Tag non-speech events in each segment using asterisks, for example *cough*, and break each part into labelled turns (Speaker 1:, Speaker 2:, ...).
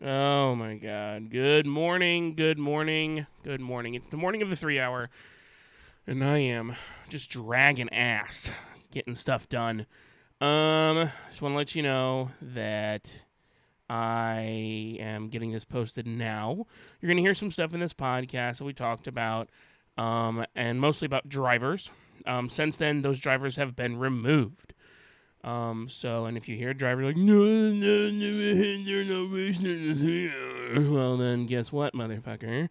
Speaker 1: Oh my God. Good morning. Good morning. Good morning. It's the morning of the three hour, and I am just dragging ass, getting stuff done. Um, just want to let you know that I am getting this posted now. You're gonna hear some stuff in this podcast that we talked about, um, and mostly about drivers. Um, since then, those drivers have been removed. Um, so, and if you hear a driver like, no, no, no, they're not racing at the three hour," well, then guess what, motherfucker?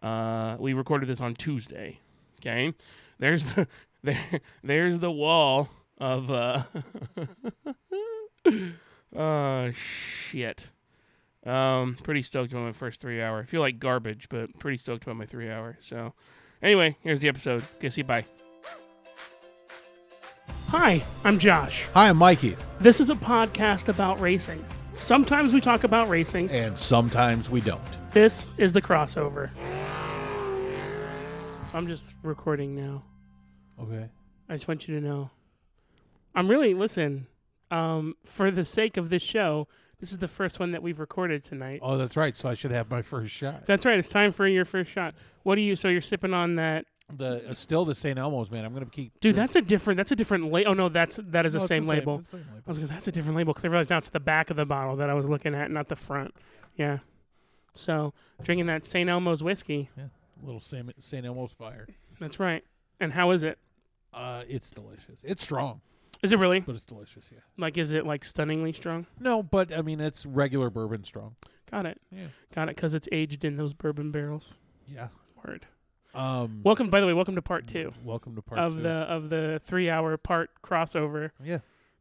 Speaker 1: Uh, we recorded this on Tuesday. Okay, there's the *laughs* there, there's the wall of uh, *laughs* uh shit. Um, pretty stoked about my first three hour. I feel like garbage, but pretty stoked about my three hour. So, anyway, here's the episode. Guess you bye.
Speaker 2: Hi, I'm Josh.
Speaker 3: Hi, I'm Mikey,
Speaker 2: This is a podcast about racing. Sometimes we talk about racing.
Speaker 3: and sometimes we don't.
Speaker 2: This is the crossover. So I'm just recording now.
Speaker 3: Okay.
Speaker 2: I just want you to know. I'm really listen. Um, for the sake of this show, this is the first one that we've recorded tonight.
Speaker 3: Oh, that's right. So I should have my first shot.
Speaker 2: That's right. It's time for your first shot. What do you? So you're sipping on that,
Speaker 3: The uh, still the St. Elmo's man. I'm gonna keep.
Speaker 2: dude. That's a different. That's a different label. Oh no, that's that is the same label.
Speaker 3: it's the same label.
Speaker 2: I was like, that's a different label because I realized now it's the back of the bottle that I was looking at, not the front. Yeah. So drinking that St. Elmo's whiskey.
Speaker 3: Little Sam- St. Elmo's fire.
Speaker 2: That's right. And how is it?
Speaker 3: Uh, it's delicious. It's strong,
Speaker 2: Is it really
Speaker 3: but it's delicious. Yeah.
Speaker 2: like? Is it like stunningly strong?
Speaker 3: No, but I mean it's regular bourbon strong.
Speaker 2: Got it.
Speaker 3: Yeah.
Speaker 2: Got it. Because it's aged in those bourbon barrels.
Speaker 3: Yeah.
Speaker 2: Word.
Speaker 3: Um.
Speaker 2: Welcome. By the way, welcome to part two
Speaker 3: Welcome to part
Speaker 2: of
Speaker 3: two.
Speaker 2: the of the three hour part crossover.
Speaker 3: yeah.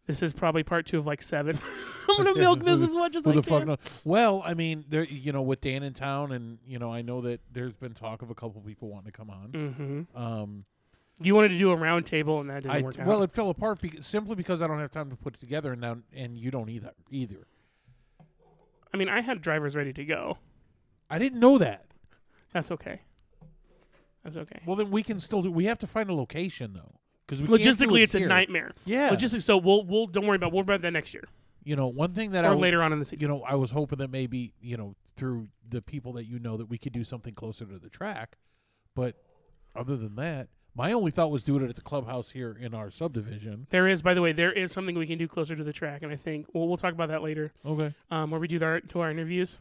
Speaker 2: This is probably part two of like seven. *laughs* I'm gonna milk this as much as
Speaker 3: Who
Speaker 2: I
Speaker 3: the fuck
Speaker 2: can.
Speaker 3: knows? Well, I mean, there. You know, with Dan in town, and you know, I know that there's been talk of a couple people wanting to come on.
Speaker 2: Mm-hmm.
Speaker 3: Um.
Speaker 2: You wanted to do a round table and that didn't
Speaker 3: I,
Speaker 2: work out.
Speaker 3: well, it fell apart because, simply because I don't have time to put it together, and now and you don't either. Either
Speaker 2: I mean, I had drivers ready to go.
Speaker 3: I didn't know that.
Speaker 2: That's okay. That's okay.
Speaker 3: Well, then we can still do. We have to find a location though, because
Speaker 2: Logistically, it's
Speaker 3: here.
Speaker 2: a nightmare.
Speaker 3: Yeah,
Speaker 2: Logistically, so we'll we'll don't worry about we'll worry about that next year
Speaker 3: you know, one thing that
Speaker 2: or
Speaker 3: I w-
Speaker 2: later on in the season.
Speaker 3: you know I was hoping that maybe you know through the people that you know that we could do something closer to the track, but other than that, my only thought was doing it at the clubhouse here in our subdivision.
Speaker 2: There is, by the way, there is something we can do closer to the track, and I think well we'll talk about that later.
Speaker 3: Okay,
Speaker 2: Um, where we do our do our interviews.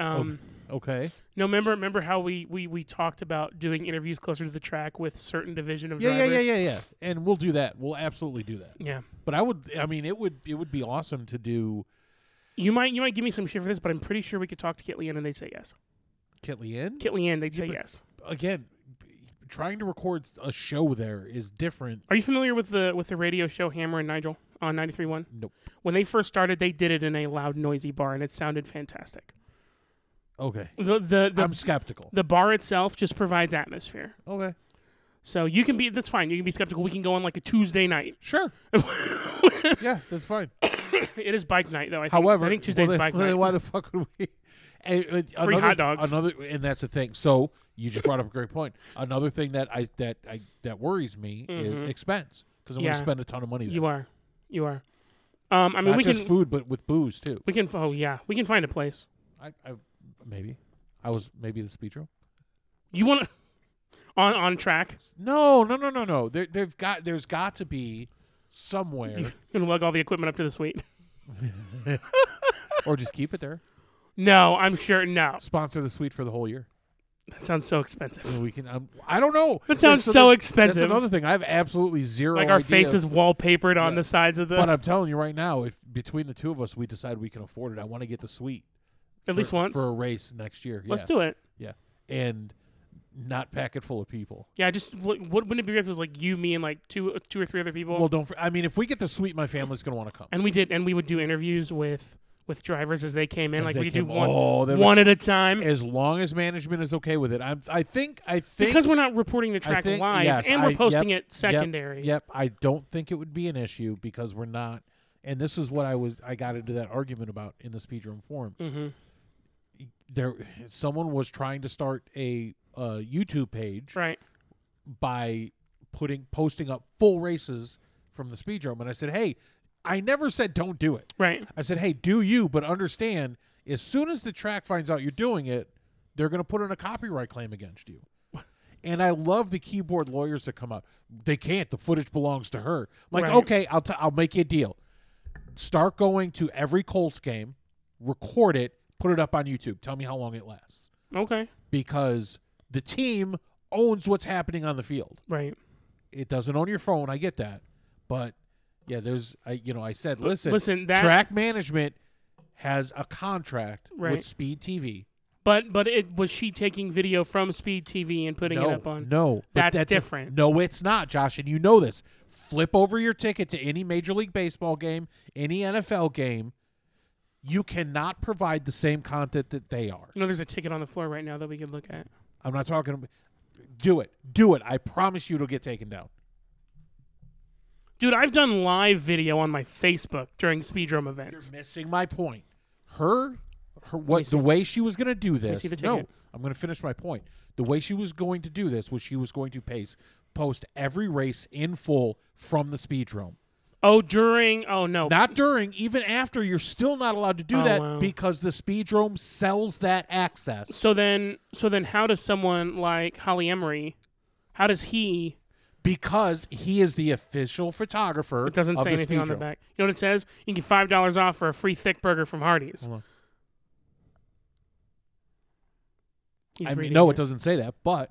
Speaker 3: Oh.
Speaker 2: Um,
Speaker 3: okay,
Speaker 2: no, remember remember how we, we we talked about doing interviews closer to the track with certain division of
Speaker 3: yeah, yeah,
Speaker 2: drivers.
Speaker 3: yeah, yeah, yeah, and we'll do that. We'll absolutely do that.
Speaker 2: yeah.
Speaker 3: But I would, I mean, it would it would be awesome to do
Speaker 2: You might you might give me some shit for this, but I'm pretty sure we could talk to Kit Leanne and they'd say yes.
Speaker 3: Kit Leanne
Speaker 2: Kit Leanne, they'd
Speaker 3: Yeah,
Speaker 2: say
Speaker 3: but-
Speaker 2: yes.
Speaker 3: again. b- Trying to record a show there is different.
Speaker 2: Are you familiar with the with the radio show Hammer and Nigel on 93.1?
Speaker 3: Nope.
Speaker 2: When they first started, they did it in a loud, noisy bar, and it sounded fantastic.
Speaker 3: Okay,
Speaker 2: The the the,
Speaker 3: I'm skeptical.
Speaker 2: the bar itself just provides atmosphere.
Speaker 3: Okay,
Speaker 2: So you can be that's fine. You can be skeptical. We can go on like a Tuesday night. *coughs* *laughs*
Speaker 3: sure. yeah, that's fine.
Speaker 2: It is bike night though. I think.
Speaker 3: However,
Speaker 2: I think Tuesday's
Speaker 3: well, then-
Speaker 2: bike
Speaker 3: well, then
Speaker 2: night.
Speaker 3: Why the fuck would we? *laughs* And, uh,
Speaker 2: Free
Speaker 3: another,
Speaker 2: hot dogs.
Speaker 3: Another, and that's the thing. So you just brought up a great point. Another thing that I that I that worries me is expense because I'm
Speaker 2: Mm-hmm. Yeah.
Speaker 3: going to spend a ton of money. There.
Speaker 2: You are, you are. Um, I mean,
Speaker 3: Not
Speaker 2: we
Speaker 3: just
Speaker 2: can
Speaker 3: food, but with booze too.
Speaker 2: we can. Oh yeah, we can find a place.
Speaker 3: I, I maybe I was maybe the speedro.
Speaker 2: You want to *laughs* on on track?
Speaker 3: No, no, no, no, no. There, they've got. There's got to be
Speaker 2: *laughs*
Speaker 3: somewhere,
Speaker 2: You can lug all the equipment up to the suite. *laughs*
Speaker 3: or just keep it there.
Speaker 2: No, I'm sure. No,
Speaker 3: Sponsor the suite for the whole year.
Speaker 2: that sounds so
Speaker 3: *laughs*
Speaker 2: expensive.
Speaker 3: And we can. Um, I don't know.
Speaker 2: That sounds so expensive.
Speaker 3: That's another thing. I have absolutely zero.
Speaker 2: like our
Speaker 3: idea,
Speaker 2: faces wallpapered on
Speaker 3: Yeah.
Speaker 2: the sides of the
Speaker 3: But uh, I'm telling you right now, if between the two of us we decide we can afford it, I want to get the suite
Speaker 2: at least
Speaker 3: for,
Speaker 2: once.
Speaker 3: for a race next year.
Speaker 2: Let's
Speaker 3: yeah.
Speaker 2: do it.
Speaker 3: Yeah, and not pack it full of people.
Speaker 2: Yeah, just what, what wouldn't it be great if it was like you, me, and like two, two or three other people,
Speaker 3: Well, don't. For, I mean, if we get the suite, my family's gonna want to come.
Speaker 2: and we did, and we would do interviews with with drivers as they came in,
Speaker 3: As
Speaker 2: like
Speaker 3: they
Speaker 2: we do
Speaker 3: came-
Speaker 2: one
Speaker 3: oh, they
Speaker 2: one
Speaker 3: would-
Speaker 2: at a time,
Speaker 3: As long as management is okay with it, I'm. I think. I think
Speaker 2: because we're not reporting the track
Speaker 3: think-
Speaker 2: live,
Speaker 3: yes,
Speaker 2: and we're
Speaker 3: I-
Speaker 2: posting
Speaker 3: yep,
Speaker 2: it
Speaker 3: Yep,
Speaker 2: secondary.
Speaker 3: Yep, I don't think it would be an issue because we're not. And this is what I was. I got into that argument about in the speedrun forum.
Speaker 2: Mhm.
Speaker 3: There, someone was trying to start a uh, YouTube page
Speaker 2: Right.
Speaker 3: by putting posting up full races from the speedrun, and I said, "Hey, I never said don't do it.
Speaker 2: Right.
Speaker 3: I said, hey, do you? But understand As soon as the track finds out you're doing it, they're going to put in a copyright claim against you. And I love the keyboard lawyers that come out. They can't. The footage belongs to her. I'm like,
Speaker 2: Right.
Speaker 3: okay, I'll t- I'll make you a deal. Start going to every Colts game, record it, put it up on YouTube. Tell me how long it lasts
Speaker 2: Okay.
Speaker 3: because the team owns what's happening on the field
Speaker 2: Right.
Speaker 3: it doesn't own your phone. I get that, but yeah, there's I you know I said listen,
Speaker 2: listen, that-
Speaker 3: track management has a contract
Speaker 2: Right.
Speaker 3: with Speed TV.
Speaker 2: But but it was she taking video from Speed TV and putting
Speaker 3: no,
Speaker 2: it up on.
Speaker 3: no, but
Speaker 2: That's
Speaker 3: that-
Speaker 2: different.
Speaker 3: no, it's not, Josh, and you know this. Flip over your ticket to any Major League Baseball game, any NFL game. You cannot provide the same content that they are.
Speaker 2: No, there's a ticket on the floor right now that we could look at.
Speaker 3: I'm not talking. Do it, do it. I promise you, it'll get taken down.
Speaker 2: Dude, I've done live video on my Facebook during speed drum events.
Speaker 3: You're missing my point. Her, her what the way she was going to do this.
Speaker 2: see the
Speaker 3: no,
Speaker 2: ticket.
Speaker 3: I'm going to finish my point. The way she was going to do this was she was going to pace post every race in full from the speedrome.
Speaker 2: Oh, during. Oh no.
Speaker 3: Not during, even after. You're still not allowed to do
Speaker 2: Oh,
Speaker 3: that
Speaker 2: wow.
Speaker 3: because the speedrome sells that access
Speaker 2: so then, so then, how does someone like Holly Emery, how does he?
Speaker 3: because he is the official photographer.
Speaker 2: It doesn't
Speaker 3: of
Speaker 2: say
Speaker 3: the
Speaker 2: anything on the
Speaker 3: Speedrome.
Speaker 2: back. You know what it says? You can get five dollars off for a free thick burger from Hardee's.
Speaker 3: Hold on.
Speaker 2: He's
Speaker 3: I mean,
Speaker 2: reading
Speaker 3: no,
Speaker 2: it.
Speaker 3: it doesn't say that, but.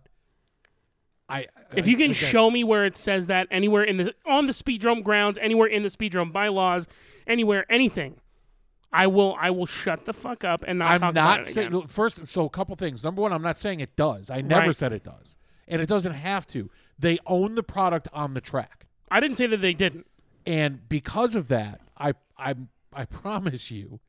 Speaker 3: I,
Speaker 2: If you can
Speaker 3: again,
Speaker 2: show me where it says that anywhere in the on the speedrome grounds, anywhere in the speedrome bylaws, anywhere anything, I will I will shut the fuck up and not
Speaker 3: I'm
Speaker 2: talk
Speaker 3: not
Speaker 2: about it
Speaker 3: saying
Speaker 2: again.
Speaker 3: first. So a couple things. Number one, I'm not saying it does. I never
Speaker 2: Right.
Speaker 3: said it does, and it doesn't have to. They own the product on the track,
Speaker 2: I didn't say that they didn't.
Speaker 3: and because of that, I I I *laughs* promise you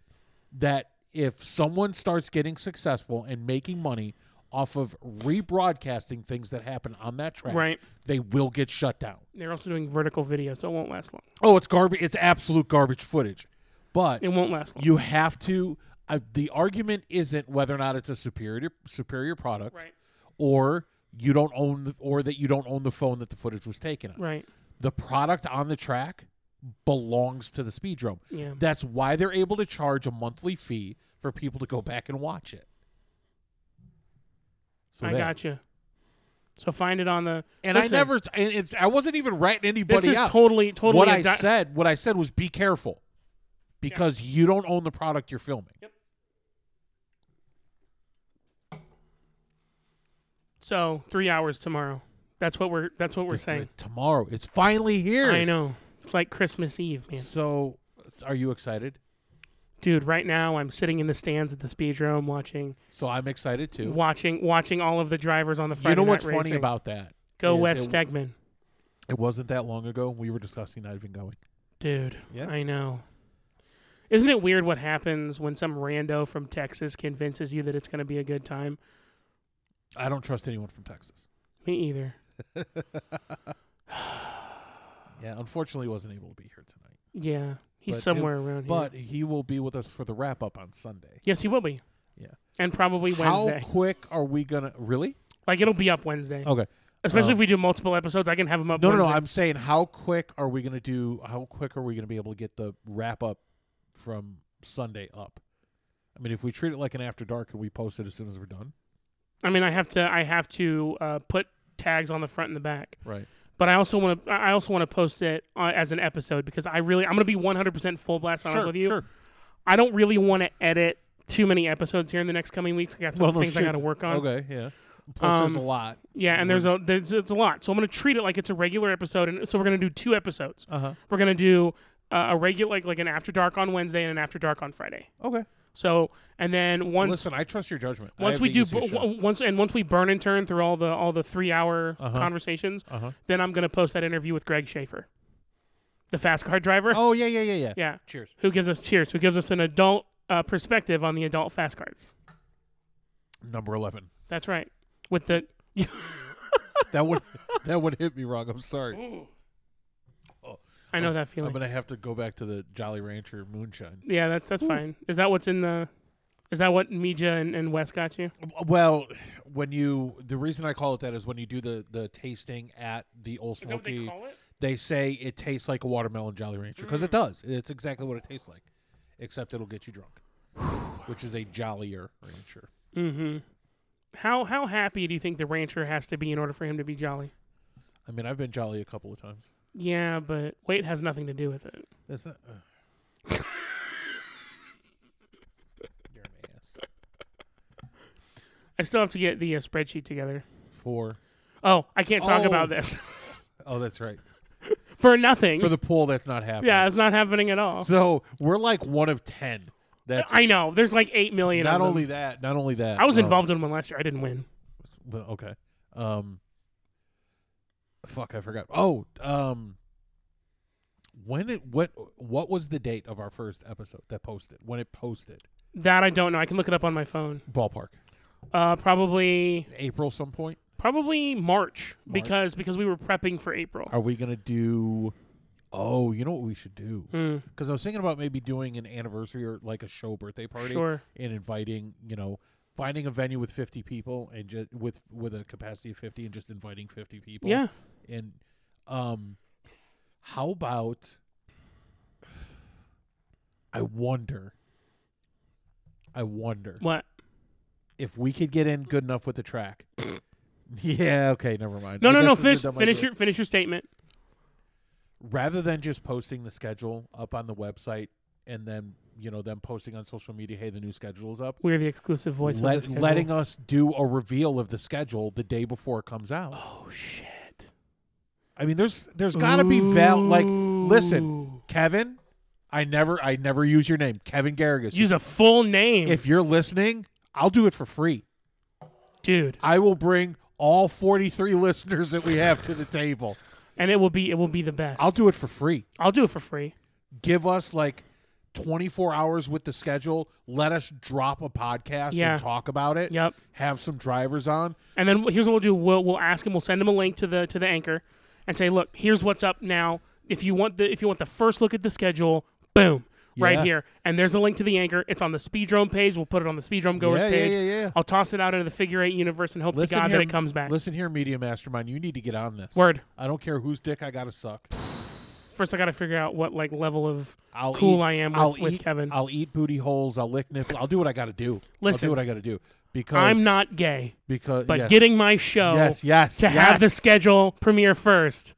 Speaker 3: that if someone starts getting successful and making money off of rebroadcasting things that happen on that track,
Speaker 2: Right.
Speaker 3: they will get shut down.
Speaker 2: They're also doing vertical video, so it won't last long.
Speaker 3: Oh, it's garbage. It's absolute garbage footage, but
Speaker 2: It won't last long.
Speaker 3: you have to. I, the argument isn't whether or not it's a superior superior product.
Speaker 2: right.
Speaker 3: or you don't own the, or that you don't own the phone that the footage was taken on.
Speaker 2: Right.
Speaker 3: The product on the track belongs to the speedrome.
Speaker 2: Yeah.
Speaker 3: That's why they're able to charge a monthly fee for people to go back and watch it. So
Speaker 2: I
Speaker 3: there.
Speaker 2: got you. So find it on the.
Speaker 3: And
Speaker 2: Listen,
Speaker 3: I never and it's I wasn't even writing
Speaker 2: This
Speaker 3: anybody
Speaker 2: is
Speaker 3: out.
Speaker 2: totally totally.
Speaker 3: what
Speaker 2: a
Speaker 3: I
Speaker 2: di-
Speaker 3: said what I said was be careful because you don't own the product you're filming.
Speaker 2: So three hours tomorrow. That's what we're. That's what we're
Speaker 3: It's
Speaker 2: saying.
Speaker 3: tomorrow. It's finally here.
Speaker 2: I know. It's like Christmas Eve, man.
Speaker 3: So are you excited?
Speaker 2: Dude, right now I'm sitting in the stands at the speedrome watching
Speaker 3: So I'm excited too.
Speaker 2: watching watching all of the drivers on the Friday
Speaker 3: you know
Speaker 2: night
Speaker 3: what's funny
Speaker 2: racing.
Speaker 3: about that?
Speaker 2: Go
Speaker 3: is
Speaker 2: West
Speaker 3: it-
Speaker 2: Stegman,
Speaker 3: It wasn't that long ago we were discussing not even going.
Speaker 2: dude.
Speaker 3: Yeah.
Speaker 2: I know. Isn't it weird what happens when some rando from Texas convinces you that it's going to be a good time?
Speaker 3: I don't trust anyone from Texas.
Speaker 2: Me either. Uh-huh.
Speaker 3: Yeah, unfortunately, he wasn't able to be here tonight.
Speaker 2: Yeah, he's
Speaker 3: But it-
Speaker 2: somewhere around here.
Speaker 3: But he will be with us for the wrap up on Sunday.
Speaker 2: yes, he will be.
Speaker 3: Yeah.
Speaker 2: and probably
Speaker 3: How
Speaker 2: Wednesday.
Speaker 3: quick are we gonna? Really?
Speaker 2: Like it'll be up Wednesday,
Speaker 3: Okay.
Speaker 2: especially
Speaker 3: um,
Speaker 2: if we do multiple episodes. I can have them up.
Speaker 3: No, no,
Speaker 2: Wednesday.
Speaker 3: no. I'm saying how quick are we gonna do? How quick are we gonna be able to get the wrap up from Sunday up? I mean, if we treat it like an after dark and we post it as soon as we're done,
Speaker 2: I mean, I have to. I have to uh, put tags on the front and the back.
Speaker 3: right?
Speaker 2: But I also want to. I also want to post it uh, as an episode because I really. I'm going to be 100% full blast honest
Speaker 3: Sure,
Speaker 2: with you.
Speaker 3: sure.
Speaker 2: I don't really want to edit too many episodes here in the next coming weeks. I got some
Speaker 3: Well, no
Speaker 2: things I
Speaker 3: shit.
Speaker 2: got to work on.
Speaker 3: Okay, yeah. Plus, there's
Speaker 2: Um,
Speaker 3: a lot.
Speaker 2: Yeah, and there's a there's it's a lot, so I'm going to treat it like it's a regular episode. And so we're going to do two episodes.
Speaker 3: Uh huh.
Speaker 2: We're going to do uh, a regular like like an after dark on Wednesday and an after dark on Friday.
Speaker 3: Okay.
Speaker 2: So and then once
Speaker 3: Listen, I trust your judgment. I
Speaker 2: once
Speaker 3: have
Speaker 2: we
Speaker 3: the
Speaker 2: do
Speaker 3: easiest
Speaker 2: bu-
Speaker 3: job.
Speaker 2: w- once and once we burn and turn through all the all the three hour
Speaker 3: Uh-huh.
Speaker 2: conversations,
Speaker 3: Uh-huh.
Speaker 2: then I'm going to post that interview with Greg Schaefer, the fast car driver.
Speaker 3: Oh yeah, yeah, yeah, yeah.
Speaker 2: Yeah,
Speaker 3: Cheers.
Speaker 2: who gives us cheers? Who gives us an adult uh, perspective on the adult fast cards?
Speaker 3: Number eleven.
Speaker 2: That's right. With the
Speaker 3: That would *laughs* that would hit me wrong. I'm sorry.
Speaker 2: I know that
Speaker 3: Oh. I'm
Speaker 2: feeling.
Speaker 3: gonna have to go back to the Jolly Rancher moonshine.
Speaker 2: Yeah, that's that's fine. Is that what's in the? Is that what Mija and, and Wes got you?
Speaker 3: Well, when you the reason I call it that is when you do the the tasting at the Old Smoky,
Speaker 2: it?
Speaker 3: they say it tastes like a watermelon Jolly Rancher because it does. It's exactly what it tastes like, except it'll get you drunk. *sighs* which is a jollier rancher.
Speaker 2: Mm-hmm. How how happy do you think the rancher has to be in order for him to be jolly?
Speaker 3: I mean, I've been jolly a couple of times.
Speaker 2: Yeah, but weight has nothing to do with it.
Speaker 3: That's not. Uh. You're an ass.
Speaker 2: I still have to get the uh, spreadsheet together.
Speaker 3: For
Speaker 2: Oh, I can't talk
Speaker 3: Oh.
Speaker 2: about this *laughs*
Speaker 3: oh, that's right.
Speaker 2: for nothing.
Speaker 3: For the poll, that's not happening.
Speaker 2: yeah, it's not happening at all.
Speaker 3: So we're like one of ten. That's
Speaker 2: I know. There's like eight million.
Speaker 3: not
Speaker 2: of them.
Speaker 3: only that. Not only that.
Speaker 2: I was
Speaker 3: um,
Speaker 2: involved in one last year. I didn't win.
Speaker 3: Well, okay. Um. Fuck, I forgot. Oh, um. When it what what was the date of our first episode that posted? When it posted?
Speaker 2: That I don't know. I can look it up on my phone.
Speaker 3: Ballpark.
Speaker 2: Uh, probably
Speaker 3: April some point.
Speaker 2: probably March,
Speaker 3: March.
Speaker 2: because because we were prepping for April.
Speaker 3: Are we gonna do? Oh, you know what we should do?
Speaker 2: Mm,
Speaker 3: Because I was thinking about maybe doing an anniversary or like a show birthday party
Speaker 2: sure.
Speaker 3: and inviting you know finding a venue with fifty people and just with with a capacity of fifty and just inviting fifty people.
Speaker 2: Yeah.
Speaker 3: And um how about I wonder I wonder
Speaker 2: What?
Speaker 3: if we could get in good enough with the
Speaker 2: *laughs*
Speaker 3: track. yeah, okay, never mind.
Speaker 2: No,
Speaker 3: I
Speaker 2: no,
Speaker 3: guess
Speaker 2: no.
Speaker 3: this is a
Speaker 2: Finish,
Speaker 3: dumb
Speaker 2: finish
Speaker 3: idea.
Speaker 2: your finish your statement.
Speaker 3: rather than just posting the schedule up on the website and then, you know, them posting on social media, hey, the new schedule is up.
Speaker 2: We're the exclusive voice.
Speaker 3: let-
Speaker 2: of this
Speaker 3: letting us do a reveal of the schedule the day before it comes out.
Speaker 2: Oh shit.
Speaker 3: I mean, there's there's got to be val like listen,
Speaker 2: Ooh.
Speaker 3: Kevin, I never I never use your name, Kevin Garrigus.
Speaker 2: Use a full name,
Speaker 3: if you're listening, I'll do it for free.
Speaker 2: dude,
Speaker 3: I will bring all 43 *laughs* listeners that we have to the table.
Speaker 2: and it will be it will be the best.
Speaker 3: I'll do it for free.
Speaker 2: I'll do it for free.
Speaker 3: Give us like 24 hours with the schedule. Let us drop a podcast
Speaker 2: Yeah.
Speaker 3: and talk about it.
Speaker 2: Yep.
Speaker 3: Have some drivers on.
Speaker 2: And then here's what we'll do: we'll we'll ask him, we'll send him a link to the to the anchor, and say, look, here's what's up now. If you want the if you want the first look at the schedule, boom, right
Speaker 3: Yeah.
Speaker 2: here. And there's a link to the anchor. It's on the Speedrome page. We'll put it on the Speedrome Goers
Speaker 3: Yeah, yeah,
Speaker 2: page.
Speaker 3: yeah, yeah.
Speaker 2: I'll toss it out into the figure eight universe and hope to God that it comes back.
Speaker 3: Listen here, Media Mastermind. You need to get on this.
Speaker 2: Word.
Speaker 3: I don't care whose dick I gotta suck.
Speaker 2: First, I got to figure out what like level of
Speaker 3: I'll
Speaker 2: cool
Speaker 3: eat,
Speaker 2: I am with,
Speaker 3: I'll
Speaker 2: with
Speaker 3: eat,
Speaker 2: Kevin.
Speaker 3: I'll eat booty holes. I'll lick nipples. I'll do what I gotta do. I'll
Speaker 2: Listen.
Speaker 3: do what I gotta do because
Speaker 2: I'm not gay,
Speaker 3: because
Speaker 2: but
Speaker 3: yes,
Speaker 2: getting my show
Speaker 3: yes yes
Speaker 2: to
Speaker 3: yes.
Speaker 2: have the schedule premiere first.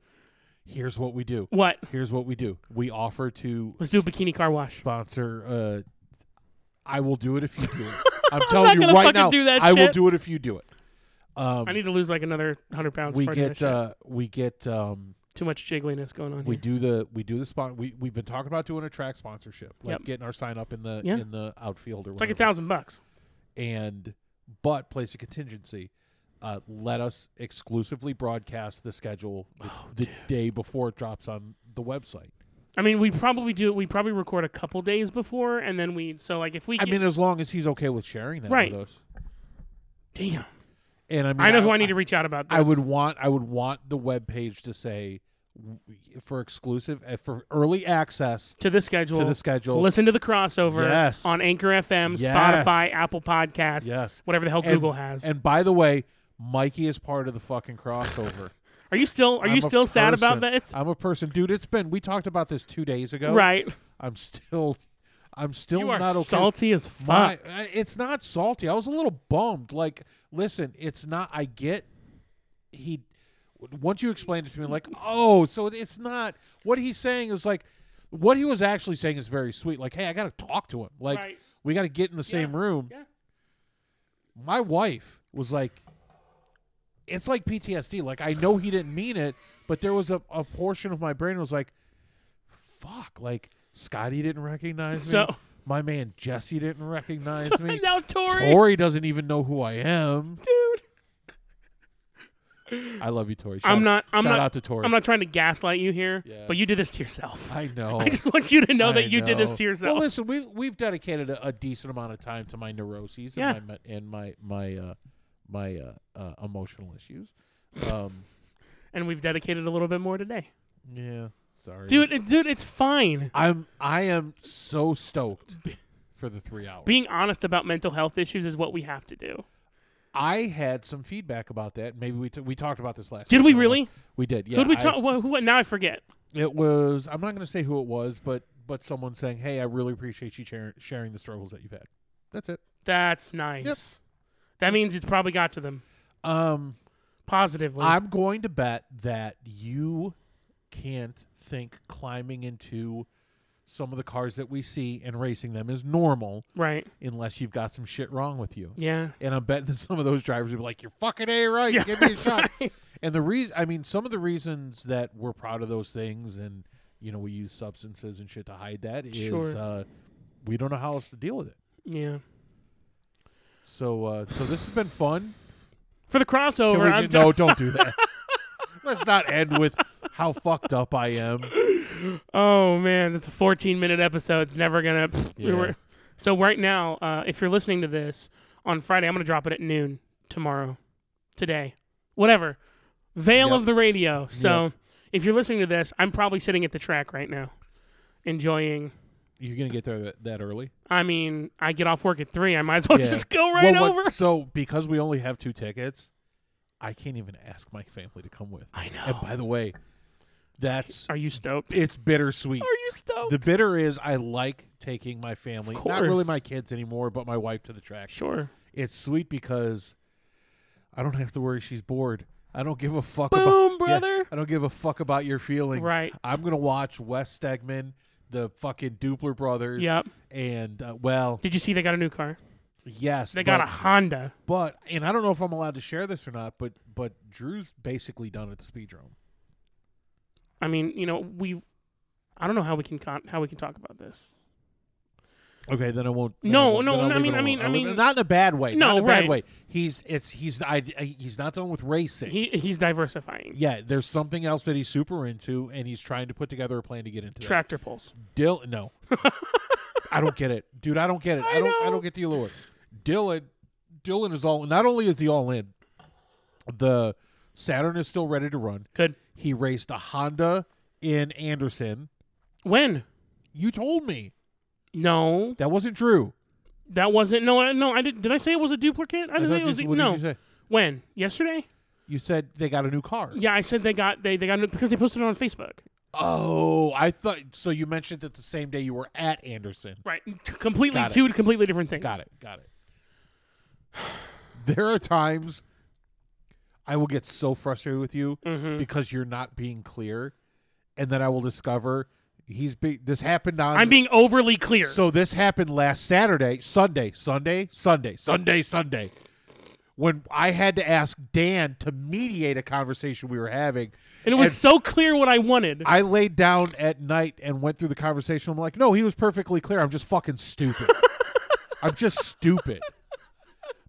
Speaker 3: Here's what we do.
Speaker 2: What?
Speaker 3: Here's what we do. We offer to
Speaker 2: Let's do a bikini car wash.
Speaker 3: sponsor. Uh, I will do it if you do
Speaker 2: *laughs*
Speaker 3: it. I'm telling you
Speaker 2: gonna
Speaker 3: right
Speaker 2: fucking
Speaker 3: now.
Speaker 2: do that
Speaker 3: I will
Speaker 2: shit.
Speaker 3: do it if you do it. Um,
Speaker 2: I need to lose like another hundred pounds.
Speaker 3: we
Speaker 2: before I do
Speaker 3: get
Speaker 2: this shit.
Speaker 3: uh, we get um,
Speaker 2: too much jiggliness going on
Speaker 3: we
Speaker 2: here.
Speaker 3: do the we do the spot. We we've been talking about doing a track sponsorship, like
Speaker 2: Yep.
Speaker 3: getting our sign up in the
Speaker 2: Yeah.
Speaker 3: in the outfield or
Speaker 2: It's like a
Speaker 3: whatever.
Speaker 2: thousand bucks.
Speaker 3: and but place a contingency. Uh, let us exclusively broadcast the schedule the,
Speaker 2: Oh,
Speaker 3: the day before it drops on the website.
Speaker 2: I mean, we probably do. We probably record a couple days before, and then we. So like, if we,
Speaker 3: I
Speaker 2: get-
Speaker 3: mean, as long as he's okay with sharing that
Speaker 2: Right.
Speaker 3: with us.
Speaker 2: damn,
Speaker 3: And I mean,
Speaker 2: I know who I need to reach out about. This.
Speaker 3: I would want I would want the web page to say w- for exclusive uh, for early access
Speaker 2: to the schedule.
Speaker 3: to the schedule.
Speaker 2: Listen to the crossover
Speaker 3: Yes.
Speaker 2: on Anchor FM,
Speaker 3: Yes.
Speaker 2: Spotify, Apple Podcasts,
Speaker 3: Yes.
Speaker 2: whatever the hell
Speaker 3: And-
Speaker 2: Google has.
Speaker 3: And by the way, Mikey is part of the fucking crossover.
Speaker 2: are you still? *laughs* Are
Speaker 3: I'm
Speaker 2: you
Speaker 3: a
Speaker 2: still sad about
Speaker 3: person.
Speaker 2: that? It's
Speaker 3: I'm a person, dude. It's been we talked about this two days ago.
Speaker 2: right.
Speaker 3: I'm still, I'm still
Speaker 2: You are
Speaker 3: not okay.
Speaker 2: salty as fuck.
Speaker 3: My, uh, it's not salty. I was a little bummed. Like, listen, it's not. I get he. Once you explained it to me, like, oh, so it's not what he's saying is like what he was actually saying is very sweet. Like, hey, I got to talk to him. Like,
Speaker 2: Right.
Speaker 3: we got to get in the same room.
Speaker 2: Yeah.
Speaker 3: My wife was like, it's like PTSD. Like, I know he didn't mean it, but there was a, a portion of my brain was like, fuck, like Scotty didn't recognize me.
Speaker 2: So-
Speaker 3: My man Jesse didn't recognize me.
Speaker 2: now Tori,
Speaker 3: Tori doesn't even know who I am.
Speaker 2: dude.
Speaker 3: I love you, Tori. Shout,
Speaker 2: I'm not. I'm
Speaker 3: shout
Speaker 2: not.
Speaker 3: out to Tori.
Speaker 2: I'm not trying to gaslight you here,
Speaker 3: Yeah.
Speaker 2: but you did this to yourself.
Speaker 3: I know.
Speaker 2: *laughs* I just want you to know
Speaker 3: I
Speaker 2: that you did
Speaker 3: know.
Speaker 2: this to yourself.
Speaker 3: Well, listen, we we've dedicated a, a decent amount of time to my neuroses
Speaker 2: Yeah.
Speaker 3: and my me- and my my uh, my uh, uh, emotional issues. Um,
Speaker 2: and we've dedicated a little bit more today.
Speaker 3: yeah, sorry,
Speaker 2: Dude, it, dude, it's fine.
Speaker 3: I'm I am so stoked for the three hours.
Speaker 2: Being honest about mental health issues is what we have to do.
Speaker 3: I had some feedback about that. Maybe we t- we talked about this last.
Speaker 2: Did
Speaker 3: week.
Speaker 2: we
Speaker 3: I don't
Speaker 2: really?
Speaker 3: know. We did. Yeah.
Speaker 2: Who'd we
Speaker 3: I-
Speaker 2: talk? Who, who, now I forget.
Speaker 3: It was. I'm not going to say who it was, but but someone saying, "Hey, I really appreciate you sharing sharing the struggles that you've had." That's it.
Speaker 2: That's nice. That means it's probably got to them
Speaker 3: Um,
Speaker 2: positively.
Speaker 3: I'm going to bet that you can't think climbing into some of the cars that we see and racing them is normal
Speaker 2: right.
Speaker 3: unless you've got some shit wrong with you.
Speaker 2: Yeah.
Speaker 3: And I'm betting that *laughs* some of those drivers would be like, "You're fucking a right.
Speaker 2: Yeah,
Speaker 3: Give me a shot."
Speaker 2: right.
Speaker 3: And the reason, I mean, some of the reasons that we're proud of those things, and you know, we use substances and shit to hide that is
Speaker 2: Sure.
Speaker 3: uh, we don't know how else to deal with it.
Speaker 2: Yeah.
Speaker 3: So, uh, so this has been
Speaker 2: *laughs*
Speaker 3: fun.
Speaker 2: For the
Speaker 3: Can
Speaker 2: crossover,
Speaker 3: we
Speaker 2: I'm
Speaker 3: ju- no, don't do that. *laughs* Let's not end with how fucked up I am.
Speaker 2: Oh man, this is a 14 minute episode. It's never gonna. pfft, we
Speaker 3: Yeah.
Speaker 2: were- so right now, uh, if you're listening to this on Friday, I'm gonna drop it at noon tomorrow, today, whatever. Veil
Speaker 3: Yep.
Speaker 2: of the radio. So if you're listening to this, I'm probably sitting at the track right now, enjoying.
Speaker 3: You're gonna get there that, that early.
Speaker 2: I mean, I get off work at three. I might as well
Speaker 3: Yeah.
Speaker 2: just go right
Speaker 3: Well, what-
Speaker 2: over.
Speaker 3: so, because we only have two tickets, I can't even ask my family to come with.
Speaker 2: I know.
Speaker 3: And by the way, that's
Speaker 2: Are you stoked?
Speaker 3: it's bittersweet.
Speaker 2: *laughs* Are you stoked?
Speaker 3: The bitter is I like taking my family,
Speaker 2: Of
Speaker 3: not really
Speaker 2: course.
Speaker 3: my kids anymore, but my wife to the track.
Speaker 2: sure.
Speaker 3: It's sweet because I don't have to worry she's bored. I don't give a fuck
Speaker 2: Boom,
Speaker 3: about yeah,
Speaker 2: brother.
Speaker 3: I don't give a fuck about your feelings.
Speaker 2: Right.
Speaker 3: I'm gonna watch Wes Stegman, the fucking Dupler brothers.
Speaker 2: Yep.
Speaker 3: And uh, well,
Speaker 2: Did you see they got a new car?
Speaker 3: yes,
Speaker 2: They got
Speaker 3: but,
Speaker 2: a Honda.
Speaker 3: But and I don't know if I'm allowed to share this or not, but but Drew's basically done at the speedrome.
Speaker 2: I mean, you know, we. I don't know how we can con- how we can talk about this.
Speaker 3: Okay, then I won't. then
Speaker 2: No,
Speaker 3: I won't-
Speaker 2: no,
Speaker 3: then I'll
Speaker 2: no, I
Speaker 3: leave
Speaker 2: mean-
Speaker 3: it
Speaker 2: I
Speaker 3: alone.
Speaker 2: mean- I
Speaker 3: I'll leave it-
Speaker 2: mean-
Speaker 3: not in a bad way.
Speaker 2: No,
Speaker 3: not in a bad
Speaker 2: right.
Speaker 3: way. He's it's he's I, I- he's not done with racing.
Speaker 2: He he's diversifying.
Speaker 3: yeah, there's something else that he's super into, and he's trying to put together a plan to get into
Speaker 2: Tractor pulls.
Speaker 3: that. Dill,
Speaker 2: *laughs*
Speaker 3: no, I don't get it, dude. I don't get it. I,
Speaker 2: I
Speaker 3: don't. I
Speaker 2: know.
Speaker 3: don't get the allure. Dylan, Dylan is all. Not only is he all in, the Saturn is still ready to run.
Speaker 2: Good.
Speaker 3: He raced a Honda in Anderson.
Speaker 2: When?
Speaker 3: You told me
Speaker 2: No,
Speaker 3: that wasn't true.
Speaker 2: that wasn't. No, I- no. I did. Did I say it was a duplicate? I didn't
Speaker 3: thought
Speaker 2: say it was.
Speaker 3: you,
Speaker 2: a-
Speaker 3: what
Speaker 2: no.
Speaker 3: did you say?
Speaker 2: When? Yesterday?
Speaker 3: You said they got a new car.
Speaker 2: Yeah, I said they got they they got because they posted it on Facebook.
Speaker 3: Oh, I thought so. You mentioned it the same day you were at Anderson.
Speaker 2: Right. T- completely
Speaker 3: Got it.
Speaker 2: two completely different things.
Speaker 3: Got it. Got it. *sighs* There are times I will get so frustrated with you
Speaker 2: Mm-hmm.
Speaker 3: because you're not being clear, and then I will discover he's be- this happened on.
Speaker 2: I'm being overly clear.
Speaker 3: so this happened last Saturday, Sunday, Sunday, Sunday, Sunday, Sunday. When I had to ask Dan to mediate a conversation we were having,
Speaker 2: and it was
Speaker 3: and-
Speaker 2: so clear what I wanted.
Speaker 3: I laid down at night and went through the conversation. I'm like, no, he was perfectly clear. I'm just fucking
Speaker 2: *laughs*
Speaker 3: stupid. I'm just stupid.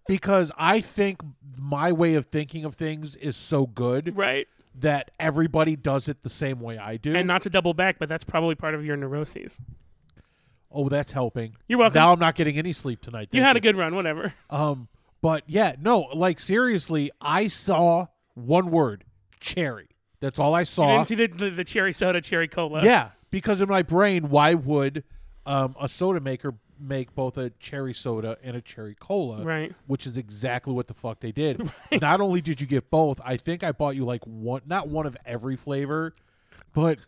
Speaker 3: Because I think my way of thinking of things is so good
Speaker 2: right.
Speaker 3: that everybody does it the same way I do.
Speaker 2: And not to double back, but that's probably part of your neuroses.
Speaker 3: oh, that's helping.
Speaker 2: You're welcome.
Speaker 3: Now I'm not getting any sleep tonight.
Speaker 2: You
Speaker 3: thank
Speaker 2: had a good run, whatever.
Speaker 3: Um, but yeah, no, like seriously, I saw one word, cherry. That's all I saw.
Speaker 2: You didn't see the, the, the cherry soda, cherry cola.
Speaker 3: *laughs* Yeah, because in my brain, why would um, a soda maker make both a cherry soda and a cherry cola?
Speaker 2: Right.
Speaker 3: Which is exactly what the fuck they did.
Speaker 2: *laughs*
Speaker 3: Not only did you get both, I think I bought you like one, not one of every flavor, but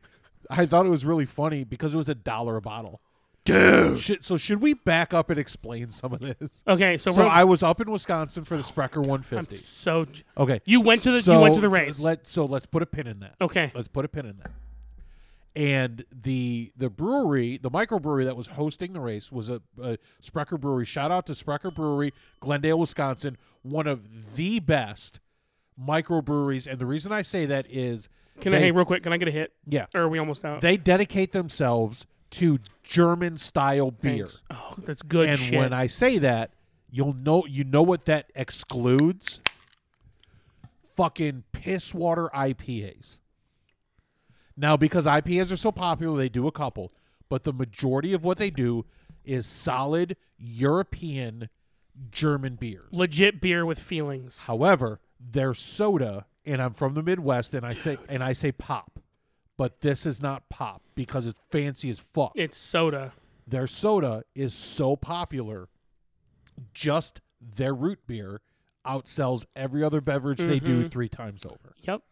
Speaker 3: I thought it was really funny because it was a dollar a bottle. Dude. so should we back up and explain some of this?
Speaker 2: Okay, so,
Speaker 3: So
Speaker 2: we're,
Speaker 3: I was up in Wisconsin for the Sprecher
Speaker 2: oh I'm
Speaker 3: 150.
Speaker 2: so j-
Speaker 3: Okay.
Speaker 2: You went to the- you
Speaker 3: so,
Speaker 2: went to the
Speaker 3: so
Speaker 2: race.
Speaker 3: let so let's put a pin in that.
Speaker 2: okay.
Speaker 3: Let's put a pin in that. And the the brewery, the microbrewery that was hosting the race was a, a Sprecher Brewery. Shout out to Sprecher Brewery, Glendale, Wisconsin, one of the best microbreweries. And the reason I say that is
Speaker 2: Can I
Speaker 3: they,
Speaker 2: hey real quick? Can I get a hit?
Speaker 3: yeah,
Speaker 2: Or are we almost out?
Speaker 3: they dedicate themselves to German style beer.
Speaker 2: Thanks. Oh, that's good
Speaker 3: And
Speaker 2: shit.
Speaker 3: when I say that, you'll know you know what that excludes. Fucking piss water IPAs. Now, because IPAs are so popular, they do a couple, but the majority of what they do is solid European German beers.
Speaker 2: Legit beer with feelings.
Speaker 3: However, their soda, and I'm from the Midwest, and I say and I say pop, but this is not pop because it's fancy as fuck
Speaker 2: It's soda.
Speaker 3: their soda is so popular, just their root beer outsells every other beverage they do three times over.
Speaker 2: Yep.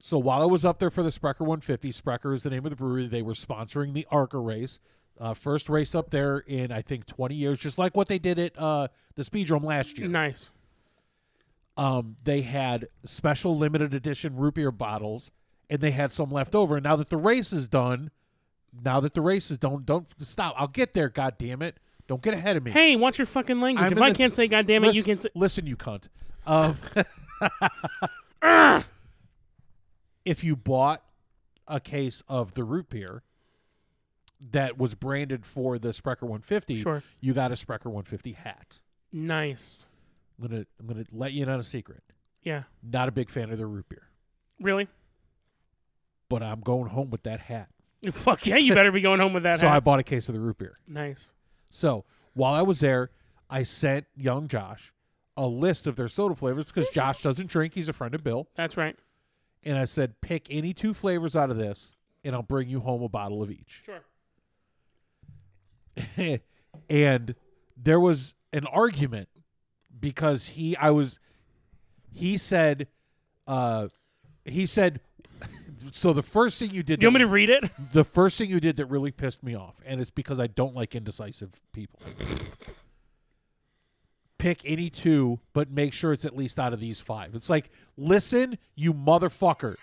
Speaker 3: So while I was up there for the Sprecher 150, Sprecher is the name of the brewery. They were sponsoring the ARCA race. Uh, first race up there in I think 20 years, just like what they did at uh, the Speedrome last year.
Speaker 2: Nice.
Speaker 3: Um, they had special limited edition root beer bottles, and they had some left over. And now that the race is done, now that the race is done, don't stop. I'll get there. God damn it! Don't get ahead of me.
Speaker 2: Hey, watch your fucking language.
Speaker 3: I'm
Speaker 2: if
Speaker 3: in
Speaker 2: I
Speaker 3: the-
Speaker 2: can't say "God damn it," you
Speaker 3: Listen-
Speaker 2: can say.
Speaker 3: listen, you cunt. Um, *laughs* if you bought a case of the root beer that was branded for the Sprecher 150,
Speaker 2: Sure.
Speaker 3: you got a Sprecher 150 hat.
Speaker 2: Nice.
Speaker 3: I'm gonna I'm gonna let you in on a secret.
Speaker 2: Yeah.
Speaker 3: Not a big fan of the root beer,
Speaker 2: Really? *laughs*
Speaker 3: but I'm going home with that hat.
Speaker 2: Fuck yeah! You better be going home with that.
Speaker 3: so I
Speaker 2: hat.
Speaker 3: bought a case of the root beer.
Speaker 2: nice.
Speaker 3: So while I was there, I sent young Josh a list of their soda flavors because Josh doesn't drink. He's a friend of Bill.
Speaker 2: That's right.
Speaker 3: and I said, pick any two flavors out of this, and I'll bring you home a bottle of each. *laughs*
Speaker 2: Sure.
Speaker 3: and there was an argument because he, I was, he said, uh, he said, *laughs* so the first thing you did,
Speaker 2: You want me
Speaker 3: that-
Speaker 2: to read it?
Speaker 3: the first thing you did that really pissed me off, and it's because I don't like indecisive people. Pick any two, but make sure it's at least out of these five. It's like, listen, you motherfucker.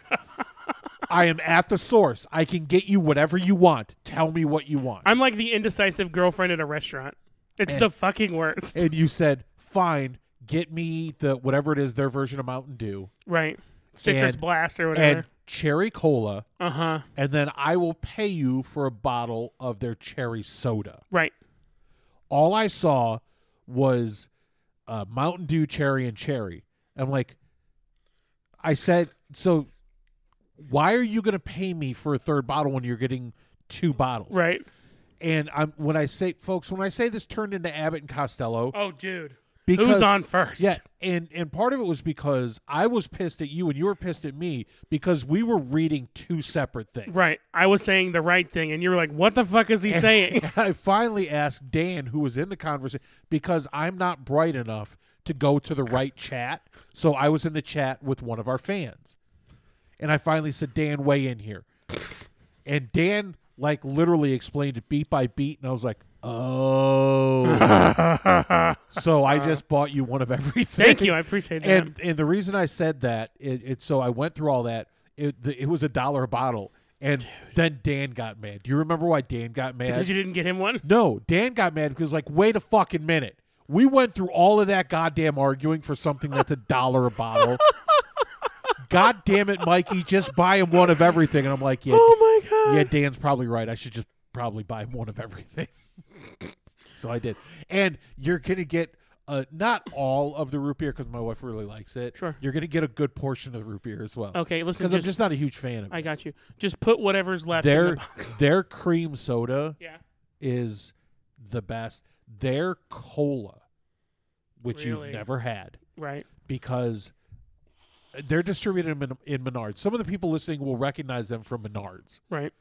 Speaker 3: I am at the source. I can get you whatever you want. Tell me what you want.
Speaker 2: I'm like the indecisive girlfriend at a restaurant. It's the fucking worst.
Speaker 3: and you said, fine, get me the whatever it is, their version of Mountain Dew
Speaker 2: right. Citrus
Speaker 3: and-
Speaker 2: blast or whatever.
Speaker 3: and cherry cola,
Speaker 2: Uh huh.
Speaker 3: and then I will pay you for a bottle of their cherry soda.
Speaker 2: Right.
Speaker 3: all I saw was uh, Mountain Dew cherry and cherry. I'm like, I said, so why are you going to pay me for a third bottle when you're getting two bottles?
Speaker 2: Right.
Speaker 3: And I'm when I say, folks, when I say this turned into Abbott and Costello,
Speaker 2: Oh, dude.
Speaker 3: because
Speaker 2: Who's on first?
Speaker 3: Yeah, and and part of it was because I was pissed at you and you were pissed at me because we were reading two separate things.
Speaker 2: Right. I was saying the right thing, and you were like, "What the fuck is he saying?"
Speaker 3: *laughs* And
Speaker 2: *laughs*
Speaker 3: I finally asked Dan, who was in the conversation, because I'm not bright enough to go to the right chat. So I was in the chat with one of our fans. And I finally said, Dan, weigh in here. And Dan, like, literally explained it beat by beat. And I was like,
Speaker 2: *laughs*
Speaker 3: oh. so I just bought you one of everything.
Speaker 2: Thank you. I appreciate that.
Speaker 3: And and the reason I said that, it, it so I went through all that. It the, it was a dollar a bottle, and then Dan got mad. Do you remember why Dan got mad?
Speaker 2: because you didn't get him one.
Speaker 3: no, Dan got mad because like, wait a fucking minute. We went through all of that goddamn arguing for something that's a dollar a
Speaker 2: *laughs*
Speaker 3: bottle. God damn it, Mikey, just buy him one of everything. And I'm like, yeah,
Speaker 2: Oh my god.
Speaker 3: yeah, Dan's probably right. I should just probably buy one of everything. *laughs* so I did. And you're going to get uh, not all of the root beer because my wife really likes it.
Speaker 2: Sure.
Speaker 3: You're going to get a good portion of the root beer as well.
Speaker 2: Okay. Listen.
Speaker 3: Because
Speaker 2: Just,
Speaker 3: I'm just not a huge fan of
Speaker 2: I
Speaker 3: it.
Speaker 2: got you. Just put whatever's left in the
Speaker 3: Their,
Speaker 2: box.
Speaker 3: their cream soda
Speaker 2: Yeah.
Speaker 3: is the best. Their cola, which
Speaker 2: Really?
Speaker 3: you've never had,
Speaker 2: Right.
Speaker 3: because they're distributed in, Min- in Menards. Some of the people listening will recognize them from Menards
Speaker 2: Right.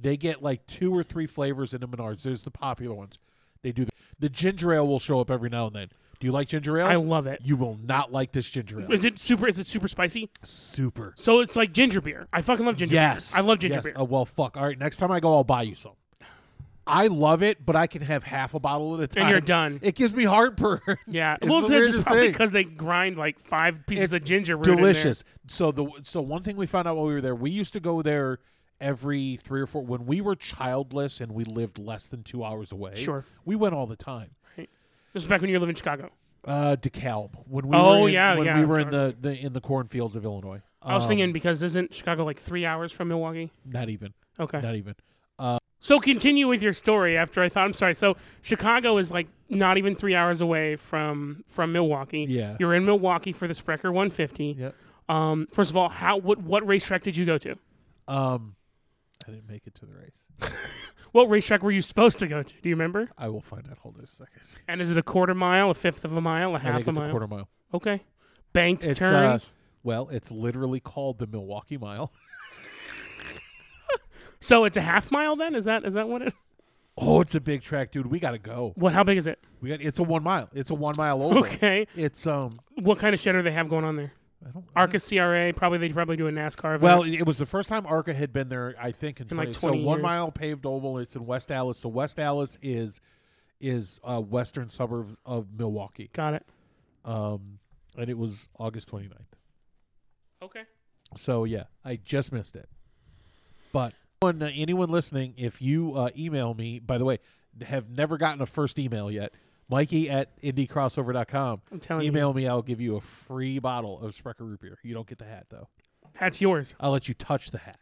Speaker 3: they get like two or three flavors in the Menards. There's the popular ones. They do the, the ginger ale will show up every now and then. Do you like ginger ale?
Speaker 2: I love it.
Speaker 3: you will not like this ginger ale.
Speaker 2: Is it super? Is it super spicy?
Speaker 3: Super.
Speaker 2: So it's like ginger beer. I fucking love ginger.
Speaker 3: Yes,
Speaker 2: Beer. I love ginger
Speaker 3: yes.
Speaker 2: beer.
Speaker 3: Oh well, fuck. All right, next time I go, I'll buy you some. I love it, but I can have half a bottle at a time.
Speaker 2: And you're done.
Speaker 3: It gives me heartburn. *laughs*
Speaker 2: Yeah.
Speaker 3: It's
Speaker 2: well,
Speaker 3: the
Speaker 2: that's
Speaker 3: weirdest
Speaker 2: probably
Speaker 3: thing.
Speaker 2: because they grind like five
Speaker 3: It's
Speaker 2: pieces of ginger root in there.
Speaker 3: delicious. So the so one thing we found out while we were there, we used to go there every three or four when we were childless and we lived less than two hours away.
Speaker 2: Sure.
Speaker 3: we went all the time.
Speaker 2: This is back when you live in Chicago.
Speaker 3: Uh, DeKalb. When we
Speaker 2: Oh,
Speaker 3: were in,
Speaker 2: yeah,
Speaker 3: when
Speaker 2: yeah,
Speaker 3: we were in the, the in the cornfields of Illinois.
Speaker 2: I was
Speaker 3: Um,
Speaker 2: thinking because isn't Chicago like three hours from Milwaukee?
Speaker 3: not even,
Speaker 2: Okay.
Speaker 3: not even.
Speaker 2: So continue with your story after I thought. I'm sorry. So Chicago is like not even three hours away from from Milwaukee.
Speaker 3: Yeah.
Speaker 2: You're in Milwaukee for the Sprecher 150.
Speaker 3: Yep.
Speaker 2: Um. First of all, how what what racetrack did you go to?
Speaker 3: Um, I didn't make it to the race.
Speaker 2: What racetrack were you supposed to go to? Do you remember?
Speaker 3: I will find out. Hold on a second. *laughs*
Speaker 2: And is it a quarter mile, a fifth of a mile, a
Speaker 3: I
Speaker 2: half
Speaker 3: think
Speaker 2: a
Speaker 3: it's
Speaker 2: mile?
Speaker 3: a quarter mile.
Speaker 2: Okay. Banked
Speaker 3: It's uh,
Speaker 2: turns.
Speaker 3: well, it's literally called the Milwaukee Mile. *laughs*
Speaker 2: so it's a half mile then? Is that is that what it
Speaker 3: Oh, it's a big track, dude. We gotta go.
Speaker 2: what how big is it? *laughs*
Speaker 3: We got. It's a one mile. It's a one mile oval.
Speaker 2: Okay.
Speaker 3: It's um.
Speaker 2: What kind of shit are they have going on there?
Speaker 3: I don't. I don't-
Speaker 2: ARCA CRA. Probably they probably do a NASCAR
Speaker 3: Mm-hmm.
Speaker 2: event.
Speaker 3: Well, it was the first time ARCA had been there, I think, in,
Speaker 2: In, like,
Speaker 3: 20
Speaker 2: 20
Speaker 3: So one
Speaker 2: years.
Speaker 3: mile paved oval. It's in West Allis. So West Allis is is uh, western suburbs of Milwaukee.
Speaker 2: got it.
Speaker 3: Um, and it was August 29th.
Speaker 2: Okay.
Speaker 3: So yeah, I just missed it. But anyone, anyone listening, if you uh, email me, by the way, have never gotten a first email yet, Mikey at indiecrossover.com.
Speaker 2: I'm telling you,
Speaker 3: Email me, I'll give you a free bottle of Sprecher root beer. You don't get the hat though.
Speaker 2: that's yours.
Speaker 3: I'll let you touch the hat.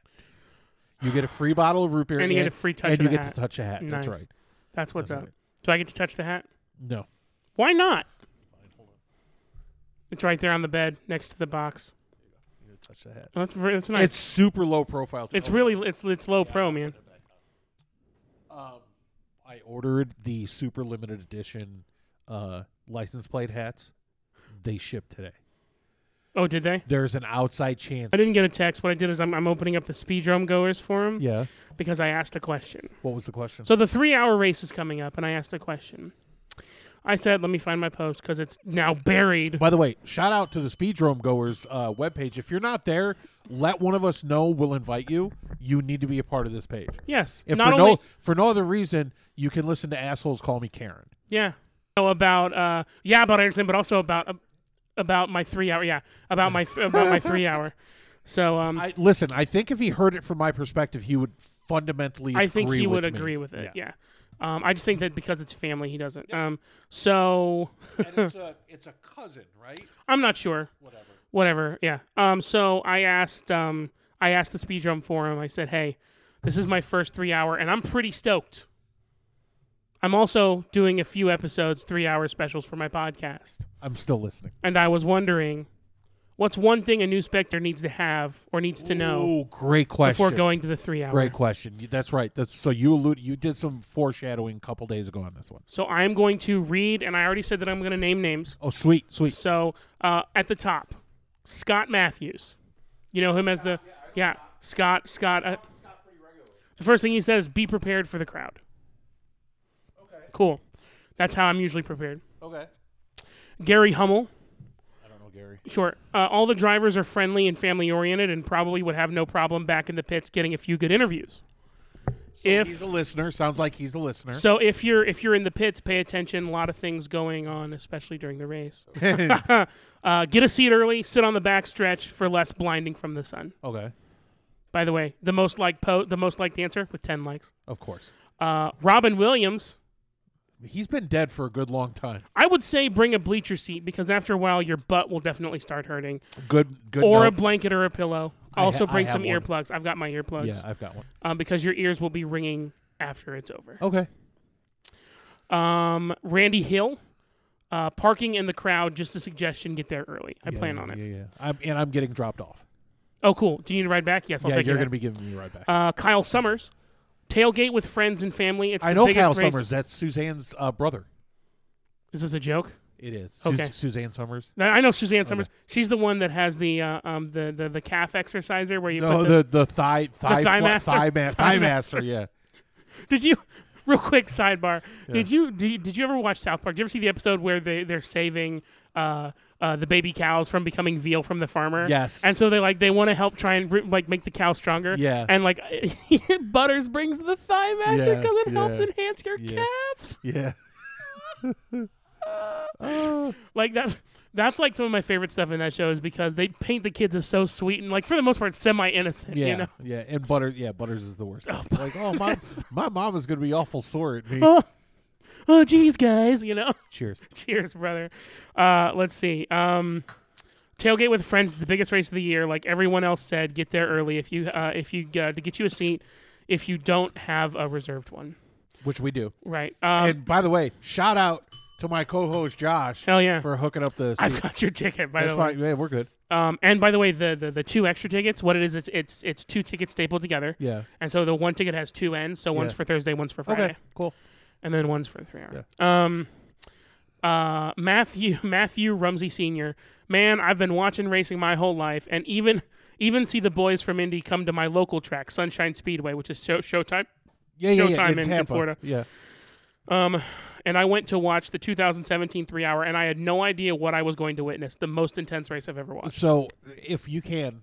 Speaker 3: You get a
Speaker 2: *sighs*
Speaker 3: free bottle of root beer,
Speaker 2: And you get a free touch
Speaker 3: and
Speaker 2: of
Speaker 3: you
Speaker 2: the
Speaker 3: get
Speaker 2: hat.
Speaker 3: to touch a hat.
Speaker 2: Nice.
Speaker 3: That's right.
Speaker 2: That's what's
Speaker 3: That's
Speaker 2: up.
Speaker 3: right.
Speaker 2: Do I get to touch the hat?
Speaker 3: No,
Speaker 2: Why not? It's right there on the bed next to the box.
Speaker 3: you get to touch the hat.
Speaker 2: Oh, that's ver- that's nice.
Speaker 3: It's super low profile. too.
Speaker 2: It's really it's it's low pro, man.
Speaker 3: Um, I ordered the super limited edition uh, license plate hats. They ship today.
Speaker 2: Oh, did they?
Speaker 3: There's an outside chance.
Speaker 2: I didn't get a text. What I did is I'm, I'm opening up the speedrome goers forum
Speaker 3: Yeah.
Speaker 2: because I asked a question.
Speaker 3: What was the question?
Speaker 2: So the three hour race is coming up, and I asked a question. I said, let me find my post because it's now buried.
Speaker 3: By the way, shout out to the Speedrome Goers uh, webpage. If you're not there, let one of us know. We'll invite you. You need to be a part of this page.
Speaker 2: Yes.
Speaker 3: If
Speaker 2: not
Speaker 3: for
Speaker 2: only
Speaker 3: no for no other reason, you can listen to assholes call me Karen.
Speaker 2: yeah. So about uh yeah about Anderson, but also about about my three hour yeah about my th- about my three hour. So um
Speaker 3: I listen. I think if he heard it from my perspective, he would fundamentally.
Speaker 2: I think
Speaker 3: agree
Speaker 2: he would
Speaker 3: with me.
Speaker 2: agree with it. Yeah. Um, I just think that because it's family, he doesn't. Um, so
Speaker 3: and it's
Speaker 2: *laughs*
Speaker 3: a it's a cousin, right?
Speaker 2: I'm not sure.
Speaker 3: Whatever.
Speaker 2: Whatever. Yeah. Um, so I asked. Um, I asked the speed drum forum. I said, "Hey, this is my first three hour, and I'm pretty stoked. I'm also doing a few episodes, three hour specials for my podcast,
Speaker 3: I'm still listening.
Speaker 2: and I was wondering." What's one thing a new specter needs to have or needs to know
Speaker 3: Oh, great question.
Speaker 2: before going to the three hour?
Speaker 3: Great question. You- That's right. That's so you alluded. You did some foreshadowing a couple days ago on this one.
Speaker 2: So I'm going to read, and I already said that I'm going to name names.
Speaker 3: Oh, sweet, sweet.
Speaker 2: So uh, at the top, Scott Matthews. You know him as the yeah Scott Scott. Uh, the first thing he says, "Be prepared for the crowd."
Speaker 3: Okay.
Speaker 2: Cool. That's how I'm usually prepared.
Speaker 3: Okay.
Speaker 2: Gary Hummel.
Speaker 3: I don't know, Gary.
Speaker 2: Sure. Uh, all the drivers are friendly and family oriented, and probably would have no problem back in the pits getting a few good interviews. if
Speaker 3: he's a listener, sounds like he's a listener.
Speaker 2: so, if you're if you're in the pits, pay attention. A lot of things going on, especially during
Speaker 3: *laughs*
Speaker 2: the race. *laughs* uh, get a seat early. Sit on the back stretch for less blinding from the sun.
Speaker 3: okay.
Speaker 2: By the way, the most liked po- the most liked answer with ten likes.
Speaker 3: Of course.
Speaker 2: Uh, Robin Williams,
Speaker 3: He's been dead for a good long time.
Speaker 2: I would say bring a bleacher seat because after a while your butt will definitely start hurting,
Speaker 3: Good. Good.
Speaker 2: or a
Speaker 3: note.
Speaker 2: blanket or a pillow.
Speaker 3: I ha-
Speaker 2: Also
Speaker 3: I
Speaker 2: bring
Speaker 3: have
Speaker 2: some
Speaker 3: one.
Speaker 2: earplugs. I've got my earplugs
Speaker 3: yeah, I've got one.
Speaker 2: um, because your ears will be ringing after it's over.
Speaker 3: Okay.
Speaker 2: Um, Randy Hill, uh, parking in the crowd. Just a suggestion. Get there early. I plan on it.
Speaker 3: Yeah, yeah. I'm, and I'm getting dropped off.
Speaker 2: Oh, cool. Do you need to ride back? Yes, I'll
Speaker 3: yeah,
Speaker 2: take
Speaker 3: you're
Speaker 2: you
Speaker 3: going
Speaker 2: there.
Speaker 3: to be giving me right back.
Speaker 2: Uh, Kyle Summers, tailgate with friends and family. It's
Speaker 3: I
Speaker 2: the
Speaker 3: know
Speaker 2: biggest
Speaker 3: Kyle
Speaker 2: race-
Speaker 3: Summers. That's Suzanne's uh, brother.
Speaker 2: Is this a joke?
Speaker 3: It is. Sus-
Speaker 2: Okay.
Speaker 3: Suzanne Summers.
Speaker 2: Now, I know Suzanne Summers. She's the one that has the uh, um the, the the calf exerciser where you
Speaker 3: No,
Speaker 2: put the,
Speaker 3: the, the thigh thigh
Speaker 2: thigh
Speaker 3: fla-
Speaker 2: master?
Speaker 3: thigh, ma-
Speaker 2: Thigh
Speaker 3: thigh master. Yeah.
Speaker 2: Did you *laughs* real quick sidebar? Did you do you, did you ever watch South Park? Did you ever see the episode where they they're saving uh, uh, the baby cows from becoming veal from the farmer?
Speaker 3: Yes.
Speaker 2: And so they like they want to help try and re- like make the cow stronger.
Speaker 3: Yeah.
Speaker 2: *laughs* And like Butters brings the thigh master
Speaker 3: Yeah,
Speaker 2: because it helps
Speaker 3: yeah,
Speaker 2: enhance your
Speaker 3: yeah.
Speaker 2: calves.
Speaker 3: Yeah. Oh,
Speaker 2: Like that's that's like some of my favorite stuff in that show is because they paint the kids as so sweet and like for the most part semi innocent.
Speaker 3: yeah,
Speaker 2: You know. *laughs*
Speaker 3: yeah, and butter, yeah, butters is the worst. like, oh my, my mom is gonna be awful sore at me.
Speaker 2: oh, oh, geez, guys, you know. *laughs*
Speaker 3: Cheers.
Speaker 2: Cheers, brother. Uh, let's see. Um, tailgate with friends is the biggest race of the year. Like everyone else said, get there early if you uh, if you uh, to get you a seat. If you don't have a reserved one,
Speaker 3: Which we do.
Speaker 2: right? Um,
Speaker 3: and by the way, shout out to my co-host Josh.
Speaker 2: Hell yeah.
Speaker 3: for hooking up the.
Speaker 2: I've
Speaker 3: seat.
Speaker 2: got your *laughs* ticket by
Speaker 3: That's
Speaker 2: the way.
Speaker 3: fine. Yeah, we're good.
Speaker 2: Um, and by the way, the, the the two extra tickets. What it is, it's it's it's two tickets stapled together.
Speaker 3: Yeah.
Speaker 2: And so the one ticket has two ends. So one's
Speaker 3: Yeah.
Speaker 2: for Thursday, one's for Friday,
Speaker 3: Okay. Cool.
Speaker 2: and then one's for three hour. Um, uh, Matthew *laughs* Matthew Rumsey Senior. Man, I've been watching racing my whole life, and even even see the boys from Indy come to my local track, Sunshine Speedway, which is show, Showtime.
Speaker 3: Yeah, yeah, yeah.
Speaker 2: Showtime
Speaker 3: in
Speaker 2: in- in
Speaker 3: Tampa.
Speaker 2: Florida.
Speaker 3: Yeah.
Speaker 2: Um, and I went to watch the 2017 three hour, and I had no idea what I was going to witness. The most intense race I've ever watched.
Speaker 3: So, if you can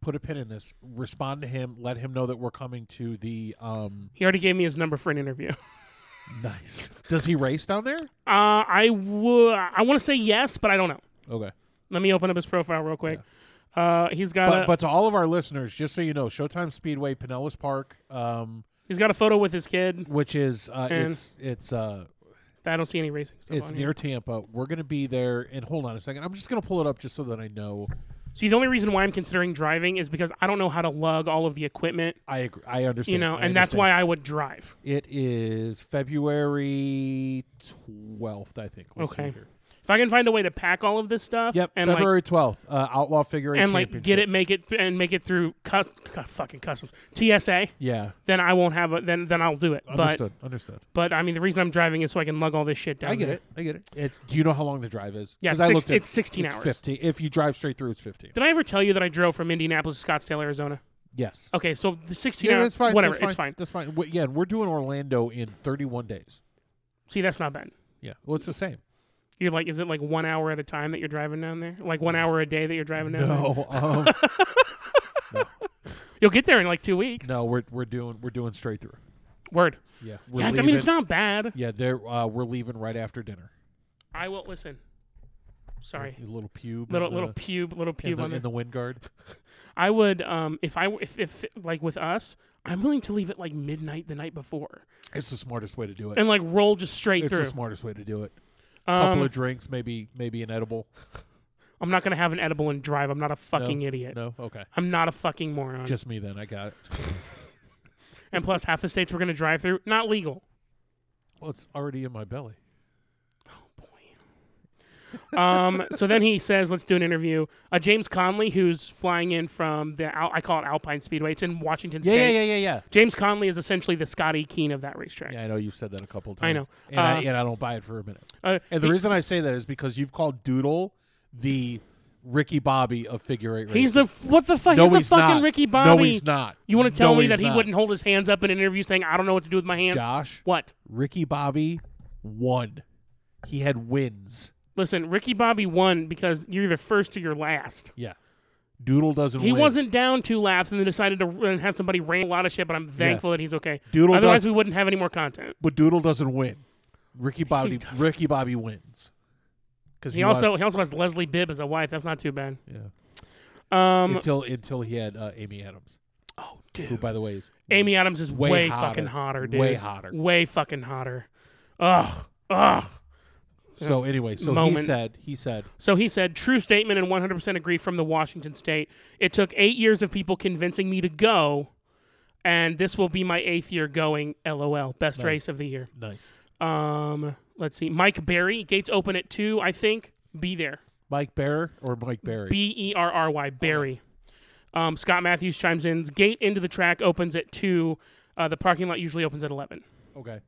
Speaker 3: put a pin in this, respond to him, let him know that we're coming to the
Speaker 2: *laughs*
Speaker 3: um
Speaker 2: He already gave me his number for an interview.
Speaker 3: nice. Does he race down there?
Speaker 2: Uh, I would. I want to say yes, but I don't know.
Speaker 3: Okay.
Speaker 2: Let me open up his profile real quick. Uh, he's got
Speaker 3: But
Speaker 2: a
Speaker 3: but to all of our listeners, just so you know, Showtime Speedway, Pinellas Park, um
Speaker 2: he's got a photo with his kid.
Speaker 3: which is uh
Speaker 2: And-
Speaker 3: it's it's uh
Speaker 2: I don't see any racing stuff
Speaker 3: it's
Speaker 2: on
Speaker 3: near
Speaker 2: here.
Speaker 3: Tampa. We're going to be there and hold on a second. I'm just going to pull it up just so that I know.
Speaker 2: See, the only reason why I'm considering driving is because I don't know how to lug all of the equipment,
Speaker 3: I agree. I understand.
Speaker 2: you know,
Speaker 3: I
Speaker 2: and that's
Speaker 3: understand.
Speaker 2: why I would drive.
Speaker 3: It is February 12th, I think. Let's see
Speaker 2: Okay.
Speaker 3: here.
Speaker 2: If I can find a way to pack all of this stuff,
Speaker 3: Yep,
Speaker 2: and like,
Speaker 3: February 12th, uh, Outlaw Figure Eight
Speaker 2: and like
Speaker 3: Championship.
Speaker 2: get it, make it, th- and make it through cus- cu- fucking customs TSA,
Speaker 3: Yeah,
Speaker 2: then I won't have a then then I'll do it.
Speaker 3: understood. understood.
Speaker 2: But but I mean, the reason I'm driving is so I can lug all this shit down.
Speaker 3: I get
Speaker 2: there.
Speaker 3: it. I get it. It's, do you know how long the drive is?
Speaker 2: Yeah,
Speaker 3: 'Cause I
Speaker 2: six-
Speaker 3: looked at-
Speaker 2: it's 16 hours.
Speaker 3: 15. If you drive straight through, it's 15.
Speaker 2: Did I ever tell you that I drove from Indianapolis to Scottsdale, Arizona?
Speaker 3: Yes.
Speaker 2: Okay, so the 16
Speaker 3: Yeah,
Speaker 2: hours,
Speaker 3: that's fine.
Speaker 2: whatever,
Speaker 3: that's fine.
Speaker 2: it's fine.
Speaker 3: That's fine. Wh- yeah, and we're doing Orlando in 31 days.
Speaker 2: See, that's not bad.
Speaker 3: Yeah, well, it's the same.
Speaker 2: You're like, is it like one hour at a time that you're driving down there? Like one hour a day that you're driving down there? *laughs*
Speaker 3: No, *laughs* um,
Speaker 2: You'll get there in like two weeks.
Speaker 3: no, we're we're doing we're doing straight through.
Speaker 2: Word.
Speaker 3: Yeah, we're
Speaker 2: Yeah, I mean,
Speaker 3: leaving-
Speaker 2: it's not bad.
Speaker 3: Yeah, there uh, we're leaving right after dinner.
Speaker 2: I will listen. Sorry.
Speaker 3: A little pube.
Speaker 2: Little
Speaker 3: in
Speaker 2: little
Speaker 3: the,
Speaker 2: pube,
Speaker 3: uh,
Speaker 2: little
Speaker 3: in
Speaker 2: pube
Speaker 3: the,
Speaker 2: on there.
Speaker 3: in the wind guard.
Speaker 2: I would, um, if I, if, if, like with us, I'm willing to leave at like midnight the night before
Speaker 3: It's the smartest way to do it.
Speaker 2: and like roll just straight
Speaker 3: It's
Speaker 2: through.
Speaker 3: the smartest way to do it.
Speaker 2: Um,
Speaker 3: couple of drinks, maybe maybe an edible.
Speaker 2: I'm not gonna have an edible and drive. I'm not a fucking idiot.
Speaker 3: No, okay.
Speaker 2: I'm not a fucking moron.
Speaker 3: Just me then. I got it.
Speaker 2: and plus, half the states we're gonna drive through not legal.
Speaker 3: Well, it's already in my belly.
Speaker 2: um, so then he says, let's do an interview. Uh, James Conley, who's flying in from the, Al- I call it Alpine Speedway. It's in Washington
Speaker 3: Yeah,
Speaker 2: State.
Speaker 3: yeah, yeah, yeah, yeah.
Speaker 2: James Conley is essentially the Scotty Keene of that racetrack.
Speaker 3: Yeah, I know you've said that a couple times.
Speaker 2: I know.
Speaker 3: and, I,
Speaker 2: Uh,
Speaker 3: and I don't buy it for a minute.
Speaker 2: Uh,
Speaker 3: And the
Speaker 2: he-
Speaker 3: reason I say that is because you've called Doodle the Ricky Bobby of figure eight. racing.
Speaker 2: he's the, f- what the fuck?
Speaker 3: no,
Speaker 2: he's the
Speaker 3: he's
Speaker 2: fucking
Speaker 3: not.
Speaker 2: Ricky Bobby.
Speaker 3: No, he's not.
Speaker 2: You want to tell
Speaker 3: No,
Speaker 2: me that
Speaker 3: he's
Speaker 2: he
Speaker 3: not.
Speaker 2: wouldn't hold his hands up in an interview saying, I don't know what to do with my hands?
Speaker 3: Josh,
Speaker 2: What?
Speaker 3: Ricky Bobby won. He had wins.
Speaker 2: Listen, Ricky Bobby won because you're either first or you're last.
Speaker 3: Yeah. Doodle doesn't
Speaker 2: He
Speaker 3: win.
Speaker 2: wasn't down two laps and then decided to r- and have somebody rain a lot of shit, but I'm thankful that he's okay.
Speaker 3: Doodle
Speaker 2: Otherwise,
Speaker 3: does-
Speaker 2: we wouldn't have any more content.
Speaker 3: but Doodle doesn't win. Ricky Bobby
Speaker 2: doesn't.
Speaker 3: Ricky Bobby wins. Cuz
Speaker 2: He also he also has Leslie Bibb as a wife. That's not too bad.
Speaker 3: yeah.
Speaker 2: Um,
Speaker 3: until until he had uh, Amy Adams,
Speaker 2: oh,
Speaker 3: who
Speaker 2: dude.
Speaker 3: by the way is
Speaker 2: Amy Adams is way,
Speaker 3: Way hotter.
Speaker 2: fucking hotter, dude.
Speaker 3: Way hotter.
Speaker 2: Way fucking hotter. Ugh. Ugh.
Speaker 3: So anyway, so he
Speaker 2: Moment.
Speaker 3: said he said
Speaker 2: So he said, true statement and 100% agree from the Washington State. It took eight years of people convincing me to go, and this will be my eighth year going. LOL. Best race of the year.
Speaker 3: nice.
Speaker 2: Um, let's see. Mike Berry. Gates open at two, I think. Be there.
Speaker 3: Mike Bear or Mike Barry.
Speaker 2: B E R R Y, Barry. Um, Scott Matthews chimes in. Gate into the track opens at 2. Uh, the parking lot usually opens at 11.
Speaker 3: okay.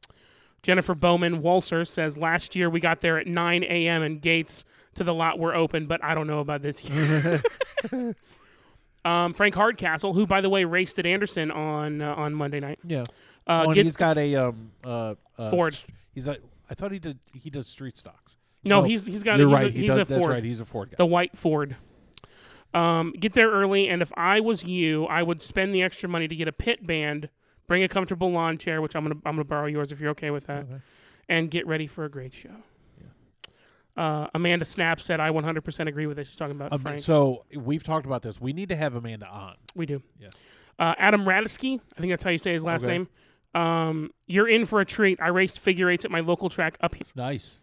Speaker 2: Jennifer Bowman Walser says, Last year we got there at 9 a.m. and gates to the lot were open, but I don't know about this year. um, Frank Hardcastle, who, by the way, raced at Anderson on uh, on Monday night,
Speaker 3: Yeah.
Speaker 2: uh,
Speaker 3: oh, and
Speaker 2: gets
Speaker 3: he's got a um uh, uh
Speaker 2: Ford.
Speaker 3: He's a, I thought he did he does street stocks.
Speaker 2: No,
Speaker 3: Oh,
Speaker 2: he's- he's got-
Speaker 3: You're
Speaker 2: he's a-
Speaker 3: right. he
Speaker 2: he's
Speaker 3: does,
Speaker 2: a
Speaker 3: that's
Speaker 2: Ford.
Speaker 3: right. He's a Ford guy.
Speaker 2: the white Ford. Um, get there early, and if I was you, I would spend the extra money to get a pit band, bring a comfortable lawn chair, which I'm gonna I'm gonna borrow yours if you're okay with that,
Speaker 3: Okay.
Speaker 2: and get ready for a great show. Uh, Amanda Snap said, "I 100% agree with this." She's talking about
Speaker 3: Um,
Speaker 2: Frank.
Speaker 3: so we've talked about this. We need to have Amanda on.
Speaker 2: We do.
Speaker 3: Yeah.
Speaker 2: Uh, Adam Radisky, I think that's how you say his last
Speaker 3: Okay.
Speaker 2: name. Um, you're in for a treat. I raced figure eights at my local track up. here.
Speaker 3: Nice.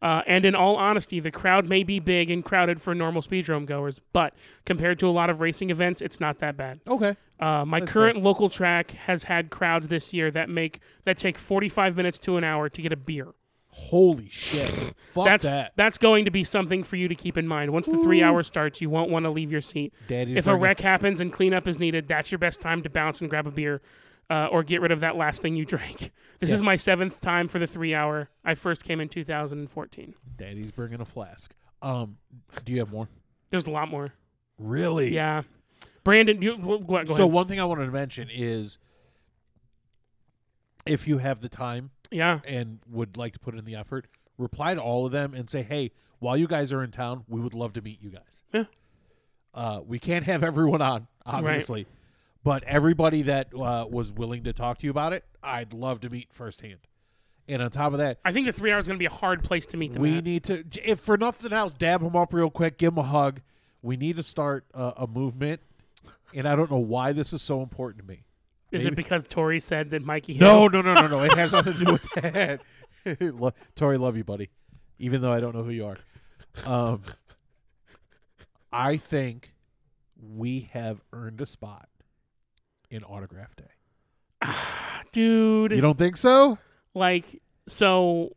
Speaker 2: Uh, and in all honesty, the crowd may be big and crowded for normal speedrome goers, but compared to a lot of racing events, it's not that bad.
Speaker 3: Okay.
Speaker 2: Uh, my current local track has had crowds this year that make that take 45 minutes to an hour to get a beer.
Speaker 3: Holy shit. Fuck
Speaker 2: That's
Speaker 3: that.
Speaker 2: that's going to be something for you to keep in mind. Once the three hour starts, you won't want to leave your seat.
Speaker 3: Daddy's
Speaker 2: if a
Speaker 3: bringing-
Speaker 2: wreck happens and cleanup is needed, that's your best time to bounce and grab a beer, uh, or get rid of that last thing you *laughs* drank. This is my seventh time for the three hour. I first came in 2014.
Speaker 3: Daddy's bringing a flask. Um, do you have more?
Speaker 2: There's a lot more.
Speaker 3: Really?
Speaker 2: Yeah, Brandon, you, go, go ahead.
Speaker 3: so one thing I wanted to mention is if you have the time
Speaker 2: Yeah.
Speaker 3: and would like to put in the effort, reply to all of them and say, "Hey, while you guys are in town, we would love to meet you guys."
Speaker 2: Yeah.
Speaker 3: Uh, we can't have everyone on, obviously, but everybody that uh, was willing to talk to you about it, I'd love to meet firsthand. And on top of that,
Speaker 2: I think the three hours is going to be a hard place to meet them.
Speaker 3: we
Speaker 2: at.
Speaker 3: need to, j- if for nothing else, dab him up real quick, give him a hug. We need to start uh, a movement, and I don't know why this is so important to me.
Speaker 2: is
Speaker 3: maybe-
Speaker 2: it because Tori said that Mikey?
Speaker 3: No, no,
Speaker 2: Hill-
Speaker 3: no, no, no. It has nothing to do with that. *laughs* Lo- Tori, love you, buddy. Even though I don't know who you are, um, I think we have earned a spot in Autograph Day.
Speaker 2: dude.
Speaker 3: You don't think so?
Speaker 2: like so,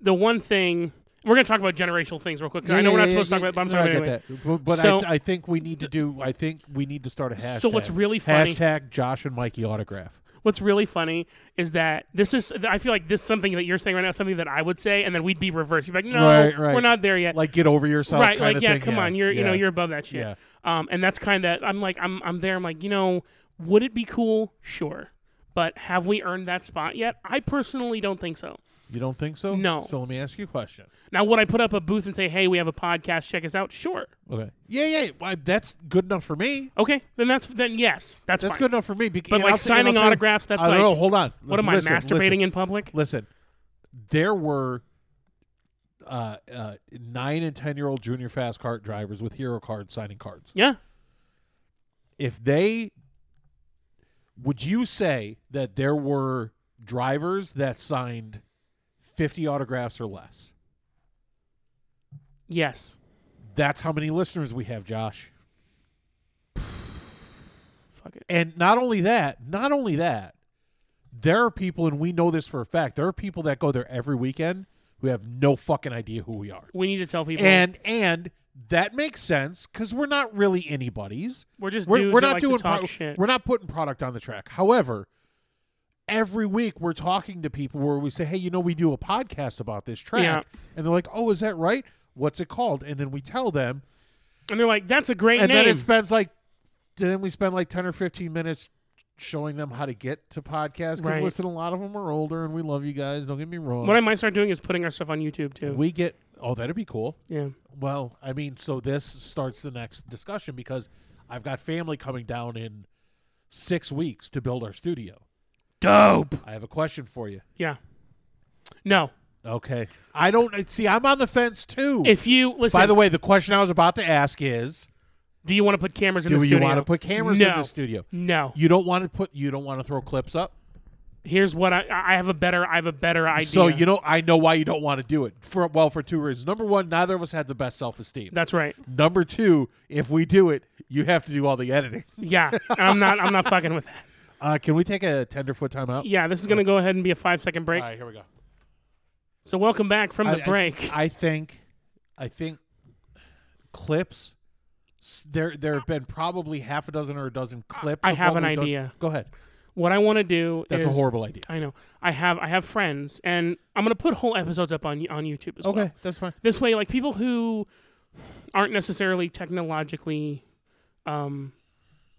Speaker 2: the one thing we're going to talk about generational things real quick. 'cause I know we're not supposed to talk about, it, but I'm
Speaker 3: No,
Speaker 2: talking
Speaker 3: I
Speaker 2: about it anyway.
Speaker 3: get that. But, but
Speaker 2: So-
Speaker 3: I, I think we need to do. I think we need to start a hashtag.
Speaker 2: So what's really funny?
Speaker 3: hashtag Josh and Mikey autograph?
Speaker 2: What's really funny is that this is. I feel like this is something that you're saying right now, is something that I would say, and then we'd be reversed. You'd be like, no,
Speaker 3: Right, right.
Speaker 2: we're not there yet.
Speaker 3: Like get over yourself,
Speaker 2: right?
Speaker 3: kinda
Speaker 2: Like, yeah,
Speaker 3: thing.
Speaker 2: come on, you're you know
Speaker 3: yeah.
Speaker 2: you're above that shit.
Speaker 3: Yeah.
Speaker 2: Um, and that's kind of I'm like I'm I'm there. I'm like you know, would it be cool? Sure, but have we earned that spot yet? I personally don't think so.
Speaker 3: You don't think so?
Speaker 2: No.
Speaker 3: So let me ask you a question.
Speaker 2: Now, would I put up a booth and say, hey, we have a podcast, check us out? Sure.
Speaker 3: Okay. Yeah, yeah. Why that's good enough for me.
Speaker 2: Okay, then that's then yes, that's,
Speaker 3: That's
Speaker 2: fine.
Speaker 3: good enough for me. Because,
Speaker 2: But
Speaker 3: and
Speaker 2: like
Speaker 3: I'll say- and
Speaker 2: signing
Speaker 3: I'll tell you-
Speaker 2: autographs, that's
Speaker 3: I don't
Speaker 2: like
Speaker 3: know. Hold on.
Speaker 2: what am I
Speaker 3: Listen,
Speaker 2: masturbating in public?
Speaker 3: Listen, listen. there were uh, uh, nine and ten year old junior fast cart drivers with hero cards signing cards.
Speaker 2: Yeah,
Speaker 3: If they would you say that there were drivers that signed fifty autographs or less?
Speaker 2: yes,
Speaker 3: That's how many listeners we have, Josh.
Speaker 2: fuck it.
Speaker 3: And not only that, not only that, there are people, and we know this for a fact, there are people that go there every weekend who have no fucking idea who we are.
Speaker 2: We need to tell people
Speaker 3: And and that makes sense because we're not really anybody's.
Speaker 2: we're just
Speaker 3: We're,
Speaker 2: dudes
Speaker 3: we're
Speaker 2: that
Speaker 3: not
Speaker 2: like
Speaker 3: doing
Speaker 2: to talk
Speaker 3: pro-
Speaker 2: shit.
Speaker 3: we're not putting product on the track. However, every week we're talking to people where we say, "Hey, you know, we do a podcast about this track,"
Speaker 2: Yeah.
Speaker 3: and they're like, "Oh, is that right? What's it called?" And then we tell them,
Speaker 2: And they're like, that's a great
Speaker 3: and
Speaker 2: name.
Speaker 3: then it spends like then we spend like 10 or 15 minutes showing them how to get to podcasts because
Speaker 2: Right.
Speaker 3: listen a lot of them are older and we love you guys don't get me wrong
Speaker 2: what I might start doing is putting our stuff on YouTube too.
Speaker 3: we get oh that'd be cool
Speaker 2: yeah,
Speaker 3: well i mean so this starts the next discussion because i've got family coming down in six weeks to build our studio
Speaker 2: dope.
Speaker 3: i have a question for you
Speaker 2: Yeah. No,
Speaker 3: okay i don't see i'm on the fence too
Speaker 2: if you listen,
Speaker 3: by the way the question i was about to ask is
Speaker 2: do you want to put cameras in
Speaker 3: do
Speaker 2: the
Speaker 3: you
Speaker 2: studio?
Speaker 3: want to put cameras
Speaker 2: no.
Speaker 3: in the studio
Speaker 2: No.
Speaker 3: you don't want to put you don't want to throw clips up
Speaker 2: Here's what I I have a better I have a better idea.
Speaker 3: So you know, I know why you don't want to do it. For well, for two reasons. Number one, neither of us had the best self esteem.
Speaker 2: that's right.
Speaker 3: Number two, if we do it, you have to do all the editing.
Speaker 2: Yeah, I'm not I'm not fucking with that.
Speaker 3: Uh, can we take a tenderfoot timeout?
Speaker 2: Yeah, this is gonna go ahead and be a five second break.
Speaker 3: All right, here we go.
Speaker 2: So welcome back from the
Speaker 3: I- I-
Speaker 2: break.
Speaker 3: I, think, I think, clips. s- There, there have been probably half a dozen or a dozen clips.
Speaker 2: I
Speaker 3: of
Speaker 2: have
Speaker 3: what
Speaker 2: an
Speaker 3: we've done.
Speaker 2: idea.
Speaker 3: Go ahead.
Speaker 2: what I want to do
Speaker 3: That's
Speaker 2: is
Speaker 3: a horrible idea.
Speaker 2: I know I have I have friends and I'm gonna put whole episodes up on on YouTube as well.
Speaker 3: Okay, that's fine.
Speaker 2: This way, like people who aren't necessarily technologically um,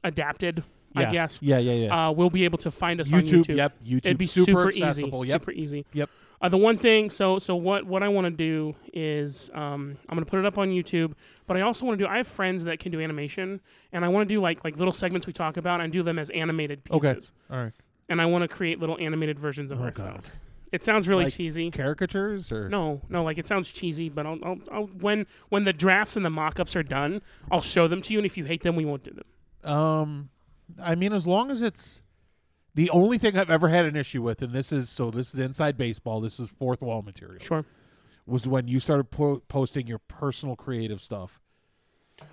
Speaker 2: adapted,
Speaker 3: Yeah.
Speaker 2: I guess,
Speaker 3: Yeah, yeah, yeah.
Speaker 2: uh, will be able to find us on
Speaker 3: YouTube,
Speaker 2: YouTube.
Speaker 3: Yep. YouTube.
Speaker 2: It'd be
Speaker 3: super,
Speaker 2: super,
Speaker 3: accessible.
Speaker 2: easy.
Speaker 3: Yep.
Speaker 2: Super easy.
Speaker 3: Yep.
Speaker 2: Uh, the one thing, so so what what I want to do is um, I'm gonna put it up on YouTube, but I also want to do. I have friends that can do animation, and I want to do like like little segments we talk about and do them as animated pieces.
Speaker 3: Okay. All right.
Speaker 2: And I want to create little animated versions of
Speaker 3: Oh,
Speaker 2: ourselves. It sounds really
Speaker 3: Like
Speaker 2: cheesy.
Speaker 3: Caricatures or
Speaker 2: No, no, like it sounds cheesy, but I'll, I'll, I'll when when the drafts and the mock-ups are done, I'll show them to you, and if you hate them, we won't do them.
Speaker 3: Um, I mean, as long as it's the only thing I've ever had an issue with, and this is so this is inside baseball. This is fourth wall material.
Speaker 2: Sure.
Speaker 3: Was when you started po- posting your personal creative stuff.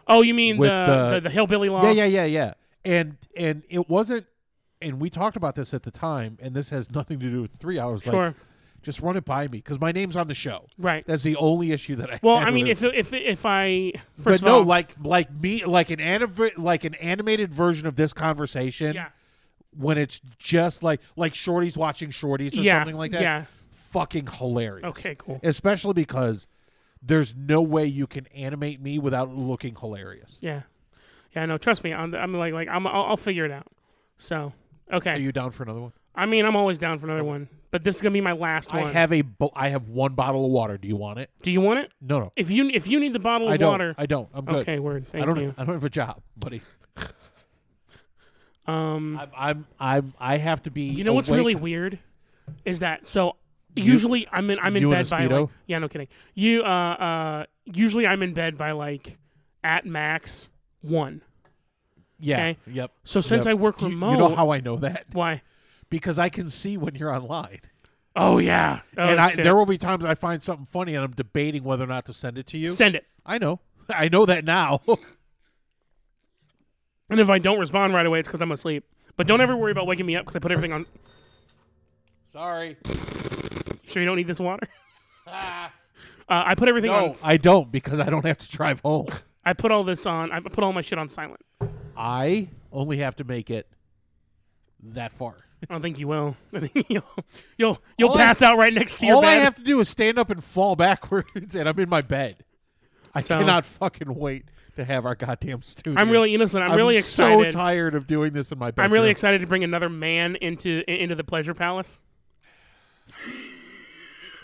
Speaker 2: Oh, you mean the,
Speaker 3: With
Speaker 2: the,
Speaker 3: the-
Speaker 2: the hillbilly law?
Speaker 3: Yeah, yeah, yeah, yeah. And and it wasn't. And we talked about this at the time, and this has nothing to do with three hours.
Speaker 2: Sure.
Speaker 3: Like, just run it by me because my name's on the show.
Speaker 2: right.
Speaker 3: That's the only issue that I.
Speaker 2: Well,
Speaker 3: had
Speaker 2: I mean,
Speaker 3: with it.
Speaker 2: if if if I
Speaker 3: but
Speaker 2: first of
Speaker 3: no,
Speaker 2: all,
Speaker 3: like like me, like an anim- like an animated version of this conversation.
Speaker 2: yeah,
Speaker 3: when it's just like like shorties watching shorties or
Speaker 2: yeah,
Speaker 3: something like that.
Speaker 2: Yeah.
Speaker 3: Fucking hilarious.
Speaker 2: Okay. Cool.
Speaker 3: Especially because there's no way you can animate me without looking hilarious.
Speaker 2: Yeah. Yeah. No, trust me. I'm, I'm like like I'm I'll, I'll figure it out. So
Speaker 3: Are
Speaker 2: okay.
Speaker 3: you down for another one?
Speaker 2: I mean, I'm always down for another one, but this is gonna be my last
Speaker 3: I
Speaker 2: one.
Speaker 3: have a bo- I have one bottle of water. Do you want it?
Speaker 2: Do you want it?
Speaker 3: No, no.
Speaker 2: If you if you need the bottle
Speaker 3: I
Speaker 2: of
Speaker 3: don't.
Speaker 2: water,
Speaker 3: I don't. I'm good.
Speaker 2: okay, word. Thank
Speaker 3: I don't.
Speaker 2: you.
Speaker 3: I don't have a job, buddy.
Speaker 2: Um,
Speaker 3: I'm. I'm. I'm I have to be.
Speaker 2: You know what's
Speaker 3: awake.
Speaker 2: really weird is that so usually I'm in I'm in
Speaker 3: you in a
Speaker 2: bed by like
Speaker 3: Speedo?
Speaker 2: yeah no kidding you uh uh usually I'm in bed by like at max one
Speaker 3: Yeah.
Speaker 2: okay.
Speaker 3: Yep.
Speaker 2: so since
Speaker 3: Yep.
Speaker 2: I work
Speaker 3: You-
Speaker 2: remote
Speaker 3: you know how I know that
Speaker 2: why
Speaker 3: because I can see when you're online.
Speaker 2: oh yeah oh,
Speaker 3: and I,
Speaker 2: shit.
Speaker 3: there will be times I find something funny and I'm debating whether or not to send it to you.
Speaker 2: send it
Speaker 3: I know. *laughs* I know that now. *laughs*
Speaker 2: and if I don't respond right away it's because I'm asleep but don't ever worry about waking me up because I
Speaker 3: *laughs*
Speaker 2: put everything on
Speaker 3: Sorry.
Speaker 2: sure you don't need this water *laughs* uh, I put everything on
Speaker 3: No,
Speaker 2: s-
Speaker 3: I don't because I don't have to drive home.
Speaker 2: I put all this on I put all my shit on silent
Speaker 3: I only have to make it that far.
Speaker 2: I don't think you will I think *laughs* you'll you'll you'll
Speaker 3: All I-
Speaker 2: pass out right next to your
Speaker 3: All I
Speaker 2: bed.
Speaker 3: have to do is stand up and fall backwards, *laughs* and I'm in my bed. I
Speaker 2: So-
Speaker 3: cannot fucking wait to have our goddamn studio.
Speaker 2: I'm really innocent. I'm,
Speaker 3: I'm
Speaker 2: really
Speaker 3: so
Speaker 2: excited.
Speaker 3: tired of doing this in my bedroom.
Speaker 2: I'm really excited to bring another man into i- into the pleasure palace.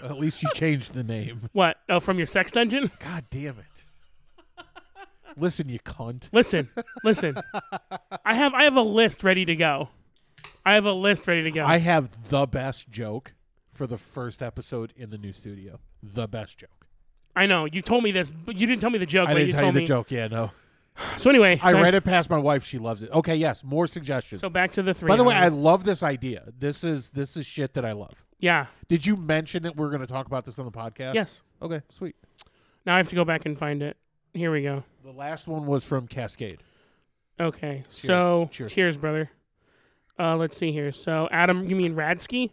Speaker 3: At least you changed the name. *laughs*
Speaker 2: What? Oh, from your sex dungeon? *laughs*
Speaker 3: God damn it! Listen, you cunt.
Speaker 2: Listen, listen. I have I have a list ready to go. I have a list ready to go.
Speaker 3: I have the best joke for the first episode in the new studio. The best joke.
Speaker 2: I know you told me this, but you didn't tell me the joke.
Speaker 3: I
Speaker 2: Oh, but
Speaker 3: didn't
Speaker 2: you
Speaker 3: tell you
Speaker 2: told
Speaker 3: the
Speaker 2: me.
Speaker 3: joke. Yeah, no.
Speaker 2: So anyway,
Speaker 3: I read it past my wife. She loves it. Okay, yes. More suggestions.
Speaker 2: So back to the three.
Speaker 3: By the way, I
Speaker 2: hours.
Speaker 3: love this idea. This is this is shit that I love.
Speaker 2: yeah,
Speaker 3: Did you mention that we're going to talk about this on the podcast?
Speaker 2: yes.
Speaker 3: Okay, sweet.
Speaker 2: Now I have to go back and find it. Here we go.
Speaker 3: The last one was from Cascade.
Speaker 2: Okay, so
Speaker 3: Cheers.
Speaker 2: brother. Uh, let's see here. So Adam, you mean Radsky?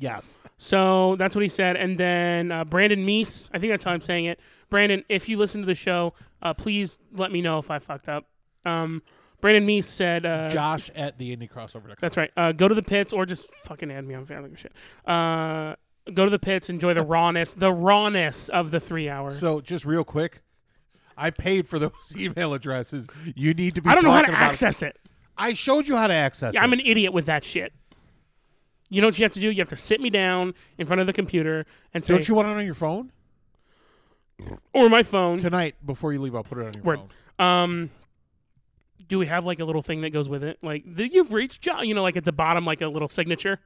Speaker 3: Yes.
Speaker 2: So that's what he said. And then uh, Brandon Meese, I think that's how I'm saying it. Brandon, if you listen to the show, uh, please let me know if I fucked up. Um, Brandon Meese said, uh,
Speaker 3: Josh at the Indie Crossover.
Speaker 2: "That's right. Uh, go to the pits, or just fucking add me on Facebook shit. Uh, go to the pits. Enjoy the rawness, the rawness of the three hour.
Speaker 3: So just real quick, I paid for those *laughs* email addresses. You need to be.
Speaker 2: I don't know how to
Speaker 3: talking about-
Speaker 2: access it.
Speaker 3: I showed you how to access.
Speaker 2: Yeah, I'm
Speaker 3: it.
Speaker 2: an idiot with that shit. You know what you have to do? You have to sit me down in front of the computer and say,
Speaker 3: Don't you want it on your phone
Speaker 2: or my phone.
Speaker 3: tonight before you leave? I'll put it on your
Speaker 2: Word.
Speaker 3: phone.
Speaker 2: Um, do we have like a little thing that goes with it? Like the, you've reached, John, you know, like at the bottom, like a little signature.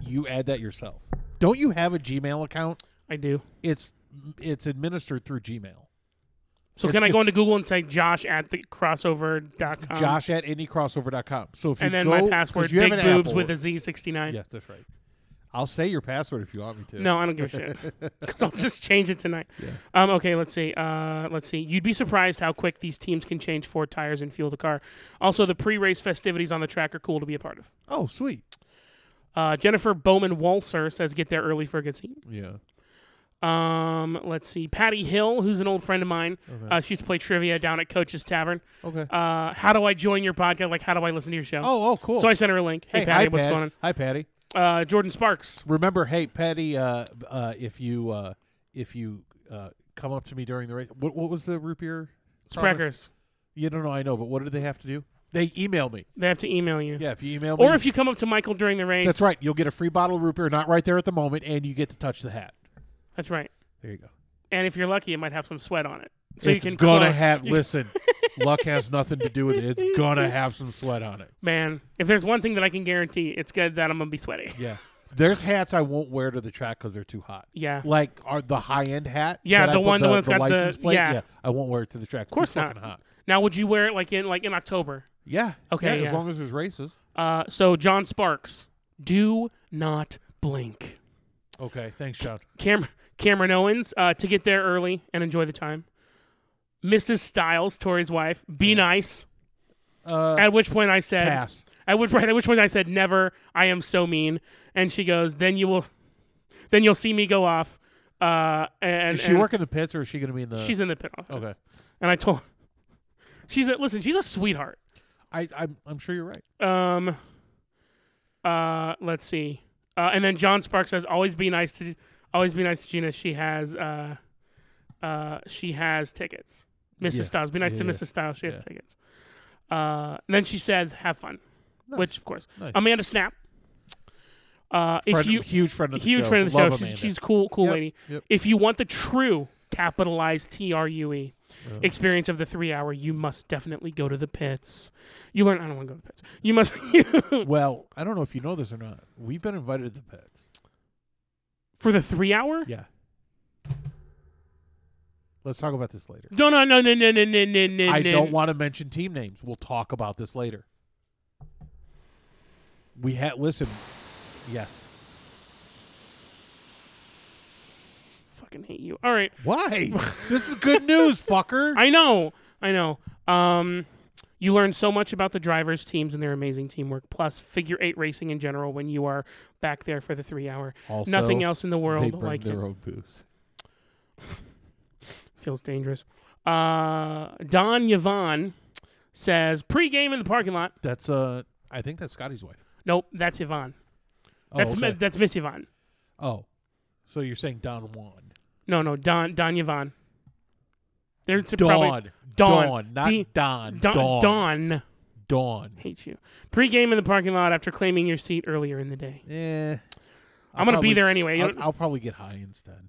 Speaker 3: You add that yourself. Don't you have a Gmail account?
Speaker 2: I do.
Speaker 3: It's it's administered through Gmail.
Speaker 2: So
Speaker 3: It's
Speaker 2: can I
Speaker 3: good.
Speaker 2: go into Google and say Josh at the crossover.com?
Speaker 3: Josh at IndieCrossover.com. So if
Speaker 2: Um, And
Speaker 3: you
Speaker 2: then
Speaker 3: go,
Speaker 2: my
Speaker 3: 'cause
Speaker 2: password,
Speaker 3: you have
Speaker 2: big
Speaker 3: an
Speaker 2: boobs
Speaker 3: Apple,
Speaker 2: with a *laughs* Z69.
Speaker 3: Yes, that's right. I'll say your password if you want me to.
Speaker 2: No, I don't give a shit.
Speaker 3: *laughs*
Speaker 2: *laughs* 'Cause I'll just change it tonight. Um, okay, let's see. Uh, let's see. You'd be surprised how quick these teams can change four tires and fuel the car. Also, the pre-race festivities on the track are cool to be a part of.
Speaker 3: Oh, sweet.
Speaker 2: Uh, Jennifer Bowman Walser says, "Get there early for a good seat."
Speaker 3: Yeah.
Speaker 2: Um, let's see. Patty Hill, who's an old friend of mine,
Speaker 3: Oh,
Speaker 2: uh, she used to play trivia down at Coach's Tavern.
Speaker 3: Okay.
Speaker 2: Uh, how do I join your podcast? Like, how do I listen to your show?
Speaker 3: *laughs* oh, oh, cool.
Speaker 2: So I sent her a link. Hey, Patty,
Speaker 3: hi,
Speaker 2: what's
Speaker 3: Pat-
Speaker 2: going
Speaker 3: Hi, Patty.
Speaker 2: on? Uh, Jordan Sparks.
Speaker 3: Remember, hey, Patty, uh, uh, if you uh, if you uh, come up to me during the race, what, what was the root beer? promise?
Speaker 2: Sprackers.
Speaker 3: You don't know, I know, but what do they have to do? They email me.
Speaker 2: They have to email you.
Speaker 3: Yeah, if you email me,
Speaker 2: Or if you come up to Michael during the race.
Speaker 3: that's right, you'll get a free bottle of root beer, not right there at the moment, and you get to touch the hat.
Speaker 2: That's right.
Speaker 3: There you go.
Speaker 2: And if you're lucky, it might have some sweat on it. So
Speaker 3: it's
Speaker 2: you can
Speaker 3: gonna
Speaker 2: close- *laughs*
Speaker 3: have. Listen, luck has nothing to do with it. It's gonna have some sweat on it.
Speaker 2: Man, if there's one thing that I can guarantee, it's good that I'm going to be sweaty. *laughs*
Speaker 3: Yeah. There's hats I won't wear to the track because they're too hot.
Speaker 2: Yeah.
Speaker 3: Like are the high end hat?
Speaker 2: Yeah,
Speaker 3: that I
Speaker 2: the
Speaker 3: put
Speaker 2: one- the one that's
Speaker 3: the
Speaker 2: got the-
Speaker 3: license plate.
Speaker 2: yeah.
Speaker 3: I won't wear it to the track. Of
Speaker 2: course not.
Speaker 3: fucking hot.
Speaker 2: Now, would you wear it like in like in October?
Speaker 3: Yeah.
Speaker 2: Okay,
Speaker 3: Yeah,
Speaker 2: yeah.
Speaker 3: As long as there's races.
Speaker 2: Uh, so John Sparks, do not blink.
Speaker 3: Okay. Thanks, Sean.
Speaker 2: Cam- Cameron Owens uh, to get there early and enjoy the time. Mrs. Styles, Tori's wife, be nice.
Speaker 3: Uh,
Speaker 2: At which point I said,
Speaker 3: pass.
Speaker 2: at which right, at which point I said, never. I am so mean. And she goes, then you will, then you'll see me go off. Uh, and
Speaker 3: Is she
Speaker 2: and
Speaker 3: working the pits or is she gonna be in the?
Speaker 2: She's in the pit office.
Speaker 3: okay.
Speaker 2: And I told, she's a, listen, she's a sweetheart.
Speaker 3: I I'm, I'm sure you're right.
Speaker 2: Um, uh, let's see. Uh, and then John Sparks says, "Always be nice to, always be nice to Gina. She has, uh, uh, she has tickets. Mrs.
Speaker 3: Yeah.
Speaker 2: Styles, be nice to
Speaker 3: Yeah, yeah.
Speaker 2: Mrs. Styles. She has
Speaker 3: Yeah.
Speaker 2: tickets." Uh, and then she says, "Have fun,"
Speaker 3: Nice.
Speaker 2: which of course,
Speaker 3: Nice.
Speaker 2: Amanda Snap. Uh, if
Speaker 3: Friend-
Speaker 2: you
Speaker 3: huge friend of the
Speaker 2: huge
Speaker 3: show.
Speaker 2: friend of the
Speaker 3: Love
Speaker 2: show, she's,
Speaker 3: Amanda.
Speaker 2: she's cool, cool
Speaker 3: Yep,
Speaker 2: lady.
Speaker 3: yep.
Speaker 2: If you want the true capitalized T R U E
Speaker 3: Uh,
Speaker 2: experience of the three hour, you must definitely go to the pits. You learn. I don't want to go to the pits. You must. *laughs*
Speaker 3: well, I don't know if you know this or not. We've been invited to the pits.
Speaker 2: for the three hour?
Speaker 3: Yeah. Let's talk about this later.
Speaker 2: No, no, no, no, no, no, no, no, no.
Speaker 3: I
Speaker 2: no.
Speaker 3: don't want to mention team names. We'll talk about this later. We had listen. Yes.
Speaker 2: Fucking hate you. All right. *laughs*
Speaker 3: Why? this is good news, fucker.
Speaker 2: I know. I know. Um, you learn so much about the drivers, teams, and their amazing teamwork. Plus, figure eight racing in general when you are back there for the three hour.
Speaker 3: also,
Speaker 2: Nothing else in the
Speaker 3: They
Speaker 2: world
Speaker 3: bring
Speaker 2: like it.
Speaker 3: their own booze.
Speaker 2: feels dangerous. Uh, Don Yvonne says pregame in the parking lot.
Speaker 3: That's uh, I think that's Scotty's wife.
Speaker 2: Nope, that's Yvonne.
Speaker 3: Oh,
Speaker 2: That's
Speaker 3: okay.
Speaker 2: mi- that's Miss Yvonne.
Speaker 3: oh, so you're saying Don Juan?
Speaker 2: No, no, Don Don Yvonne. There's
Speaker 3: Dawn.
Speaker 2: probably Dawn.
Speaker 3: Dawn, not
Speaker 2: D-
Speaker 3: Don.
Speaker 2: Don,
Speaker 3: Dawn.
Speaker 2: Don
Speaker 3: Dawn.
Speaker 2: hates you. Pregame in the parking lot after claiming your seat earlier in the day.
Speaker 3: Eh.
Speaker 2: I'm gonna be there anyway. You
Speaker 3: I'll,
Speaker 2: don't-
Speaker 3: I'll probably get high instead.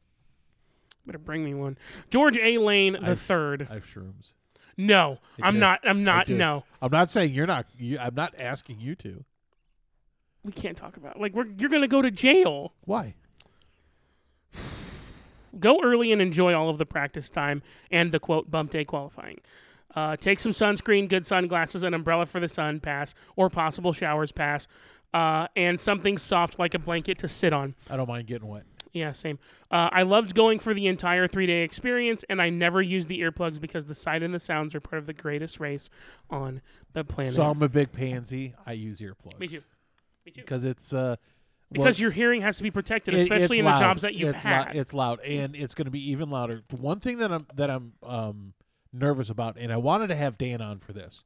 Speaker 2: Better bring me one. George A. Lane the
Speaker 3: I've-
Speaker 2: third.
Speaker 3: I have shrooms.
Speaker 2: No,
Speaker 3: I
Speaker 2: I'm
Speaker 3: do.
Speaker 2: not. I'm not.
Speaker 3: do.
Speaker 2: No,
Speaker 3: I'm not saying you're not. You, I'm not asking you to.
Speaker 2: we can't talk about. Like we're you're gonna go to jail.
Speaker 3: Why?
Speaker 2: Go early and enjoy all of the practice time and the quote bump day qualifying. Uh, take some sunscreen, good sunglasses, an umbrella for the sun pass, or possible showers pass, uh, and something soft like a blanket to sit on.
Speaker 3: I don't mind getting wet.
Speaker 2: Yeah, same. Uh, I loved going for the entire three day experience, and I never used the earplugs because the sight and the sounds are part of the greatest race on the planet.
Speaker 3: So I'm a big pansy. I use earplugs.
Speaker 2: Me too. Me too.
Speaker 3: Because it's uh, well,
Speaker 2: because your hearing has to be protected,
Speaker 3: it-
Speaker 2: especially
Speaker 3: it's
Speaker 2: in
Speaker 3: loud.
Speaker 2: the jobs that you've
Speaker 3: it's lou-
Speaker 2: had.
Speaker 3: it's loud, and it's going to be even louder. The one thing that I'm that I'm um, nervous about, and I wanted to have Dan on for this,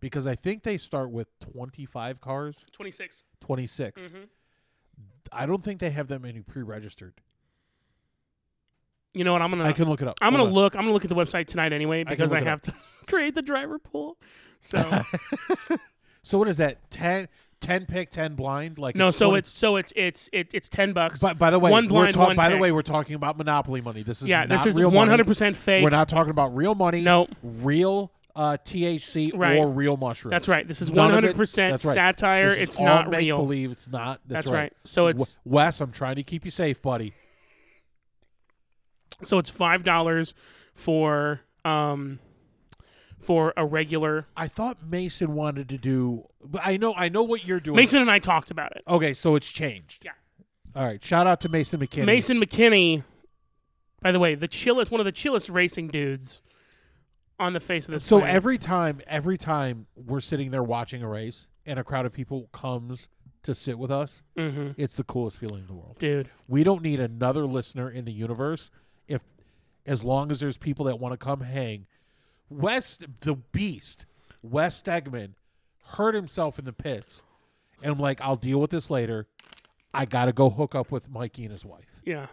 Speaker 3: because I think they start with 25 cars,
Speaker 2: 26.
Speaker 3: 26.
Speaker 2: Mhm.
Speaker 3: I don't think they have that many pre-registered.
Speaker 2: You know what? I'm gonna.
Speaker 3: I can look it up.
Speaker 2: I'm gonna
Speaker 3: Hold on.
Speaker 2: look. I'm gonna look at the website tonight anyway
Speaker 3: can
Speaker 2: because I,
Speaker 3: look it
Speaker 2: have to *laughs* create the driver pool.
Speaker 3: *laughs*
Speaker 2: So
Speaker 3: So what is that? 10, 10 pick, ten blind. Like
Speaker 2: no. So
Speaker 3: 20
Speaker 2: it's so it's it's it, it's ten bucks.
Speaker 3: By, by the way,
Speaker 2: one
Speaker 3: we're
Speaker 2: blind,
Speaker 3: talk-
Speaker 2: one
Speaker 3: by the
Speaker 2: pick.
Speaker 3: way, we're talking about monopoly money. This is
Speaker 2: yeah, this
Speaker 3: not
Speaker 2: is
Speaker 3: real money.
Speaker 2: 100 percent fake.
Speaker 3: We're not talking about real money.
Speaker 2: No.
Speaker 3: real uh, THC
Speaker 2: Right.
Speaker 3: or real mushrooms.
Speaker 2: That's right. This is
Speaker 3: None of
Speaker 2: 100
Speaker 3: it-
Speaker 2: percent
Speaker 3: that's right.
Speaker 2: satire.
Speaker 3: This is
Speaker 2: It's
Speaker 3: all
Speaker 2: not
Speaker 3: make
Speaker 2: real.
Speaker 3: Believe it's not. That's,
Speaker 2: That's right. So it's-
Speaker 3: W- Wes. I'm trying to keep you safe, buddy.
Speaker 2: So it's five dollars for um for a regular.
Speaker 3: I thought Mason wanted to do. but I know. I know what you're doing.
Speaker 2: Mason and I talked about it.
Speaker 3: Okay, so it's changed.
Speaker 2: Yeah.
Speaker 3: All right. Shout out to Mason McKinney.
Speaker 2: Mason McKinney, by the way, the chillest one of the chillest racing dudes on the face of this.
Speaker 3: So
Speaker 2: planet.
Speaker 3: every time, every time we're sitting there watching a race and a crowd of people comes to sit with us,
Speaker 2: Mhm.
Speaker 3: it's the coolest feeling in the world.
Speaker 2: dude,
Speaker 3: We don't need another listener in the universe if as long as there's people that want to come hang. West the beast, West Stegman, hurt himself in the pits. And I'm like, I'll deal with this later. I gotta go hook up with Mikey and his wife.
Speaker 2: yeah,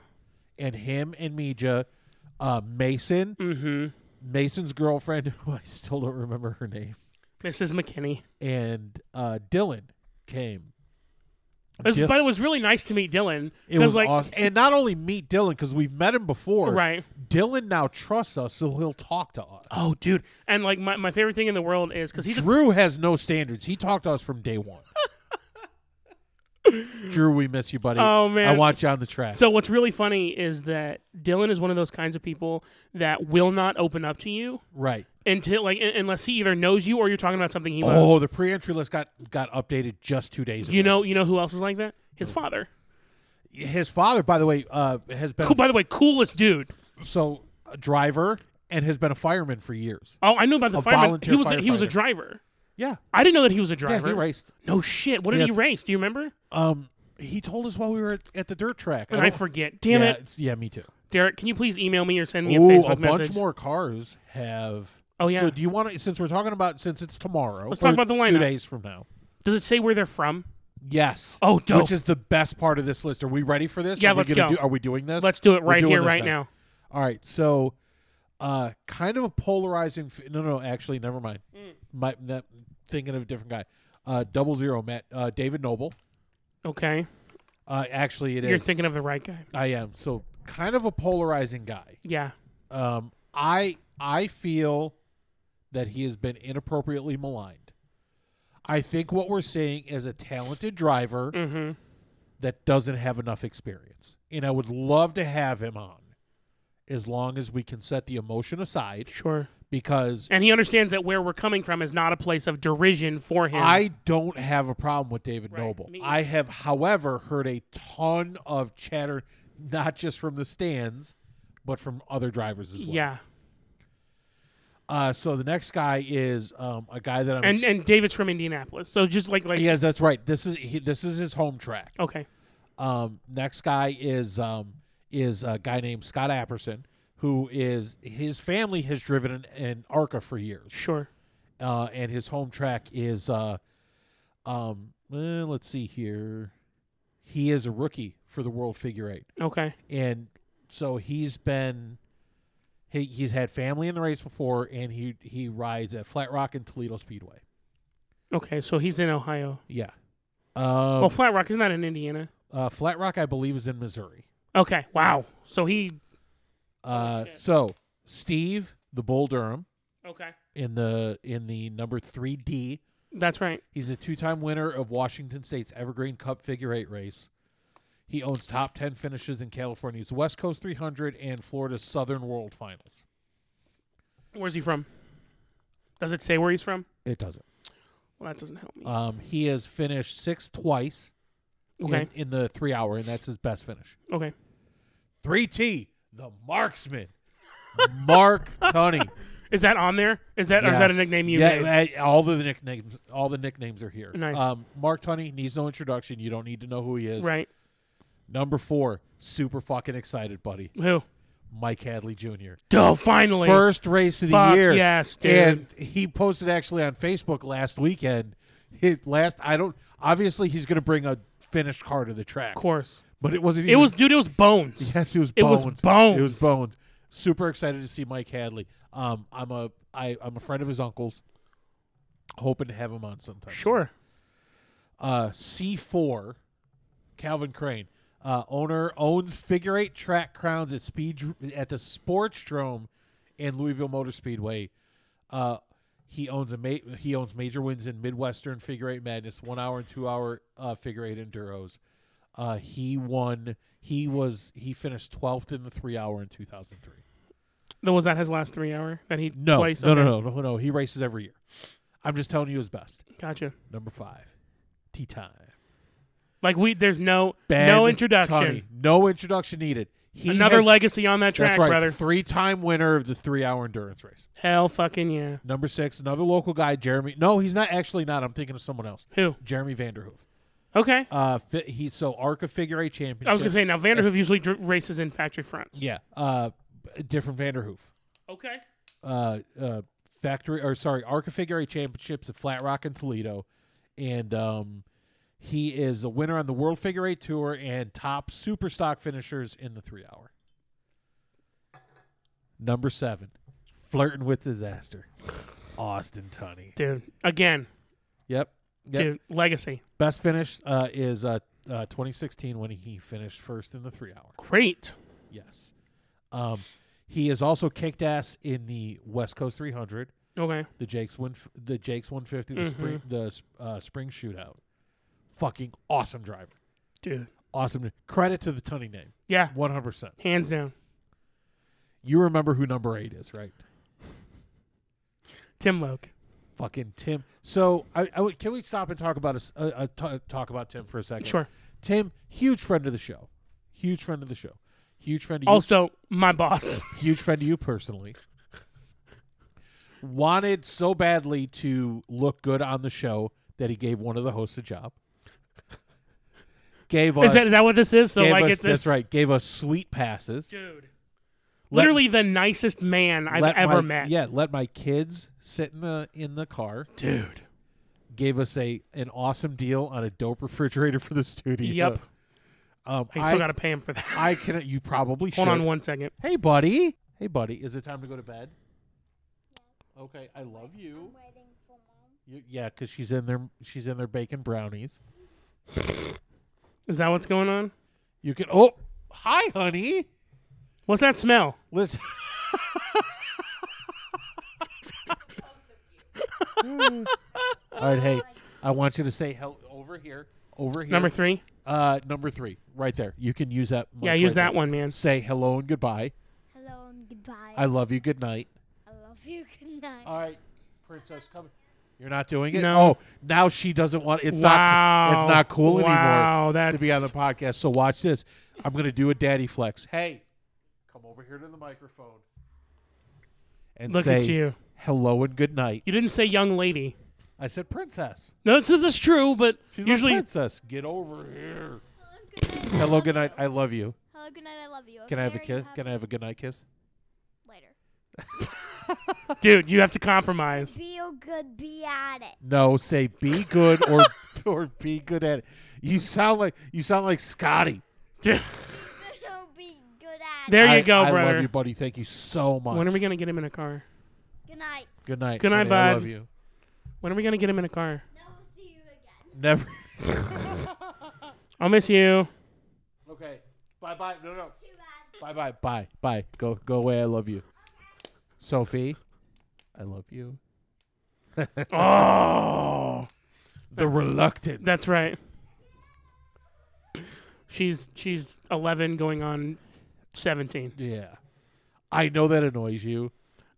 Speaker 3: And him and Meja, uh, Mason, Mason's girlfriend, *laughs* who I still don't remember her name,
Speaker 2: Mrs. McKinney.
Speaker 3: and uh, Dylan came.
Speaker 2: It was,
Speaker 3: Dylan-
Speaker 2: But it was really nice to meet Dylan.
Speaker 3: It was
Speaker 2: like,
Speaker 3: awesome. And not only meet Dylan because we've met him before.
Speaker 2: Right.
Speaker 3: Dylan now trusts us, so he'll talk to us.
Speaker 2: oh, dude, and like my, my favorite thing in the world is because he's a,
Speaker 3: Drew has no standards. He talked to us from day
Speaker 2: *laughs*
Speaker 3: one. Drew, we miss you, buddy.
Speaker 2: Oh, man.
Speaker 3: I want you on the track.
Speaker 2: so what's really funny is that Dylan is one of those kinds of people that will not open up to you
Speaker 3: right.
Speaker 2: until like un- unless he either knows you or you're talking about something he
Speaker 3: Oh,
Speaker 2: loves.
Speaker 3: the pre-entry list got got updated just two days ago.
Speaker 2: Uh, you know, you know who else is like that? His father.
Speaker 3: his father, by the way, uh, has been
Speaker 2: Who, by the way, coolest dude.
Speaker 3: so a driver and has been a fireman for years.
Speaker 2: Oh, I knew about the
Speaker 3: A
Speaker 2: fireman.
Speaker 3: volunteer
Speaker 2: He was a, he was a
Speaker 3: firefighter.
Speaker 2: driver.
Speaker 3: Yeah,
Speaker 2: I didn't know that he was a
Speaker 3: yeah,
Speaker 2: driver.
Speaker 3: he raced.
Speaker 2: No shit. What did
Speaker 3: Yeah,
Speaker 2: he
Speaker 3: it's-
Speaker 2: race? Do you remember?
Speaker 3: Um, he told us while we were at, at the dirt track.
Speaker 2: And I,
Speaker 3: don't-
Speaker 2: forget. Damn
Speaker 3: yeah,
Speaker 2: it,
Speaker 3: it's- yeah, me too.
Speaker 2: Derek. Can you please email me or send me
Speaker 3: Ooh,
Speaker 2: a
Speaker 3: a bunch
Speaker 2: Facebook message?
Speaker 3: more cars have.
Speaker 2: Oh, yeah.
Speaker 3: So do you want to? Since we're talking about since it's tomorrow,
Speaker 2: Let's talk
Speaker 3: or
Speaker 2: about the
Speaker 3: Two
Speaker 2: lineup.
Speaker 3: days from now.
Speaker 2: Does it say where they're from?
Speaker 3: Yes.
Speaker 2: Oh, dope.
Speaker 3: Which is the best part of this list. Are we ready for this?
Speaker 2: Yeah,
Speaker 3: Are we
Speaker 2: let's
Speaker 3: gonna
Speaker 2: go.
Speaker 3: Do, are we doing this?
Speaker 2: Let's do it
Speaker 3: We're
Speaker 2: right
Speaker 3: doing
Speaker 2: here,
Speaker 3: this
Speaker 2: right now.
Speaker 3: All right. So, uh, kind of a polarizing. F- no, no, actually, never mind. My, that, thinking of a different guy. Uh, double zero, Matt. Uh, David Noble.
Speaker 2: Okay.
Speaker 3: Uh, actually, it is.
Speaker 2: You're thinking of the right guy.
Speaker 3: I am. So kind of a polarizing guy.
Speaker 2: Yeah.
Speaker 3: Um, I I feel that he has been inappropriately maligned. I think what we're seeing is a talented driver
Speaker 2: Mm-hmm.
Speaker 3: that doesn't have enough experience, and I would love to have him on, as long as we can set the emotion aside.
Speaker 2: Sure.
Speaker 3: Because
Speaker 2: And he understands that where we're coming from is not a place of derision for him.
Speaker 3: I don't have a problem with David
Speaker 2: Right,
Speaker 3: Noble.
Speaker 2: me
Speaker 3: I have, however, heard a ton of chatter, not just from the stands, but from other drivers as well.
Speaker 2: yeah.
Speaker 3: Uh, so the next guy is um, a guy that I'm.
Speaker 2: And and David's from Indianapolis, so just like like
Speaker 3: yes, that's right. This is he, this is his home track.
Speaker 2: okay,
Speaker 3: Um, next guy is um, is a guy named Scott Apperson, who is his family has driven an, an Arca for years,
Speaker 2: sure.
Speaker 3: uh, and his home track is. Uh, um, eh, let's see here. He is a rookie for the World Figure Eight,
Speaker 2: Okay.
Speaker 3: and so he's been. He, he's had family in the race before, and he he rides at Flat Rock and Toledo Speedway.
Speaker 2: Okay, so he's in Ohio.
Speaker 3: Yeah. Um,
Speaker 2: well, Flat Rock is not in Indiana.
Speaker 3: uh, Flat Rock, I believe, is in Missouri.
Speaker 2: Okay. Wow. So he
Speaker 3: Uh,
Speaker 2: Oh, shit.
Speaker 3: so Steve, the Bull Durham,
Speaker 2: Okay.
Speaker 3: in the in the number three D,
Speaker 2: That's right.
Speaker 3: he's a two-time winner of Washington State's Evergreen Cup Figure Eight race. He owns top ten finishes in California's West Coast 300 and Florida's Southern World Finals.
Speaker 2: Where's he from? Does it say where he's from?
Speaker 3: It doesn't.
Speaker 2: Well, that doesn't help me.
Speaker 3: Um, he has finished sixth twice
Speaker 2: okay.
Speaker 3: in, in the three-hour, and that's his best finish.
Speaker 2: okay.
Speaker 3: 3T, the marksman, Mark Tunney.
Speaker 2: Is that on there? Is that or is that a
Speaker 3: Yes.
Speaker 2: nickname you
Speaker 3: Yeah,
Speaker 2: made?
Speaker 3: I- all the nicknames, all the nicknames are here.
Speaker 2: Nice.
Speaker 3: Um, Mark Tunney needs no introduction. You don't need to know who he is.
Speaker 2: Right.
Speaker 3: Number four, super fucking excited, buddy.
Speaker 2: Who?
Speaker 3: Mike Hadley Jr.
Speaker 2: Oh, finally.
Speaker 3: First race of the
Speaker 2: Fuck
Speaker 3: year.
Speaker 2: yes, dude.
Speaker 3: And he posted actually on Facebook last weekend. His last, I don't. Obviously, he's going to bring a finished car to the track,
Speaker 2: of course.
Speaker 3: but it wasn't.
Speaker 2: It
Speaker 3: even-
Speaker 2: was dude. It was bones.
Speaker 3: Yes, it was
Speaker 2: It
Speaker 3: bones.
Speaker 2: was
Speaker 3: It was
Speaker 2: Bones.
Speaker 3: bones. Super excited to see Mike Hadley. Um, I'm a I, I'm a friend of his uncle's. Hoping to have him on sometime.
Speaker 2: Sure.
Speaker 3: Uh, C4, Calvin Crane, uh, owner owns figure eight track crowns at speed at the Sportsdrome in Louisville Motor Speedway. Uh, he owns a ma- he owns major wins in Midwestern figure eight madness, one hour and two hour uh, figure eight enduros. Uh, he won. He was he finished twelfth in the three hour in two thousand three.
Speaker 2: That was that his last three hour that he
Speaker 3: No,
Speaker 2: placed.
Speaker 3: no,
Speaker 2: Okay.
Speaker 3: no, no, no, no. He races every year. I'm just telling you his best.
Speaker 2: Gotcha.
Speaker 3: Number five, tea time.
Speaker 2: Like we, there's no
Speaker 3: Ben
Speaker 2: no introduction.
Speaker 3: Tunney. No introduction needed. He
Speaker 2: Another
Speaker 3: has-
Speaker 2: legacy on that track,
Speaker 3: that's right,
Speaker 2: brother.
Speaker 3: Three-time winner of the three-hour endurance race.
Speaker 2: Hell fucking yeah.
Speaker 3: Number six, another local guy, Jeremy. No, he's not actually not. I'm thinking of someone else.
Speaker 2: Who?
Speaker 3: Jeremy Vanderhoof.
Speaker 2: Okay.
Speaker 3: Uh, fi- he so Arca Figure Eight Championship.
Speaker 2: I was gonna say now Vanderhoof usually dr- races in factory fronts.
Speaker 3: yeah. Uh, b- different Vanderhoof.
Speaker 2: Okay.
Speaker 3: Uh, uh, factory or sorry, Arca Figure Eight Championships at Flat Rock and Toledo, and um, he is a winner on the World Figure Eight Tour and top super stock finishers in the three hour. Number seven, flirting with disaster, Austin Tunney.
Speaker 2: Dude, again,
Speaker 3: Yep, yep.
Speaker 2: dude, legacy.
Speaker 3: Best finish uh, is uh, uh, 2016 when he finished first in the three hour.
Speaker 2: Great.
Speaker 3: Yes, um, he is also kicked ass in the West Coast 300.
Speaker 2: Okay.
Speaker 3: the Jake's one, the Jake's 150, the spring, the uh, spring shootout. Fucking awesome driver,
Speaker 2: Dude.
Speaker 3: awesome. Credit to the Tunney name,
Speaker 2: Yeah.
Speaker 3: 100. percent
Speaker 2: Hands down.
Speaker 3: You remember who number eight is, right?
Speaker 2: Tim Loke.
Speaker 3: Fucking Tim. So, I, I would- can we stop and talk about us? Uh, uh, ta- talk about Tim for a second.
Speaker 2: Sure.
Speaker 3: Tim, huge friend of the show, huge friend of the show, huge friend of
Speaker 2: Also, my boss.
Speaker 3: you, huge friend of you personally. Wanted so badly to look good on the show that he gave one of the hosts a job. Gave us
Speaker 2: Is that is that what this is? So
Speaker 3: gave
Speaker 2: like
Speaker 3: us-
Speaker 2: it's a,
Speaker 3: that's right. Gave us sweet passes.
Speaker 2: dude.
Speaker 3: Let-
Speaker 2: Literally the nicest man I've
Speaker 3: let
Speaker 2: ever
Speaker 3: my-
Speaker 2: met.
Speaker 3: Yeah, let my kids sit in the in the car.
Speaker 2: Dude.
Speaker 3: Gave us a an awesome deal on a dope refrigerator for the studio.
Speaker 2: Yep.
Speaker 3: Um,
Speaker 2: I
Speaker 3: I,
Speaker 2: still gotta pay him
Speaker 3: *laughs*
Speaker 2: for that.
Speaker 3: I can. You probably should.
Speaker 2: Hold on one second.
Speaker 3: Hey, buddy. Hey, buddy. Is it time to go to bed? Okay. I love you.
Speaker 4: waiting for mom.
Speaker 3: you yeah, because she's in there. She's in there baking brownies.
Speaker 2: Is that what's going on?
Speaker 3: You can. Oh, hi, honey.
Speaker 2: What's that smell?
Speaker 3: *laughs* Listen. All right, hey, I want you to say help over here, over here.
Speaker 2: Number three.
Speaker 3: uh, number three, right there. You can use that.
Speaker 2: Yeah,
Speaker 3: mic
Speaker 2: use
Speaker 3: right
Speaker 2: that
Speaker 3: there.
Speaker 2: one, man.
Speaker 3: Say hello and goodbye.
Speaker 4: Hello and goodbye.
Speaker 3: I love you. Good night.
Speaker 4: I love you. Good night.
Speaker 3: All right, princess, come. You're not doing it.
Speaker 2: No.
Speaker 3: Oh, now she doesn't want. It's not.
Speaker 2: wow.
Speaker 3: It's not cool anymore
Speaker 2: Wow, that's
Speaker 3: to be on the podcast. So watch this. I'm gonna do a daddy flex. Hey, come over here to the microphone and
Speaker 2: Look
Speaker 3: say
Speaker 2: at you.
Speaker 3: hello and good night.
Speaker 2: You didn't say young lady.
Speaker 3: I said princess.
Speaker 2: No, this is, this is true, but
Speaker 3: She's my
Speaker 2: usually
Speaker 3: princess. Get over here.
Speaker 4: Hello and good night. I
Speaker 3: Hello,
Speaker 4: love
Speaker 3: good night. I love
Speaker 4: you.
Speaker 3: you.
Speaker 4: Hello, good night. I love you.
Speaker 3: Can I have a
Speaker 4: very
Speaker 3: kiss?
Speaker 4: happy-
Speaker 3: Can I have a good night kiss?
Speaker 4: later?
Speaker 2: dude, you have to compromise.
Speaker 4: Feel good. Be at it. *laughs*
Speaker 3: No, say be good or *laughs* or be good at it. You sound like you sound like Scotty.
Speaker 2: Dude,
Speaker 4: Gonna be good at
Speaker 2: There
Speaker 4: it.
Speaker 2: you
Speaker 3: I-
Speaker 2: go,
Speaker 3: I
Speaker 2: brother.
Speaker 3: love you, buddy. Thank you so much.
Speaker 2: when are we gonna get him in a car?
Speaker 4: Good night.
Speaker 3: Good night.
Speaker 2: Good night,
Speaker 3: honey. I
Speaker 2: bud.
Speaker 3: love you.
Speaker 2: When are we gonna get him in a car?
Speaker 4: Now we'll see you again.
Speaker 3: Never.
Speaker 2: I'll miss you.
Speaker 3: *laughs* okay. Bye bye. No no.
Speaker 4: Too bad.
Speaker 3: Bye bye. Bye bye. Go go away. I love you, Sophie. I love you.
Speaker 2: Oh,
Speaker 3: The reluctant.
Speaker 2: that's right. She's she's eleven, going on seventeen.
Speaker 3: yeah. I know that annoys you,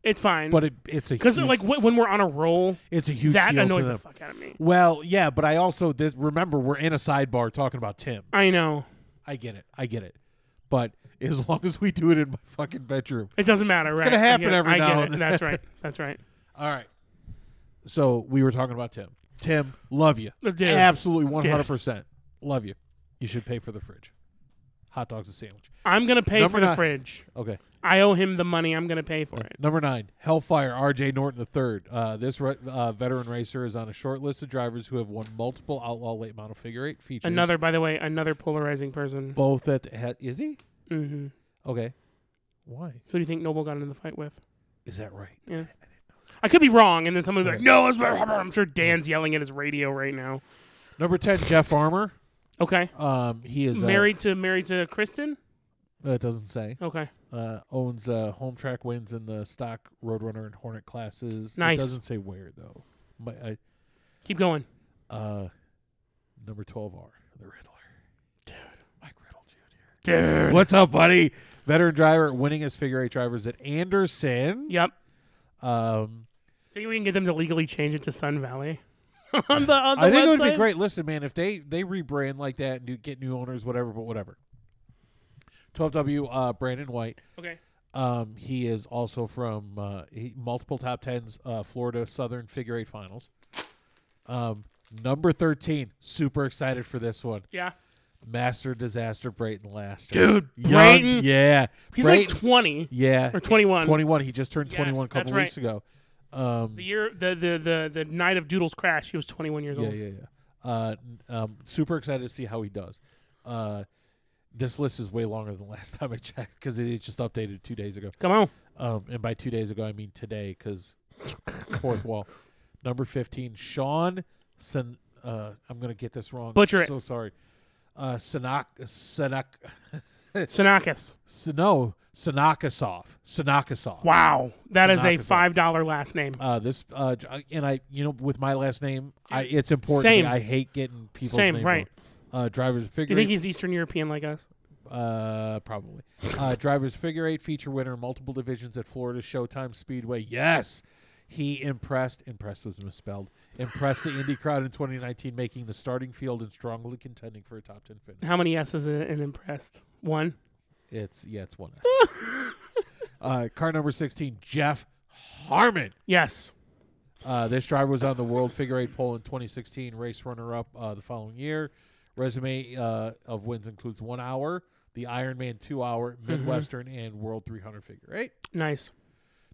Speaker 2: It's fine,
Speaker 3: but it, it's a
Speaker 2: because
Speaker 3: huge-
Speaker 2: like wh- when we're on a roll,
Speaker 3: it's a huge
Speaker 2: that
Speaker 3: deal
Speaker 2: annoys
Speaker 3: for
Speaker 2: the
Speaker 3: them.
Speaker 2: fuck out of me.
Speaker 3: Well, yeah, but I also this, remember we're in a sidebar talking about Tim.
Speaker 2: I know
Speaker 3: I get it. I get it. But as long as we do it in my fucking bedroom.
Speaker 2: it doesn't matter. Right?
Speaker 3: gonna
Speaker 2: I get
Speaker 3: happen
Speaker 2: it.
Speaker 3: every
Speaker 2: I get
Speaker 3: now
Speaker 2: it.
Speaker 3: and then.
Speaker 2: That's right. That's right.
Speaker 3: All right. So we were talking about Tim. Tim, love you.
Speaker 2: Dude.
Speaker 3: Absolutely 100%. Love you. You should pay for the fridge. Hot dogs and sandwich.
Speaker 2: I'm gonna pay
Speaker 3: Number
Speaker 2: for the
Speaker 3: nine.
Speaker 2: fridge.
Speaker 3: Okay.
Speaker 2: I owe him the money. I'm gonna pay for it.
Speaker 3: Number nine, Hellfire R.J. Norton III. Uh, this re- uh, veteran racer is on a short list of drivers who have won multiple outlaw late model figure eight features.
Speaker 2: Another, by the way, another polarizing person.
Speaker 3: Both at the he- is he
Speaker 2: hmm
Speaker 3: okay? Why
Speaker 2: Who do you think Noble got into the fight with?
Speaker 3: is that right?
Speaker 2: Yeah. I could be wrong, and then someone would be like,
Speaker 3: Okay.
Speaker 2: no, it's I'm sure Dan's yelling at his radio right now.
Speaker 3: Number ten, Jeff Farmer.
Speaker 2: Okay.
Speaker 3: Um, he is uh,
Speaker 2: married to married to Kristen?
Speaker 3: Uh, it doesn't say.
Speaker 2: Okay.
Speaker 3: uh, owns uh, home track wins in the stock Roadrunner and Hornet classes.
Speaker 2: Nice.
Speaker 3: It doesn't say where though. My,
Speaker 2: Keep going.
Speaker 3: I, uh, number twelve R the Riddler, dude, Mike Riddle Jr.
Speaker 2: Dude.
Speaker 3: What's up, buddy? Veteran driver, winning as figure eight drivers at Anderson.
Speaker 2: Yep.
Speaker 3: Um,
Speaker 2: Think we can get them to legally change it to Sun Valley? *laughs* on the, on the
Speaker 3: I think it would
Speaker 2: website?
Speaker 3: be great. Listen, man, if they they rebrand like that and do, get new owners, whatever, but whatever. Twelve W uh, Brandon White.
Speaker 2: Okay.
Speaker 3: Um, he is also from uh, he, multiple top tens, uh, Florida Southern figure eight finals. Um, number thirteen, super excited for this one.
Speaker 2: Yeah.
Speaker 3: Master Disaster Brayton Laster,
Speaker 2: Dude,
Speaker 3: Young-
Speaker 2: Brayton.
Speaker 3: yeah,
Speaker 2: He's
Speaker 3: Brayton,
Speaker 2: like 20
Speaker 3: yeah,
Speaker 2: or 21.
Speaker 3: twenty one. He just turned
Speaker 2: Yes,
Speaker 3: twenty one a couple
Speaker 2: that's
Speaker 3: weeks ago. Um,
Speaker 2: The year, the, the, the, the night of Doodle's crash, he was 21 years
Speaker 3: yeah,
Speaker 2: old.
Speaker 3: yeah, yeah. Uh, n- um, super excited to see how he does. Uh, this list is way longer than *laughs* last time I checked because it is just updated two days ago.
Speaker 2: Come on.
Speaker 3: Um, and by two days ago, I mean today, because *laughs* fourth wall. Number 15, Sean Sen. Uh, I'm going to get this wrong.
Speaker 2: Butcher it.
Speaker 3: So sorry. Uh, Sanak, Sanak,
Speaker 2: Sinakis.
Speaker 3: Sano, Sanakasov, Sanakasov.
Speaker 2: Wow. that is a
Speaker 3: Sinakis.
Speaker 2: $5 last name.
Speaker 3: Uh, this uh, j- and I, you know, with my last name, I it's important. to me.
Speaker 2: Same.
Speaker 3: I hate getting people's
Speaker 2: Same,
Speaker 3: name
Speaker 2: right.
Speaker 3: wrong. Uh, drivers
Speaker 2: Do
Speaker 3: figure.
Speaker 2: you think
Speaker 3: eight-
Speaker 2: he's Eastern European like us?
Speaker 3: uh, probably. Uh, *laughs* drivers figure eight feature winner in multiple divisions at Florida Showtime Speedway. Yes, he impressed. Impressed was misspelled. Impressed the Indy crowd in 2019, making the starting field and strongly contending for a top ten finish.
Speaker 2: How many S's in, in impressed? One.
Speaker 3: It's yeah, it's one. S. uh, car number 16, Jeff Harmon.
Speaker 2: Yes.
Speaker 3: Uh, this driver was on the World Figure Eight pole in 2016, race runner-up uh, the following year. Resume uh, of wins includes one hour, the Ironman two hour, Midwestern, and World 300 Figure Eight.
Speaker 2: Nice.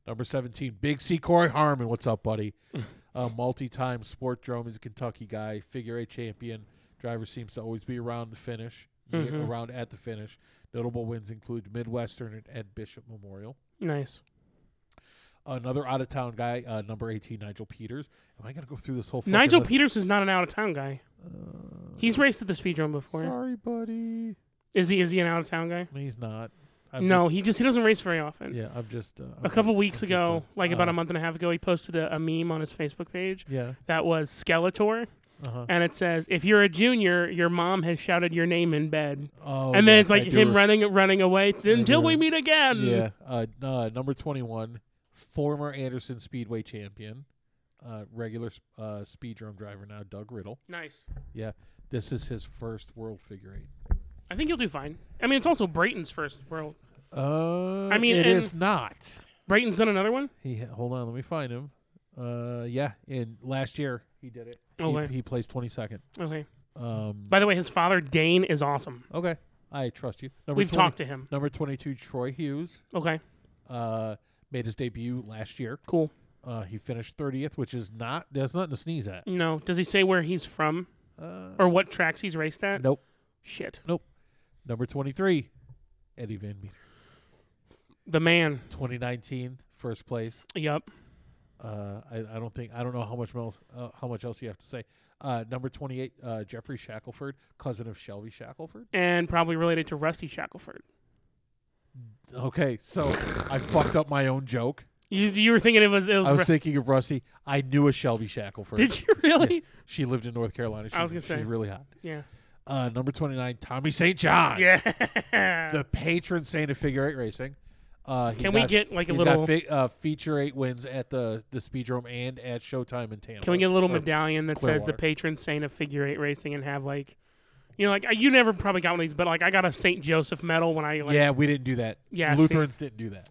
Speaker 3: Number 17, Big C Corey Harmon. What's up, buddy? uh, Multi time sport drone. He's a Kentucky guy, figure eight champion. Driver seems to always be around the finish, be
Speaker 2: Mhm.
Speaker 3: around at the finish. Notable wins include Midwestern and Ed Bishop Memorial.
Speaker 2: Nice.
Speaker 3: another out of town guy, uh, number eighteen, Nigel Peters. Am I gonna go through this whole? fucking
Speaker 2: Nigel
Speaker 3: list?
Speaker 2: Peters is not an out of town guy. He's raced at the speed run before.
Speaker 3: Uh, Sorry, buddy.
Speaker 2: Is he? Is he an out of town guy?
Speaker 3: No, He's not. I'm
Speaker 2: No,
Speaker 3: just-
Speaker 2: he just he doesn't race very often.
Speaker 3: yeah, I'm just. Uh,
Speaker 2: A couple weeks ago, like about a
Speaker 3: uh,
Speaker 2: month and a half ago, he posted a, a meme on his Facebook page
Speaker 3: Yeah.
Speaker 2: that was Skeletor,
Speaker 3: Uh-huh.
Speaker 2: and it says, "If you're a junior, your mom has shouted your name in bed,"
Speaker 3: Oh,
Speaker 2: and then
Speaker 3: yes,
Speaker 2: it's like
Speaker 3: I do
Speaker 2: him running running away until
Speaker 3: do
Speaker 2: we
Speaker 3: re-
Speaker 2: meet again.
Speaker 3: Yeah, uh, n- uh, number twenty-one, former Anderson Speedway champion, uh, regular s- uh, speed drum driver now, Doug Riddle.
Speaker 2: nice.
Speaker 3: Yeah, this is his first World Figure Eight.
Speaker 2: I think he'll do fine. I mean, it's also Brayton's first world.
Speaker 3: Uh,
Speaker 2: I mean,
Speaker 3: it
Speaker 2: and-
Speaker 3: is not.
Speaker 2: Brayton's done another one.
Speaker 3: He ha- hold on, let me find him. Uh, yeah, in last year he did it. He-
Speaker 2: Okay.
Speaker 3: He, plays twenty second.
Speaker 2: Okay.
Speaker 3: Um,
Speaker 2: By the way, his father Dane is awesome.
Speaker 3: okay, I trust you. Number
Speaker 2: We've
Speaker 3: 20
Speaker 2: talked to him.
Speaker 3: Number twenty two, Troy Hughes,
Speaker 2: Okay.
Speaker 3: uh, made his debut last year.
Speaker 2: Cool.
Speaker 3: Uh, he finished thirtieth, which is not that's nothing to sneeze at.
Speaker 2: No. Does he say where he's from
Speaker 3: Uh,
Speaker 2: or what tracks he's raced at?
Speaker 3: nope.
Speaker 2: Shit.
Speaker 3: Number 23, Eddie Van Meter.
Speaker 2: The man.
Speaker 3: 2019, first place.
Speaker 2: Yup.
Speaker 3: Uh, I, I don't think I don't know how much else uh, how much else you have to say. Uh, number 28, uh, Jeffrey Shackelford, cousin of Shelby Shackelford.
Speaker 2: and probably related to Rusty Shackelford.
Speaker 3: Okay, so I fucked up my own joke.
Speaker 2: You, you were thinking it was it was.
Speaker 3: I was
Speaker 2: Ru-
Speaker 3: thinking of Rusty. I knew a Shelby Shackelford.
Speaker 2: did you really?
Speaker 3: She lived in North Carolina. She's,
Speaker 2: I was gonna say.
Speaker 3: she's really hot.
Speaker 2: Yeah.
Speaker 3: Uh, number 29, Tommy St. John,
Speaker 2: *laughs* Yeah.
Speaker 3: the patron saint of figure eight racing. Uh, he's
Speaker 2: *laughs* can we
Speaker 3: got-
Speaker 2: get like a
Speaker 3: He's
Speaker 2: little?
Speaker 3: got fi- uh, feature eight wins at the the Speedrome and at Showtime in Tampa.
Speaker 2: can we get a little
Speaker 3: Or-
Speaker 2: medallion that says the
Speaker 3: Clearwater.
Speaker 2: patron saint of figure eight racing and have like, you know, like you never probably got one of these, but like I got a Saint Joseph medal when I like
Speaker 3: yeah, we didn't do that.
Speaker 2: Yeah, see.
Speaker 3: Lutherans didn't do that.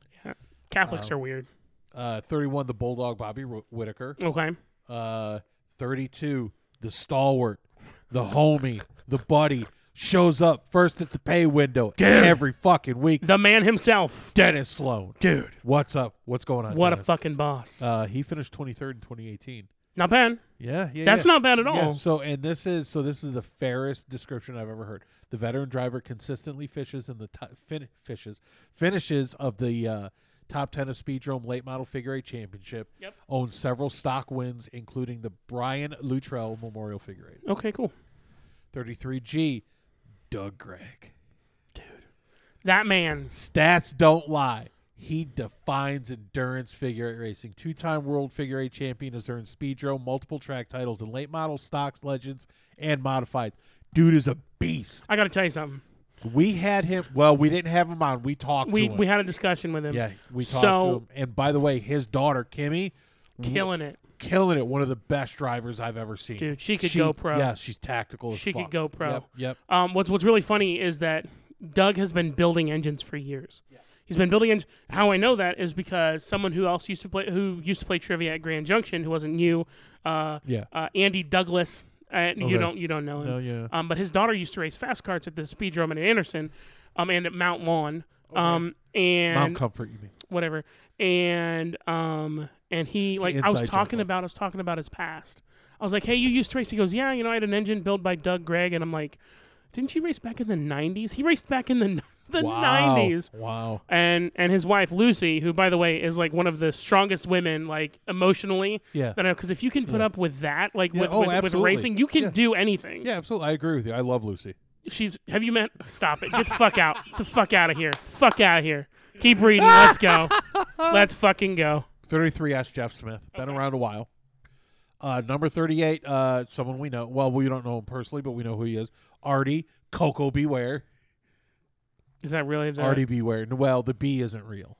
Speaker 2: Catholics
Speaker 3: Wow.
Speaker 2: are weird.
Speaker 3: Uh, Thirty-one, the Bulldog Bobby Wh- Whitaker.
Speaker 2: Okay.
Speaker 3: Uh, Thirty-two, the stalwart, the homie, the buddy shows up first at the pay window every fucking week.
Speaker 2: The man himself,
Speaker 3: Dennis Sloan,
Speaker 2: dude.
Speaker 3: what's up? What's going on?
Speaker 2: What a
Speaker 3: Dennis?
Speaker 2: fucking boss.
Speaker 3: Uh, he finished twenty-third in twenty eighteen.
Speaker 2: not bad.
Speaker 3: Yeah, yeah.
Speaker 2: That's
Speaker 3: yeah.
Speaker 2: not bad at all.
Speaker 3: Yeah, so and this is so this is the fairest description I've ever heard. The veteran driver consistently fishes in the top fin- fishes finishes of the uh, top ten of Speedrome late model figure eight championship.
Speaker 2: Yep.
Speaker 3: Owns several stock wins, including the Brian Luttrell Memorial Figure Eight.
Speaker 2: Okay, cool.
Speaker 3: Thirty three G, Doug Gregg.
Speaker 2: That man.
Speaker 3: Stats don't lie. He defines endurance figure eight racing. Two time world figure eight champion has earned Speedrome, multiple track titles in late models, stocks, legends, and modified. Dude is a beast.
Speaker 2: I got to tell you something.
Speaker 3: We had him. Well, we didn't have him on. We talked
Speaker 2: We
Speaker 3: to him.
Speaker 2: we had a discussion with him.
Speaker 3: yeah, we talked
Speaker 2: So-
Speaker 3: to him. And by the way, his daughter Kimmy, w-
Speaker 2: Killing it,
Speaker 3: killing it. One of the best drivers I've ever seen.
Speaker 2: dude. She could go pro.
Speaker 3: Yeah, she's tactical. as
Speaker 2: She could
Speaker 3: fuck.
Speaker 2: go pro.
Speaker 3: Yep. yep.
Speaker 2: Um, what's what's really funny is that Doug has been building engines for years. He's been building engines. How I know that is because someone who else used to play who used to play trivia at Grand Junction, who wasn't you, uh,
Speaker 3: Yeah.
Speaker 2: uh, Andy Douglas. Uh,
Speaker 3: Okay.
Speaker 2: You don't you don't know him.
Speaker 3: No, Oh, yeah.
Speaker 2: Um, but his daughter used to race fast carts at the Speedrome in Anderson, um, and at Mount Lawn. Um, and
Speaker 3: Mount Comfort, you mean?
Speaker 2: whatever. And um and he like I was
Speaker 3: inside joke,
Speaker 2: talking
Speaker 3: huh?
Speaker 2: about I was talking about his past. I was like, "Hey, you used to race?" He goes, "Yeah, you know, I had an engine built by Doug Gregg." And I'm like, "Didn't you race back in the '90s?" He raced back in the n- *laughs* the
Speaker 3: wow.
Speaker 2: '90s.
Speaker 3: Wow.
Speaker 2: And and his wife Lucy, who by the way is like one of the strongest women, like emotionally.
Speaker 3: Yeah.
Speaker 2: That because if you can put up with that, like
Speaker 3: Yeah,
Speaker 2: with,
Speaker 3: oh,
Speaker 2: with, with
Speaker 3: absolutely.
Speaker 2: racing, you can
Speaker 3: Yeah.
Speaker 2: do anything.
Speaker 3: Yeah, absolutely. I agree with you. I love Lucy.
Speaker 2: She's. Have you met? Stop it. Get the fuck out. The fuck out of here. Fuck out of here. Keep reading. Let's
Speaker 3: *laughs*
Speaker 2: go. Let's fucking go.
Speaker 3: 33S Jeff Smith. Been
Speaker 2: Okay.
Speaker 3: around a while. Uh, number 38, uh, someone we know. Well, we don't know him personally, but we know who he is. Artie, Coco Beware.
Speaker 2: Is that really the?
Speaker 3: Artie Beware. Well, the B isn't real.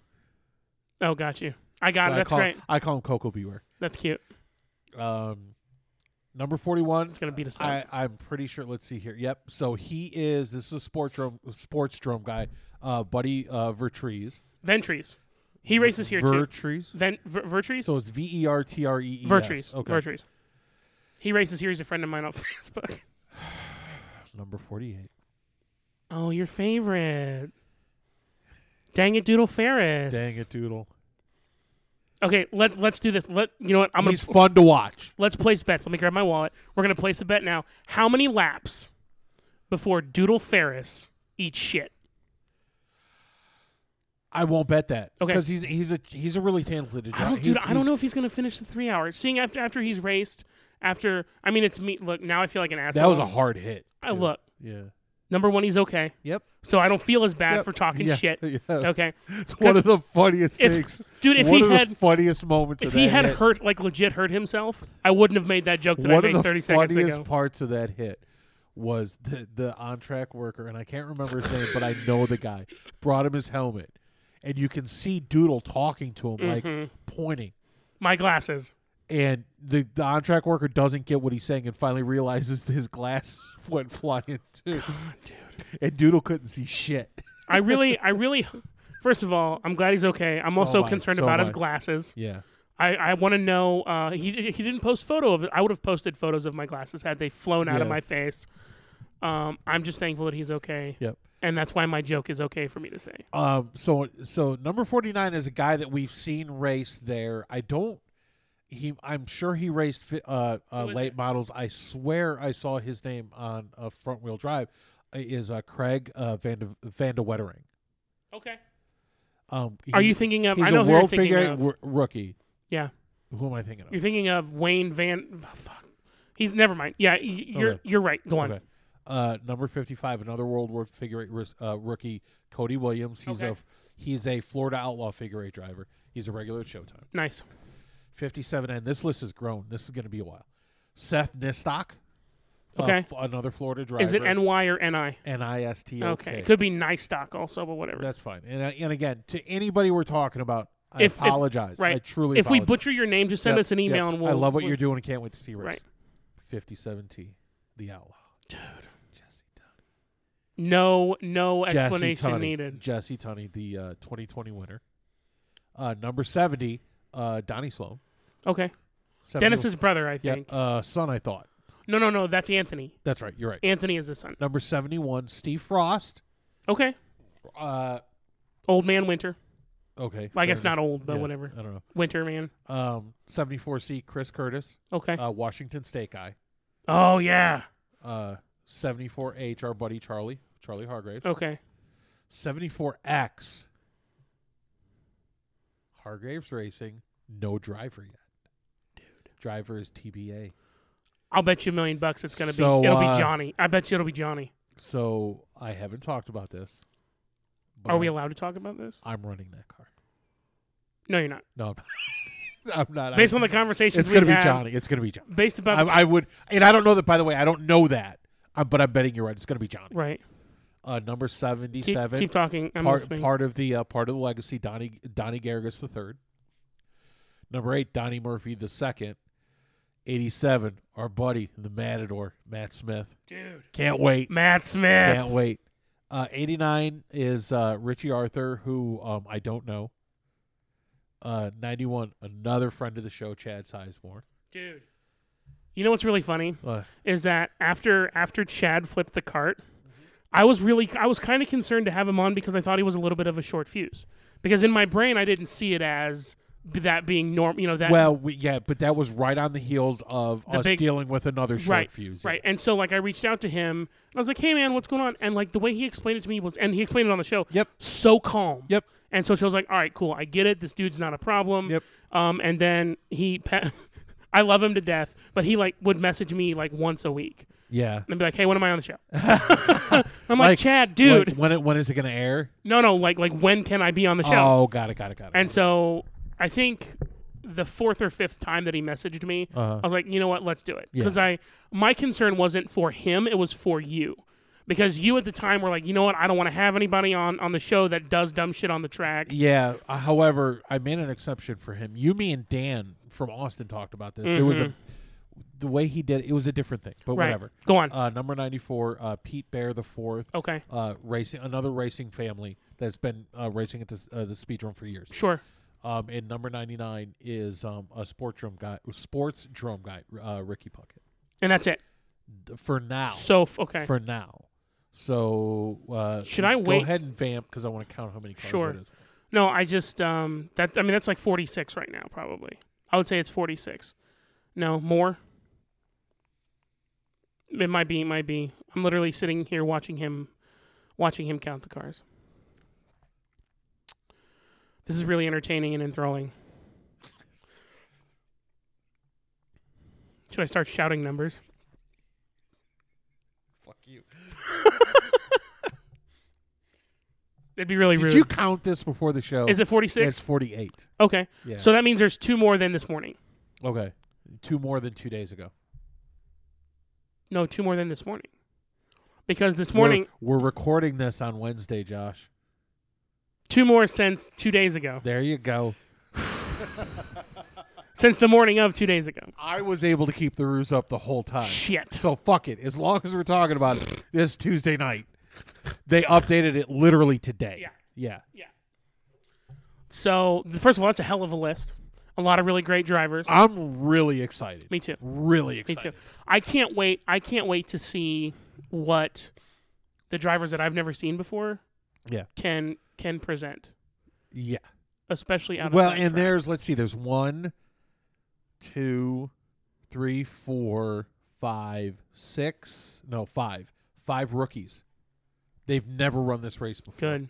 Speaker 2: Oh, got you. I got
Speaker 3: So
Speaker 2: it.
Speaker 3: I
Speaker 2: That's
Speaker 3: call,
Speaker 2: great.
Speaker 3: I call him Coco Beware.
Speaker 2: That's cute.
Speaker 3: Um, number 41.
Speaker 2: It's gonna beat us up.
Speaker 3: I, I'm pretty sure. Let's see here. Yep. So he is. This is a sports drum, sports drum guy, uh, Buddy uh, Vertrees.
Speaker 2: Ventries. He races here too.
Speaker 3: Vertrees.
Speaker 2: Ven- Ver- Vertries.
Speaker 3: So it's V E R T R E E. S.
Speaker 2: Vertries.
Speaker 3: Okay.
Speaker 2: Vertries. He races here. He's a friend of mine on *laughs* Facebook.
Speaker 3: Number 48.
Speaker 2: Oh, your favorite. Dang it, Doodle Ferris.
Speaker 3: Dang it, Doodle.
Speaker 2: Okay, let's let's do this. Let you know what I'm gonna.
Speaker 3: He's fun to watch.
Speaker 2: Let's place bets. Let me grab my wallet. We're gonna place a bet now. How many laps before Doodle Ferris eats shit?
Speaker 3: I won't bet that.
Speaker 2: Okay.
Speaker 3: Because he's he's a he's a really talented.
Speaker 2: I don't,
Speaker 3: guy.
Speaker 2: dude,
Speaker 3: He's-
Speaker 2: I don't
Speaker 3: he's-
Speaker 2: know if he's gonna finish the three hours. Seeing after after he's raced, after I mean, it's me. Look, now I feel like an asshole.
Speaker 3: That was a hard hit.
Speaker 2: I
Speaker 3: too.
Speaker 2: look.
Speaker 3: Yeah.
Speaker 2: Number one, he's okay,
Speaker 3: Yep.
Speaker 2: so I don't feel as bad
Speaker 3: Yep.
Speaker 2: for talking
Speaker 3: Yeah.
Speaker 2: shit.
Speaker 3: *laughs* Yeah.
Speaker 2: Okay,
Speaker 3: It's one of the funniest
Speaker 2: if-
Speaker 3: things.
Speaker 2: dude, if
Speaker 3: one
Speaker 2: he
Speaker 3: of the
Speaker 2: had
Speaker 3: funniest moments.
Speaker 2: if
Speaker 3: of
Speaker 2: he
Speaker 3: that
Speaker 2: had
Speaker 3: hit.
Speaker 2: hurt like legit hurt himself, I wouldn't have made that joke that
Speaker 3: one
Speaker 2: I made
Speaker 3: of the
Speaker 2: 30 seconds
Speaker 3: funniest
Speaker 2: ago.
Speaker 3: parts of that hit was the the on track worker, and I can't remember his name, but I know the guy brought him his helmet, and you can see Doodle talking to him, like
Speaker 2: Mm-hmm.
Speaker 3: pointing.
Speaker 2: My glasses.
Speaker 3: And the, the on track worker doesn't get what he's saying and finally realizes his glasses *laughs* went flying too. And Doodle couldn't see shit.
Speaker 2: I really,
Speaker 3: *laughs*
Speaker 2: I really. First of all, I'm glad he's okay. I'm
Speaker 3: So
Speaker 2: also
Speaker 3: am I,
Speaker 2: concerned
Speaker 3: so
Speaker 2: about
Speaker 3: am
Speaker 2: his
Speaker 3: I.
Speaker 2: glasses.
Speaker 3: Yeah.
Speaker 2: I, I want to know. Uh, he he didn't post photo of it. I would have posted photos of my glasses had they flown out of
Speaker 3: Yeah.
Speaker 2: my face. Um, I'm just thankful that he's okay,
Speaker 3: Yep.
Speaker 2: and that's why my joke is okay for me to say.
Speaker 3: Um. So so number forty nine is a guy that we've seen race there. I don't. He. I'm sure he raced fi- uh, uh
Speaker 2: Who is
Speaker 3: late
Speaker 2: it?
Speaker 3: models. I swear I saw his name on a front wheel drive. Uh, Is uh, Craig uh, Van de, Van de Wettering.
Speaker 2: Okay.
Speaker 3: Um.
Speaker 2: Are
Speaker 3: he-
Speaker 2: you thinking of?
Speaker 3: He's
Speaker 2: I know
Speaker 3: a
Speaker 2: who you're
Speaker 3: world
Speaker 2: thinking
Speaker 3: figure
Speaker 2: of.
Speaker 3: eight wor- rookie.
Speaker 2: yeah,
Speaker 3: Who am I thinking
Speaker 2: you're
Speaker 3: of?
Speaker 2: thinking of Wayne Van. oh, fuck. He's never mind. Yeah, y- you're
Speaker 3: Okay.
Speaker 2: you're right. Go on.
Speaker 3: Okay. Uh, number fifty five, another world war figure eight ris- uh, rookie, Cody Williams. He's
Speaker 2: Okay.
Speaker 3: a he's a Florida Outlaw figure eight driver. He's a regular at Showtime.
Speaker 2: Nice.
Speaker 3: 57 and this list has grown this is going to be a while seth nistock uh,
Speaker 2: Okay.
Speaker 3: f- another florida driver
Speaker 2: Is it NY or NI?
Speaker 3: n-i-s-t
Speaker 2: Okay. It could be nice stock also, but whatever.
Speaker 3: that's fine and, uh, and again to anybody we're talking about i
Speaker 2: If- if-
Speaker 3: apologize
Speaker 2: right.
Speaker 3: i truly
Speaker 2: if we
Speaker 3: apologize.
Speaker 2: butcher your name, just send
Speaker 3: Yep,
Speaker 2: us an
Speaker 3: yep.
Speaker 2: email and we'll.
Speaker 3: i love what
Speaker 2: we'll-
Speaker 3: you're doing and can't wait to see you race
Speaker 2: Right.
Speaker 3: 57t the outlaw
Speaker 2: Dude.
Speaker 3: jesse tunney
Speaker 2: No, *laughs* no explanation
Speaker 3: jesse tunney
Speaker 2: needed.
Speaker 3: jesse tunney the uh, 2020 winner uh, number 70 uh, donnie sloan
Speaker 2: Okay.
Speaker 3: 70
Speaker 2: Dennis's brother, I
Speaker 3: yeah,
Speaker 2: think.
Speaker 3: uh, son i thought
Speaker 2: No, no, no. That's Anthony.
Speaker 3: that's right you're right
Speaker 2: Anthony is his son.
Speaker 3: number 71 steve frost
Speaker 2: Okay.
Speaker 3: uh,
Speaker 2: Old man Winter.
Speaker 3: Okay.
Speaker 2: Well,
Speaker 3: fair
Speaker 2: I guess
Speaker 3: enough.
Speaker 2: not old, but
Speaker 3: Yeah,
Speaker 2: whatever.
Speaker 3: I don't know.
Speaker 2: Winter man.
Speaker 3: Um, 74C Chris Curtis,
Speaker 2: Okay.
Speaker 3: uh, Washington State guy.
Speaker 2: oh yeah.
Speaker 3: Uh, 74H our buddy Charlie, Charlie Hargrave.
Speaker 2: Okay.
Speaker 3: 74X Hargraves Racing, no driver yet. Dude, driver is TBA.
Speaker 2: I'll bet you a million bucks it's gonna
Speaker 3: So,
Speaker 2: be. It'll
Speaker 3: uh,
Speaker 2: be Johnny. I bet you it'll be Johnny.
Speaker 3: So I haven't talked about this. but
Speaker 2: Are we
Speaker 3: I'm-
Speaker 2: allowed to talk about this?
Speaker 3: I'm running that car.
Speaker 2: No, you're not.
Speaker 3: No, I'm not. *laughs* I'm not.
Speaker 2: Based
Speaker 3: I'm-
Speaker 2: on the conversations
Speaker 3: it's
Speaker 2: we've
Speaker 3: gonna be
Speaker 2: had,
Speaker 3: Johnny. It's gonna be Johnny.
Speaker 2: Based about
Speaker 3: I, I would, and I don't know that. By the way, I don't know that, uh, but I'm betting you're right. It's going to be Johnny.
Speaker 2: right.
Speaker 3: Uh, number
Speaker 2: Keep,
Speaker 3: seventy-seven,
Speaker 2: keep talking. I'm
Speaker 3: part
Speaker 2: listening.
Speaker 3: part of the uh, part of the legacy. Donnie Donnie Garrigus the third. Number eight, Donnie Murphy the second. Eighty-seven, our buddy the Matador, Matt Smith.
Speaker 2: Dude.
Speaker 3: Can't wait.
Speaker 2: Matt Smith.
Speaker 3: Can't wait. Uh, 89 is uh, Richie Arthur, who um, I don't know. Uh, 91, another friend of the show, Chad Sizemore.
Speaker 2: Dude. You know what's really funny
Speaker 3: Uh,
Speaker 2: is that after after Chad flipped the cart, I was really I was kind of concerned to have him on because I thought he was a little bit of a short fuse. Because in my brain I didn't see it as b- that being norm, you know that
Speaker 3: Well, we, yeah, but that was right on the heels of
Speaker 2: The
Speaker 3: us
Speaker 2: big-
Speaker 3: dealing with another short
Speaker 2: right
Speaker 3: fuse.
Speaker 2: right. And so like I reached out to him and I was like, "Hey man, what's going on?" And like the way he explained it to me was and he explained it on the show.
Speaker 3: Yep.
Speaker 2: So calm.
Speaker 3: Yep.
Speaker 2: And so she was like, "All right, cool. I get it. This dude's not a problem."
Speaker 3: Yep.
Speaker 2: Um, and then he, *laughs* pe- I love him to death, but he like would message me like once a week
Speaker 3: Yeah.
Speaker 2: and be like, "Hey, when am I on the show?"
Speaker 3: *laughs*
Speaker 2: I'm like,
Speaker 3: Like-
Speaker 2: "Chad, dude,
Speaker 3: Like, when it, when is it going to air?
Speaker 2: no, no, like like when can I be on the show?"
Speaker 3: Oh, got it, got it, got it.
Speaker 2: And so I think the fourth or fifth time that he messaged me,
Speaker 3: Uh-huh.
Speaker 2: I was like, "You know what? Let's do it."
Speaker 3: Yeah.
Speaker 2: Because I my concern wasn't for him; it was for you. Because you at the time were like, you know what, I don't want to have anybody on on the show that does dumb shit on the track.
Speaker 3: yeah. uh, However, I made an exception for him. You, me, and Dan from Austin talked about this. There was a the way he did it, it was a different thing, but
Speaker 2: Mm-hmm. Right.
Speaker 3: whatever.
Speaker 2: Go on.
Speaker 3: Uh, number ninety four, uh, Pete Bear the fourth.
Speaker 2: okay.
Speaker 3: Uh, racing another racing family that's been uh, racing at this, uh, the speedrome for years.
Speaker 2: Sure.
Speaker 3: Um, and number ninety nine is um, a sports drum guy, sports drum guy, uh, Ricky Puckett.
Speaker 2: And that's it.
Speaker 3: Th- For now,
Speaker 2: So f- okay.
Speaker 3: for now. So uh,
Speaker 2: Should I
Speaker 3: go
Speaker 2: wait?
Speaker 3: ahead and vamp because I want to count how many cars
Speaker 2: Sure.
Speaker 3: it is.
Speaker 2: no, I just um that I mean that's like 46 right now probably. I would say it's 46. No, more. It might be, it might be. I'm literally sitting here watching him watching him count the cars. This is really entertaining and enthralling. Should I start shouting numbers?
Speaker 3: Fuck
Speaker 2: *laughs*
Speaker 3: you.
Speaker 2: That'd be really
Speaker 3: Did
Speaker 2: rude.
Speaker 3: you count this before the show?
Speaker 2: is
Speaker 3: Oh,
Speaker 2: it
Speaker 3: It's
Speaker 2: 46?
Speaker 3: 48.
Speaker 2: Okay.
Speaker 3: Yeah.
Speaker 2: So that means there's two more than this morning.
Speaker 3: okay. Two more than two days ago.
Speaker 2: No, two more than this morning. Because this morning,
Speaker 3: We're, we're recording this on Wednesday, Josh.
Speaker 2: two more since two days ago.
Speaker 3: There you go.
Speaker 2: Since the morning of two days ago.
Speaker 3: I was able to keep the ruse up the whole time.
Speaker 2: Shit.
Speaker 3: So fuck it. As long as we're talking about it, this Tuesday night, they updated it literally today.
Speaker 2: Yeah.
Speaker 3: Yeah.
Speaker 2: So, th- first of all, that's a hell of a list. A lot of really great drivers.
Speaker 3: I'm really excited.
Speaker 2: Me too.
Speaker 3: Really
Speaker 2: Me
Speaker 3: excited.
Speaker 2: too. I can't wait. I can't wait to see what the drivers that I've never seen before
Speaker 3: Yeah.
Speaker 2: can can present,
Speaker 3: Yeah.
Speaker 2: especially out of
Speaker 3: Well,
Speaker 2: that
Speaker 3: and
Speaker 2: track.
Speaker 3: there's let's see, there's one, two, three, four, five, six. No, five. Five rookies. They've never run this race before.
Speaker 2: good.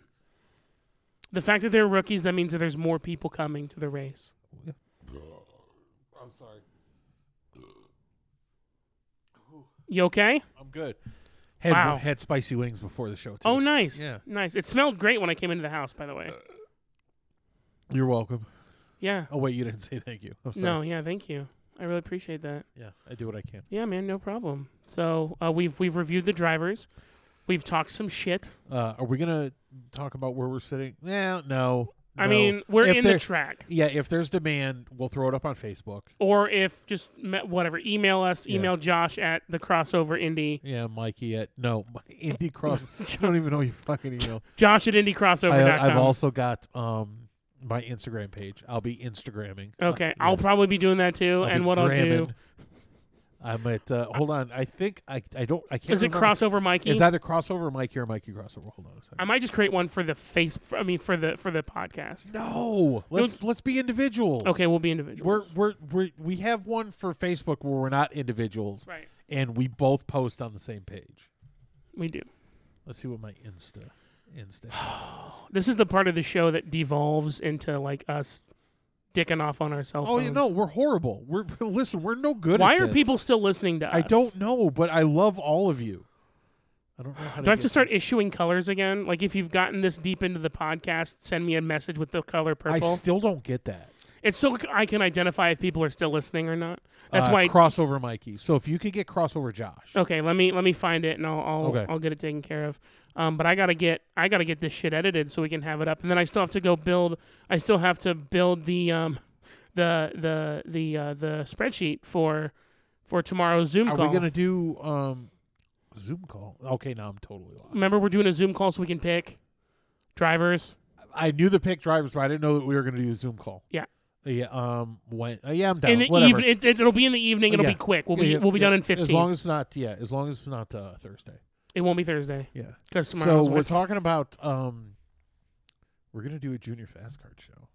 Speaker 2: The fact that they're rookies that means that there's more people coming to the race.
Speaker 3: I'm sorry.
Speaker 2: You okay?
Speaker 3: I'm good. Had
Speaker 2: Wow.
Speaker 3: had spicy wings before the show too.
Speaker 2: Oh, nice.
Speaker 3: Yeah. Uh,
Speaker 2: Nice. It smelled great when I came into the house, by the way.
Speaker 3: You're welcome.
Speaker 2: Yeah.
Speaker 3: Oh wait, you didn't *laughs* say thank you. I'm sorry.
Speaker 2: No, yeah, thank you. I really appreciate that.
Speaker 3: Yeah, I do what I can.
Speaker 2: Yeah, man, no problem. So, uh, we've we've reviewed the drivers. We've talked some shit.
Speaker 3: Uh, are we gonna talk about where we're sitting? Yeah, no.
Speaker 2: I
Speaker 3: no.
Speaker 2: mean, we're
Speaker 3: If
Speaker 2: in
Speaker 3: there-
Speaker 2: the track.
Speaker 3: Yeah, if there's demand, we'll throw it up on Facebook.
Speaker 2: Or if just me- whatever, email us,
Speaker 3: Yeah.
Speaker 2: email Josh at the crossover indie,
Speaker 3: Yeah, Mikey at no *laughs* Indy Cross.
Speaker 2: *laughs*
Speaker 3: I don't even know your fucking email.
Speaker 2: Josh at indiecrossover.com.
Speaker 3: I, I've also got um my Instagram page. I'll be Instagramming.
Speaker 2: okay,
Speaker 3: Uh,
Speaker 2: I'll probably be doing that too.
Speaker 3: I'll
Speaker 2: and
Speaker 3: be
Speaker 2: what I'll do
Speaker 3: gramming. I'm at. Uh, hold on. I think I. I don't. I can't.
Speaker 2: is it
Speaker 3: remember.
Speaker 2: crossover Mikey?
Speaker 3: It's either crossover Mikey or Mikey crossover. Hold on a second.
Speaker 2: I might just create one for the face. For, I mean, for the for the podcast.
Speaker 3: no. Let's let's be individuals.
Speaker 2: Okay, we'll be individual.
Speaker 3: We're, we're we're we have one for Facebook where we're not individuals,
Speaker 2: right.
Speaker 3: and we both post on the same page.
Speaker 2: We do.
Speaker 3: Let's see what my Insta
Speaker 2: *sighs*
Speaker 3: Insta.
Speaker 2: This is the part of the show that devolves into like us dicking off on our cell
Speaker 3: Oh,
Speaker 2: phones.
Speaker 3: you know, we're horrible. We're *laughs* listen, we're no good.
Speaker 2: Why
Speaker 3: at
Speaker 2: are
Speaker 3: this.
Speaker 2: people still listening to us?
Speaker 3: I don't know, but I love all of you. I don't know how
Speaker 2: Do I have to
Speaker 3: get-
Speaker 2: start issuing colors again? Like, if you've gotten this deep into the podcast, send me a message with the color
Speaker 3: I
Speaker 2: purple.
Speaker 3: still don't get that.
Speaker 2: it's so I can identify if people are still listening or not. That's
Speaker 3: Uh,
Speaker 2: why. Oh,
Speaker 3: crossover Mikey. So if you could get crossover Josh,
Speaker 2: okay, let me let me find it and I'll I'll,
Speaker 3: Okay.
Speaker 2: I'll get it taken care of. Um, but I gotta get I gotta get this shit edited so we can have it up, and then I still have to go build. I still have to build the um, the the the uh, the spreadsheet for for tomorrow's Zoom
Speaker 3: are
Speaker 2: call.
Speaker 3: we gonna do um Zoom call? Okay, now I'm totally lost.
Speaker 2: Remember, we're doing a Zoom call so we can pick drivers.
Speaker 3: I knew the pick drivers, but I didn't know that we were gonna do a Zoom call.
Speaker 2: Yeah.
Speaker 3: Yeah. Um. When? Uh, yeah, I'm down.
Speaker 2: in the
Speaker 3: Whatever.
Speaker 2: even, it, it, it'll be in the evening. It'll
Speaker 3: Yeah.
Speaker 2: be quick. We'll
Speaker 3: Yeah,
Speaker 2: be
Speaker 3: yeah,
Speaker 2: we'll be
Speaker 3: yeah.
Speaker 2: done in
Speaker 3: As
Speaker 2: fifteen.
Speaker 3: long as it's not. Yeah. As long as it's not uh, Thursday.
Speaker 2: it won't be Thursday
Speaker 3: Yeah.
Speaker 2: because
Speaker 3: So
Speaker 2: tomorrow.
Speaker 3: we're talking about um, we're gonna do a junior fast card show.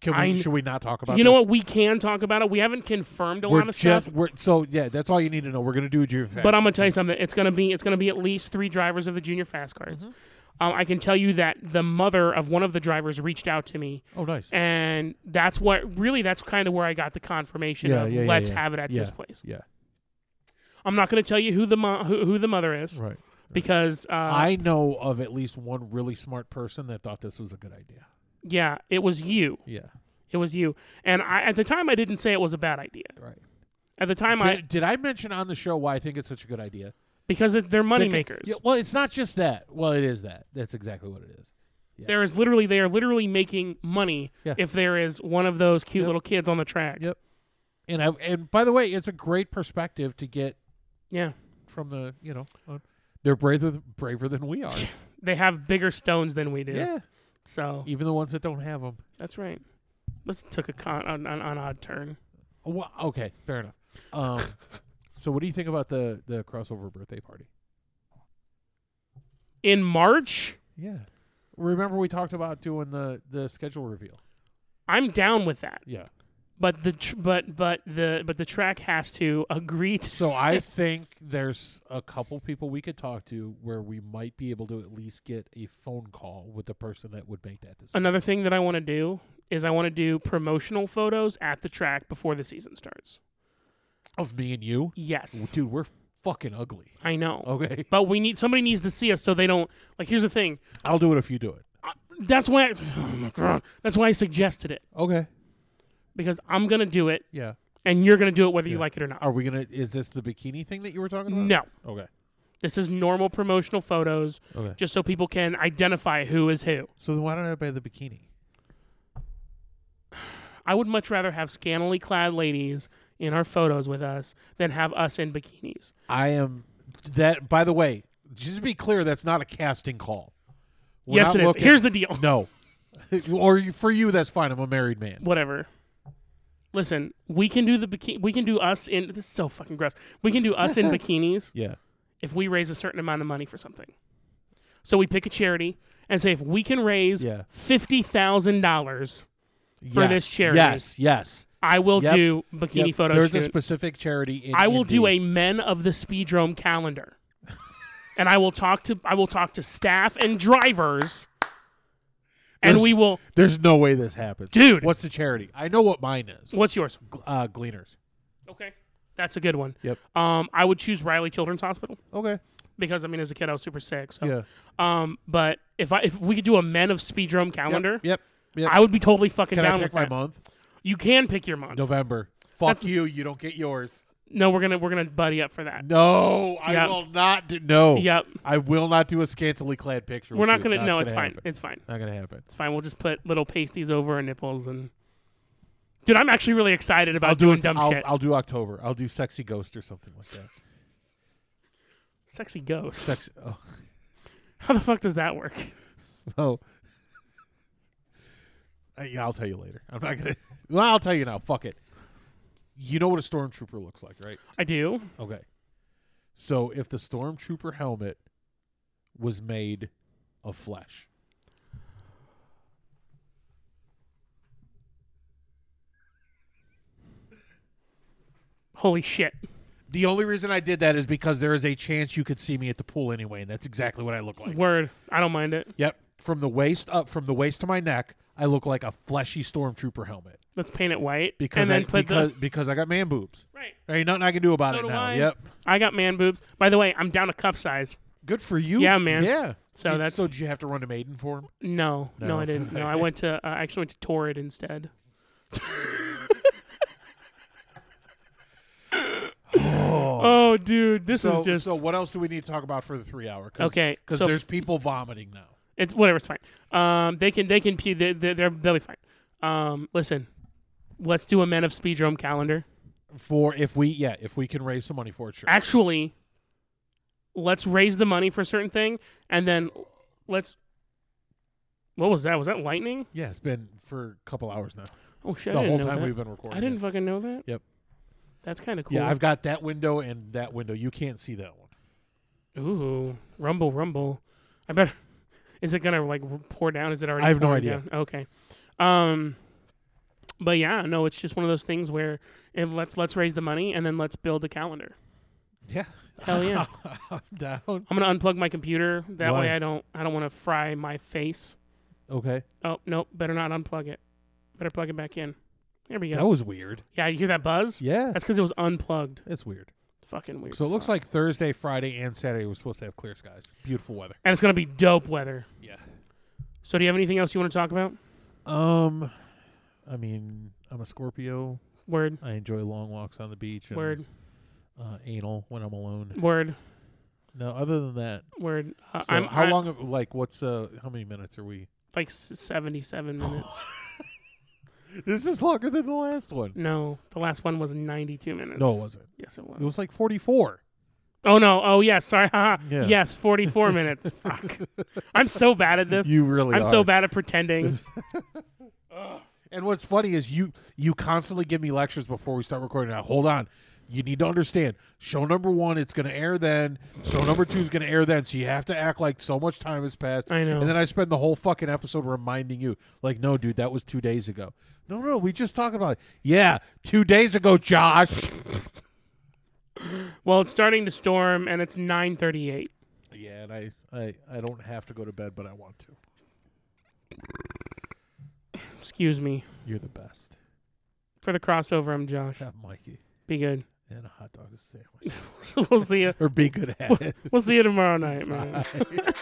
Speaker 3: Can
Speaker 2: I
Speaker 3: we?
Speaker 2: kn-
Speaker 3: should we not talk about?
Speaker 2: You know
Speaker 3: this?
Speaker 2: what? We can talk about it. We haven't confirmed a
Speaker 3: We're
Speaker 2: lot of
Speaker 3: just
Speaker 2: stuff,
Speaker 3: we're so yeah. That's all you need to know. We're gonna do a junior fast.
Speaker 2: but I'm gonna tell you something. It's gonna be it's gonna be at least three drivers of the junior fast cards.
Speaker 3: Mm-hmm.
Speaker 2: Um, I can tell you that the mother of one of the drivers reached out to me,
Speaker 3: oh nice.
Speaker 2: and that's what really that's kind of where I got the confirmation
Speaker 3: Yeah,
Speaker 2: of
Speaker 3: yeah, yeah,
Speaker 2: let's
Speaker 3: yeah.
Speaker 2: have it at this
Speaker 3: Yeah.
Speaker 2: place.
Speaker 3: Yeah.
Speaker 2: I'm not gonna tell you who the mo- who, who the mother is
Speaker 3: Right.
Speaker 2: because uh,
Speaker 3: I know of at least one really smart person that thought this was a good idea.
Speaker 2: yeah, it was you.
Speaker 3: Yeah.
Speaker 2: It was you. And I, at the time, I didn't say it was a bad idea.
Speaker 3: Right.
Speaker 2: At the time, I
Speaker 3: Did, did I mention on the show why I think it's such a good idea?
Speaker 2: because it- they're money
Speaker 3: That-
Speaker 2: makers.
Speaker 3: yeah, well, it's not just that. Well, it is that. That's exactly what it is.
Speaker 2: There is literally they are literally making money
Speaker 3: Yeah.
Speaker 2: if there is one of those cute
Speaker 3: Yep.
Speaker 2: little kids on the track.
Speaker 3: Yep. And I and by the way, it's a great perspective to get
Speaker 2: Yeah,
Speaker 3: from the you know uh, they're braver th- braver than we
Speaker 2: *laughs*
Speaker 3: are.
Speaker 2: they have bigger stones than we do.
Speaker 3: yeah.
Speaker 2: So
Speaker 3: Even the ones that don't have them.
Speaker 2: that's right. Let's took a con an, an, an odd turn.
Speaker 3: Well, okay, fair enough. Um, *laughs* so, what do you think about the the crossover birthday party?
Speaker 2: In March,
Speaker 3: Yeah, remember we talked about doing the the schedule reveal.
Speaker 2: I'm down with that.
Speaker 3: Yeah,
Speaker 2: but the tr- but but the but the track has to agree to.
Speaker 3: So I think there's a couple people we could talk to where we might be able to at least get a phone call with the person that would make that decision.
Speaker 2: Another thing that I want to do is I want to do promotional photos at the track before the season starts.
Speaker 3: Of me and you,
Speaker 2: Yes,
Speaker 3: dude, we're fucking ugly.
Speaker 2: I know.
Speaker 3: *laughs* Okay,
Speaker 2: But we need somebody needs to see us so they don't like. Here's the thing. Uh,
Speaker 3: I'll do it if you do it.
Speaker 2: That's why. I, oh my God. That's why I suggested it
Speaker 3: Okay,
Speaker 2: because I'm gonna do it
Speaker 3: yeah.
Speaker 2: and you're gonna do it whether you
Speaker 3: Yeah.
Speaker 2: like it or not.
Speaker 3: Are we gonna? Is this the bikini thing that you were talking about?
Speaker 2: No,
Speaker 3: Okay.
Speaker 2: this is normal promotional photos,
Speaker 3: Okay.
Speaker 2: just so people can identify who is who.
Speaker 3: So then why don't I buy the bikini?
Speaker 2: I would much rather have scantily clad ladies in our photos with us than have us in bikinis.
Speaker 3: I am. That by the way, just to be clear, that's not a casting call. We're
Speaker 2: yes,
Speaker 3: not
Speaker 2: it is.
Speaker 3: looking-
Speaker 2: Here's the deal.
Speaker 3: *laughs*
Speaker 2: *laughs*
Speaker 3: no. or you- for you, that's fine. I'm a married man.
Speaker 2: Whatever. Listen, we can do the bikini. We can do us in. This is so fucking gross. We can do
Speaker 3: *laughs*
Speaker 2: us in bikinis
Speaker 3: Yeah.
Speaker 2: if we raise a certain amount of money for something. So we pick a charity and say if we can raise
Speaker 3: Yeah.
Speaker 2: fifty thousand dollars,
Speaker 3: For
Speaker 2: this charity.
Speaker 3: Yes. Yes.
Speaker 2: I will
Speaker 3: Yep.
Speaker 2: do bikini
Speaker 3: Yep,
Speaker 2: photo
Speaker 3: There's
Speaker 2: shoot.
Speaker 3: a specific charity. In
Speaker 2: I will do
Speaker 3: Indy.
Speaker 2: a men of the speedrome calendar. and I will talk to I will talk to staff and drivers. and
Speaker 3: There's-
Speaker 2: we will
Speaker 3: There's no way this happens,
Speaker 2: Dude.
Speaker 3: What's the charity? I know what mine is.
Speaker 2: what's yours?
Speaker 3: Gl- Uh, Gleaners.
Speaker 2: Okay. That's a good one.
Speaker 3: Yep.
Speaker 2: Um I would choose Riley Children's Hospital
Speaker 3: Okay.
Speaker 2: because I mean as a kid I was super sick. So
Speaker 3: Yeah.
Speaker 2: um but if I if we could do a men of speedrome calendar,
Speaker 3: Yep. Yep. yep.
Speaker 2: I would be totally fucking
Speaker 3: Can
Speaker 2: down
Speaker 3: I pick
Speaker 2: with
Speaker 3: my
Speaker 2: that.
Speaker 3: month?
Speaker 2: You can pick your month.
Speaker 3: November. Fuck
Speaker 2: That's-
Speaker 3: you. You don't get yours.
Speaker 2: No, we're gonna we're gonna buddy up for that.
Speaker 3: No, I
Speaker 2: Yep.
Speaker 3: will not do. No.
Speaker 2: Yep.
Speaker 3: I will not do a scantily clad picture.
Speaker 2: We're
Speaker 3: with
Speaker 2: not
Speaker 3: you.
Speaker 2: gonna no, it's
Speaker 3: gonna
Speaker 2: fine.
Speaker 3: happen.
Speaker 2: It's fine.
Speaker 3: Not gonna happen.
Speaker 2: It's fine. We'll just put little pasties over our nipples and. Dude, I'm actually really excited about
Speaker 3: I'll do
Speaker 2: doing
Speaker 3: it-
Speaker 2: dumb
Speaker 3: I'll,
Speaker 2: shit.
Speaker 3: I'll do October. I'll do sexy ghost or something like that.
Speaker 2: Sexy ghost.
Speaker 3: Sexy. Oh,
Speaker 2: *laughs* How the fuck does that work? *laughs*
Speaker 3: so. Uh, yeah, I'll tell you later. I'm not gonna. *laughs* Well, I'll tell you now. Fuck it. You know what a stormtrooper looks like, right?
Speaker 2: I do.
Speaker 3: Okay. So if the stormtrooper helmet was made of flesh,
Speaker 2: Holy shit.
Speaker 3: the only reason I did that is because there is a chance you could see me at the pool anyway, and that's exactly what I look like.
Speaker 2: Word. I don't mind it.
Speaker 3: Yep. From the waist up, from the waist to my neck, I look like a fleshy stormtrooper helmet
Speaker 2: Let's paint it white.
Speaker 3: because
Speaker 2: and then
Speaker 3: I,
Speaker 2: put
Speaker 3: because
Speaker 2: the.
Speaker 3: because I got man boobs.
Speaker 2: Right.
Speaker 3: There ain't nothing I can do about
Speaker 2: So
Speaker 3: it
Speaker 2: do
Speaker 3: now.
Speaker 2: I.
Speaker 3: Yep.
Speaker 2: I got man boobs. By the way, I'm down a cup size.
Speaker 3: Good for you.
Speaker 2: Yeah, man.
Speaker 3: Yeah.
Speaker 2: So
Speaker 3: Did-
Speaker 2: that's-
Speaker 3: so. Did you have to run to maiden for him?
Speaker 2: No, no,
Speaker 3: No.
Speaker 2: I
Speaker 3: *laughs*
Speaker 2: didn't. No, I went to. Uh, I actually went to Torrid instead. *laughs* oh. dude, this
Speaker 3: So
Speaker 2: is just.
Speaker 3: so. What else do we need to talk about for the three hour? Cause,
Speaker 2: Okay,
Speaker 3: Because
Speaker 2: so-
Speaker 3: there's people vomiting now.
Speaker 2: It's whatever. It's fine. Um, they can they can pu- they they they're- they'll be fine. Um, listen, let's do a Men of Speedrome calendar.
Speaker 3: for if we yeah if we can raise some money for it sure
Speaker 2: Actually, let's raise the money for a certain thing, and then let's. What was that? Was that lightning?
Speaker 3: yeah it's been for a couple hours now
Speaker 2: Oh shit!
Speaker 3: the
Speaker 2: I didn't
Speaker 3: whole
Speaker 2: know
Speaker 3: time
Speaker 2: that.
Speaker 3: we've been recording
Speaker 2: I didn't
Speaker 3: it.
Speaker 2: fucking know that.
Speaker 3: Yep.
Speaker 2: That's kind of cool.
Speaker 3: yeah i've got that window and that window you can't see that one *laughs*
Speaker 2: Ooh, rumble, rumble. I better. *laughs* Is it gonna like r- pour down? Is it already?
Speaker 3: I have no
Speaker 2: pouring
Speaker 3: idea.
Speaker 2: down? Okay. Um. But yeah, no, it's just one of those things where it let's let's raise the money and then let's build the calendar.
Speaker 3: yeah
Speaker 2: Hell
Speaker 3: *laughs*
Speaker 2: yeah!
Speaker 3: i'm down
Speaker 2: I'm gonna unplug my computer. That way
Speaker 3: Why?
Speaker 2: I don't I don't want to fry my face.
Speaker 3: okay
Speaker 2: Oh nope, better not unplug it. Better plug it back in. There we
Speaker 3: that
Speaker 2: go.
Speaker 3: was weird
Speaker 2: Yeah, you hear that buzz?
Speaker 3: yeah
Speaker 2: That's because it was unplugged.
Speaker 3: that's weird
Speaker 2: Fucking weird.
Speaker 3: so it looks
Speaker 2: as fuck.
Speaker 3: like thursday friday and saturday we're supposed to have clear skies beautiful weather
Speaker 2: and it's gonna be dope weather.
Speaker 3: yeah
Speaker 2: So do you have anything else you want to talk about?
Speaker 3: um i mean i'm a scorpio
Speaker 2: Word,
Speaker 3: i enjoy long walks on the beach and,
Speaker 2: word,
Speaker 3: uh, anal when i'm alone
Speaker 2: word,
Speaker 3: no other than that
Speaker 2: word. Uh,
Speaker 3: so
Speaker 2: I'm
Speaker 3: how
Speaker 2: I'm
Speaker 3: long of- like what's uh how many minutes are we
Speaker 2: Like s-
Speaker 3: *sighs*
Speaker 2: seventy-seven minutes.
Speaker 3: this is longer than the last one
Speaker 2: no, the last one was ninety-two minutes.
Speaker 3: No, it wasn't.
Speaker 2: Yes, it was.
Speaker 3: It was like 44.
Speaker 2: Oh no. Oh yes. Sorry. *laughs* haha.
Speaker 3: Yeah. *laughs*
Speaker 2: Yes, forty-four minutes. Fuck. I'm so bad at this.
Speaker 3: You really
Speaker 2: I'm
Speaker 3: are.
Speaker 2: so bad at pretending.
Speaker 3: And what's funny is you you constantly give me lectures before we start recording. Now, hold on. You need to understand. Show number one, it's going to air then. Show number two is going to air then. So you have to act like so much time has passed.
Speaker 2: I know.
Speaker 3: And then I spend the whole fucking episode reminding you, like, no, dude, that was two days ago. No, no, we just talked about it. Yeah, two days ago, Josh.
Speaker 2: *laughs* Well, it's starting to storm, and it's 9:38.
Speaker 3: Yeah, and I, I, I don't have to go to bed, but I want to.
Speaker 2: Excuse me
Speaker 3: You're the best.
Speaker 2: for the crossover. I'm Josh.
Speaker 3: That Mikey
Speaker 2: Be good. *laughs*
Speaker 3: and a hot *laughs* dog sandwich,
Speaker 2: we'll see you.
Speaker 3: or be good at it. *laughs*
Speaker 2: We'll see you tomorrow night, man.
Speaker 3: Bye.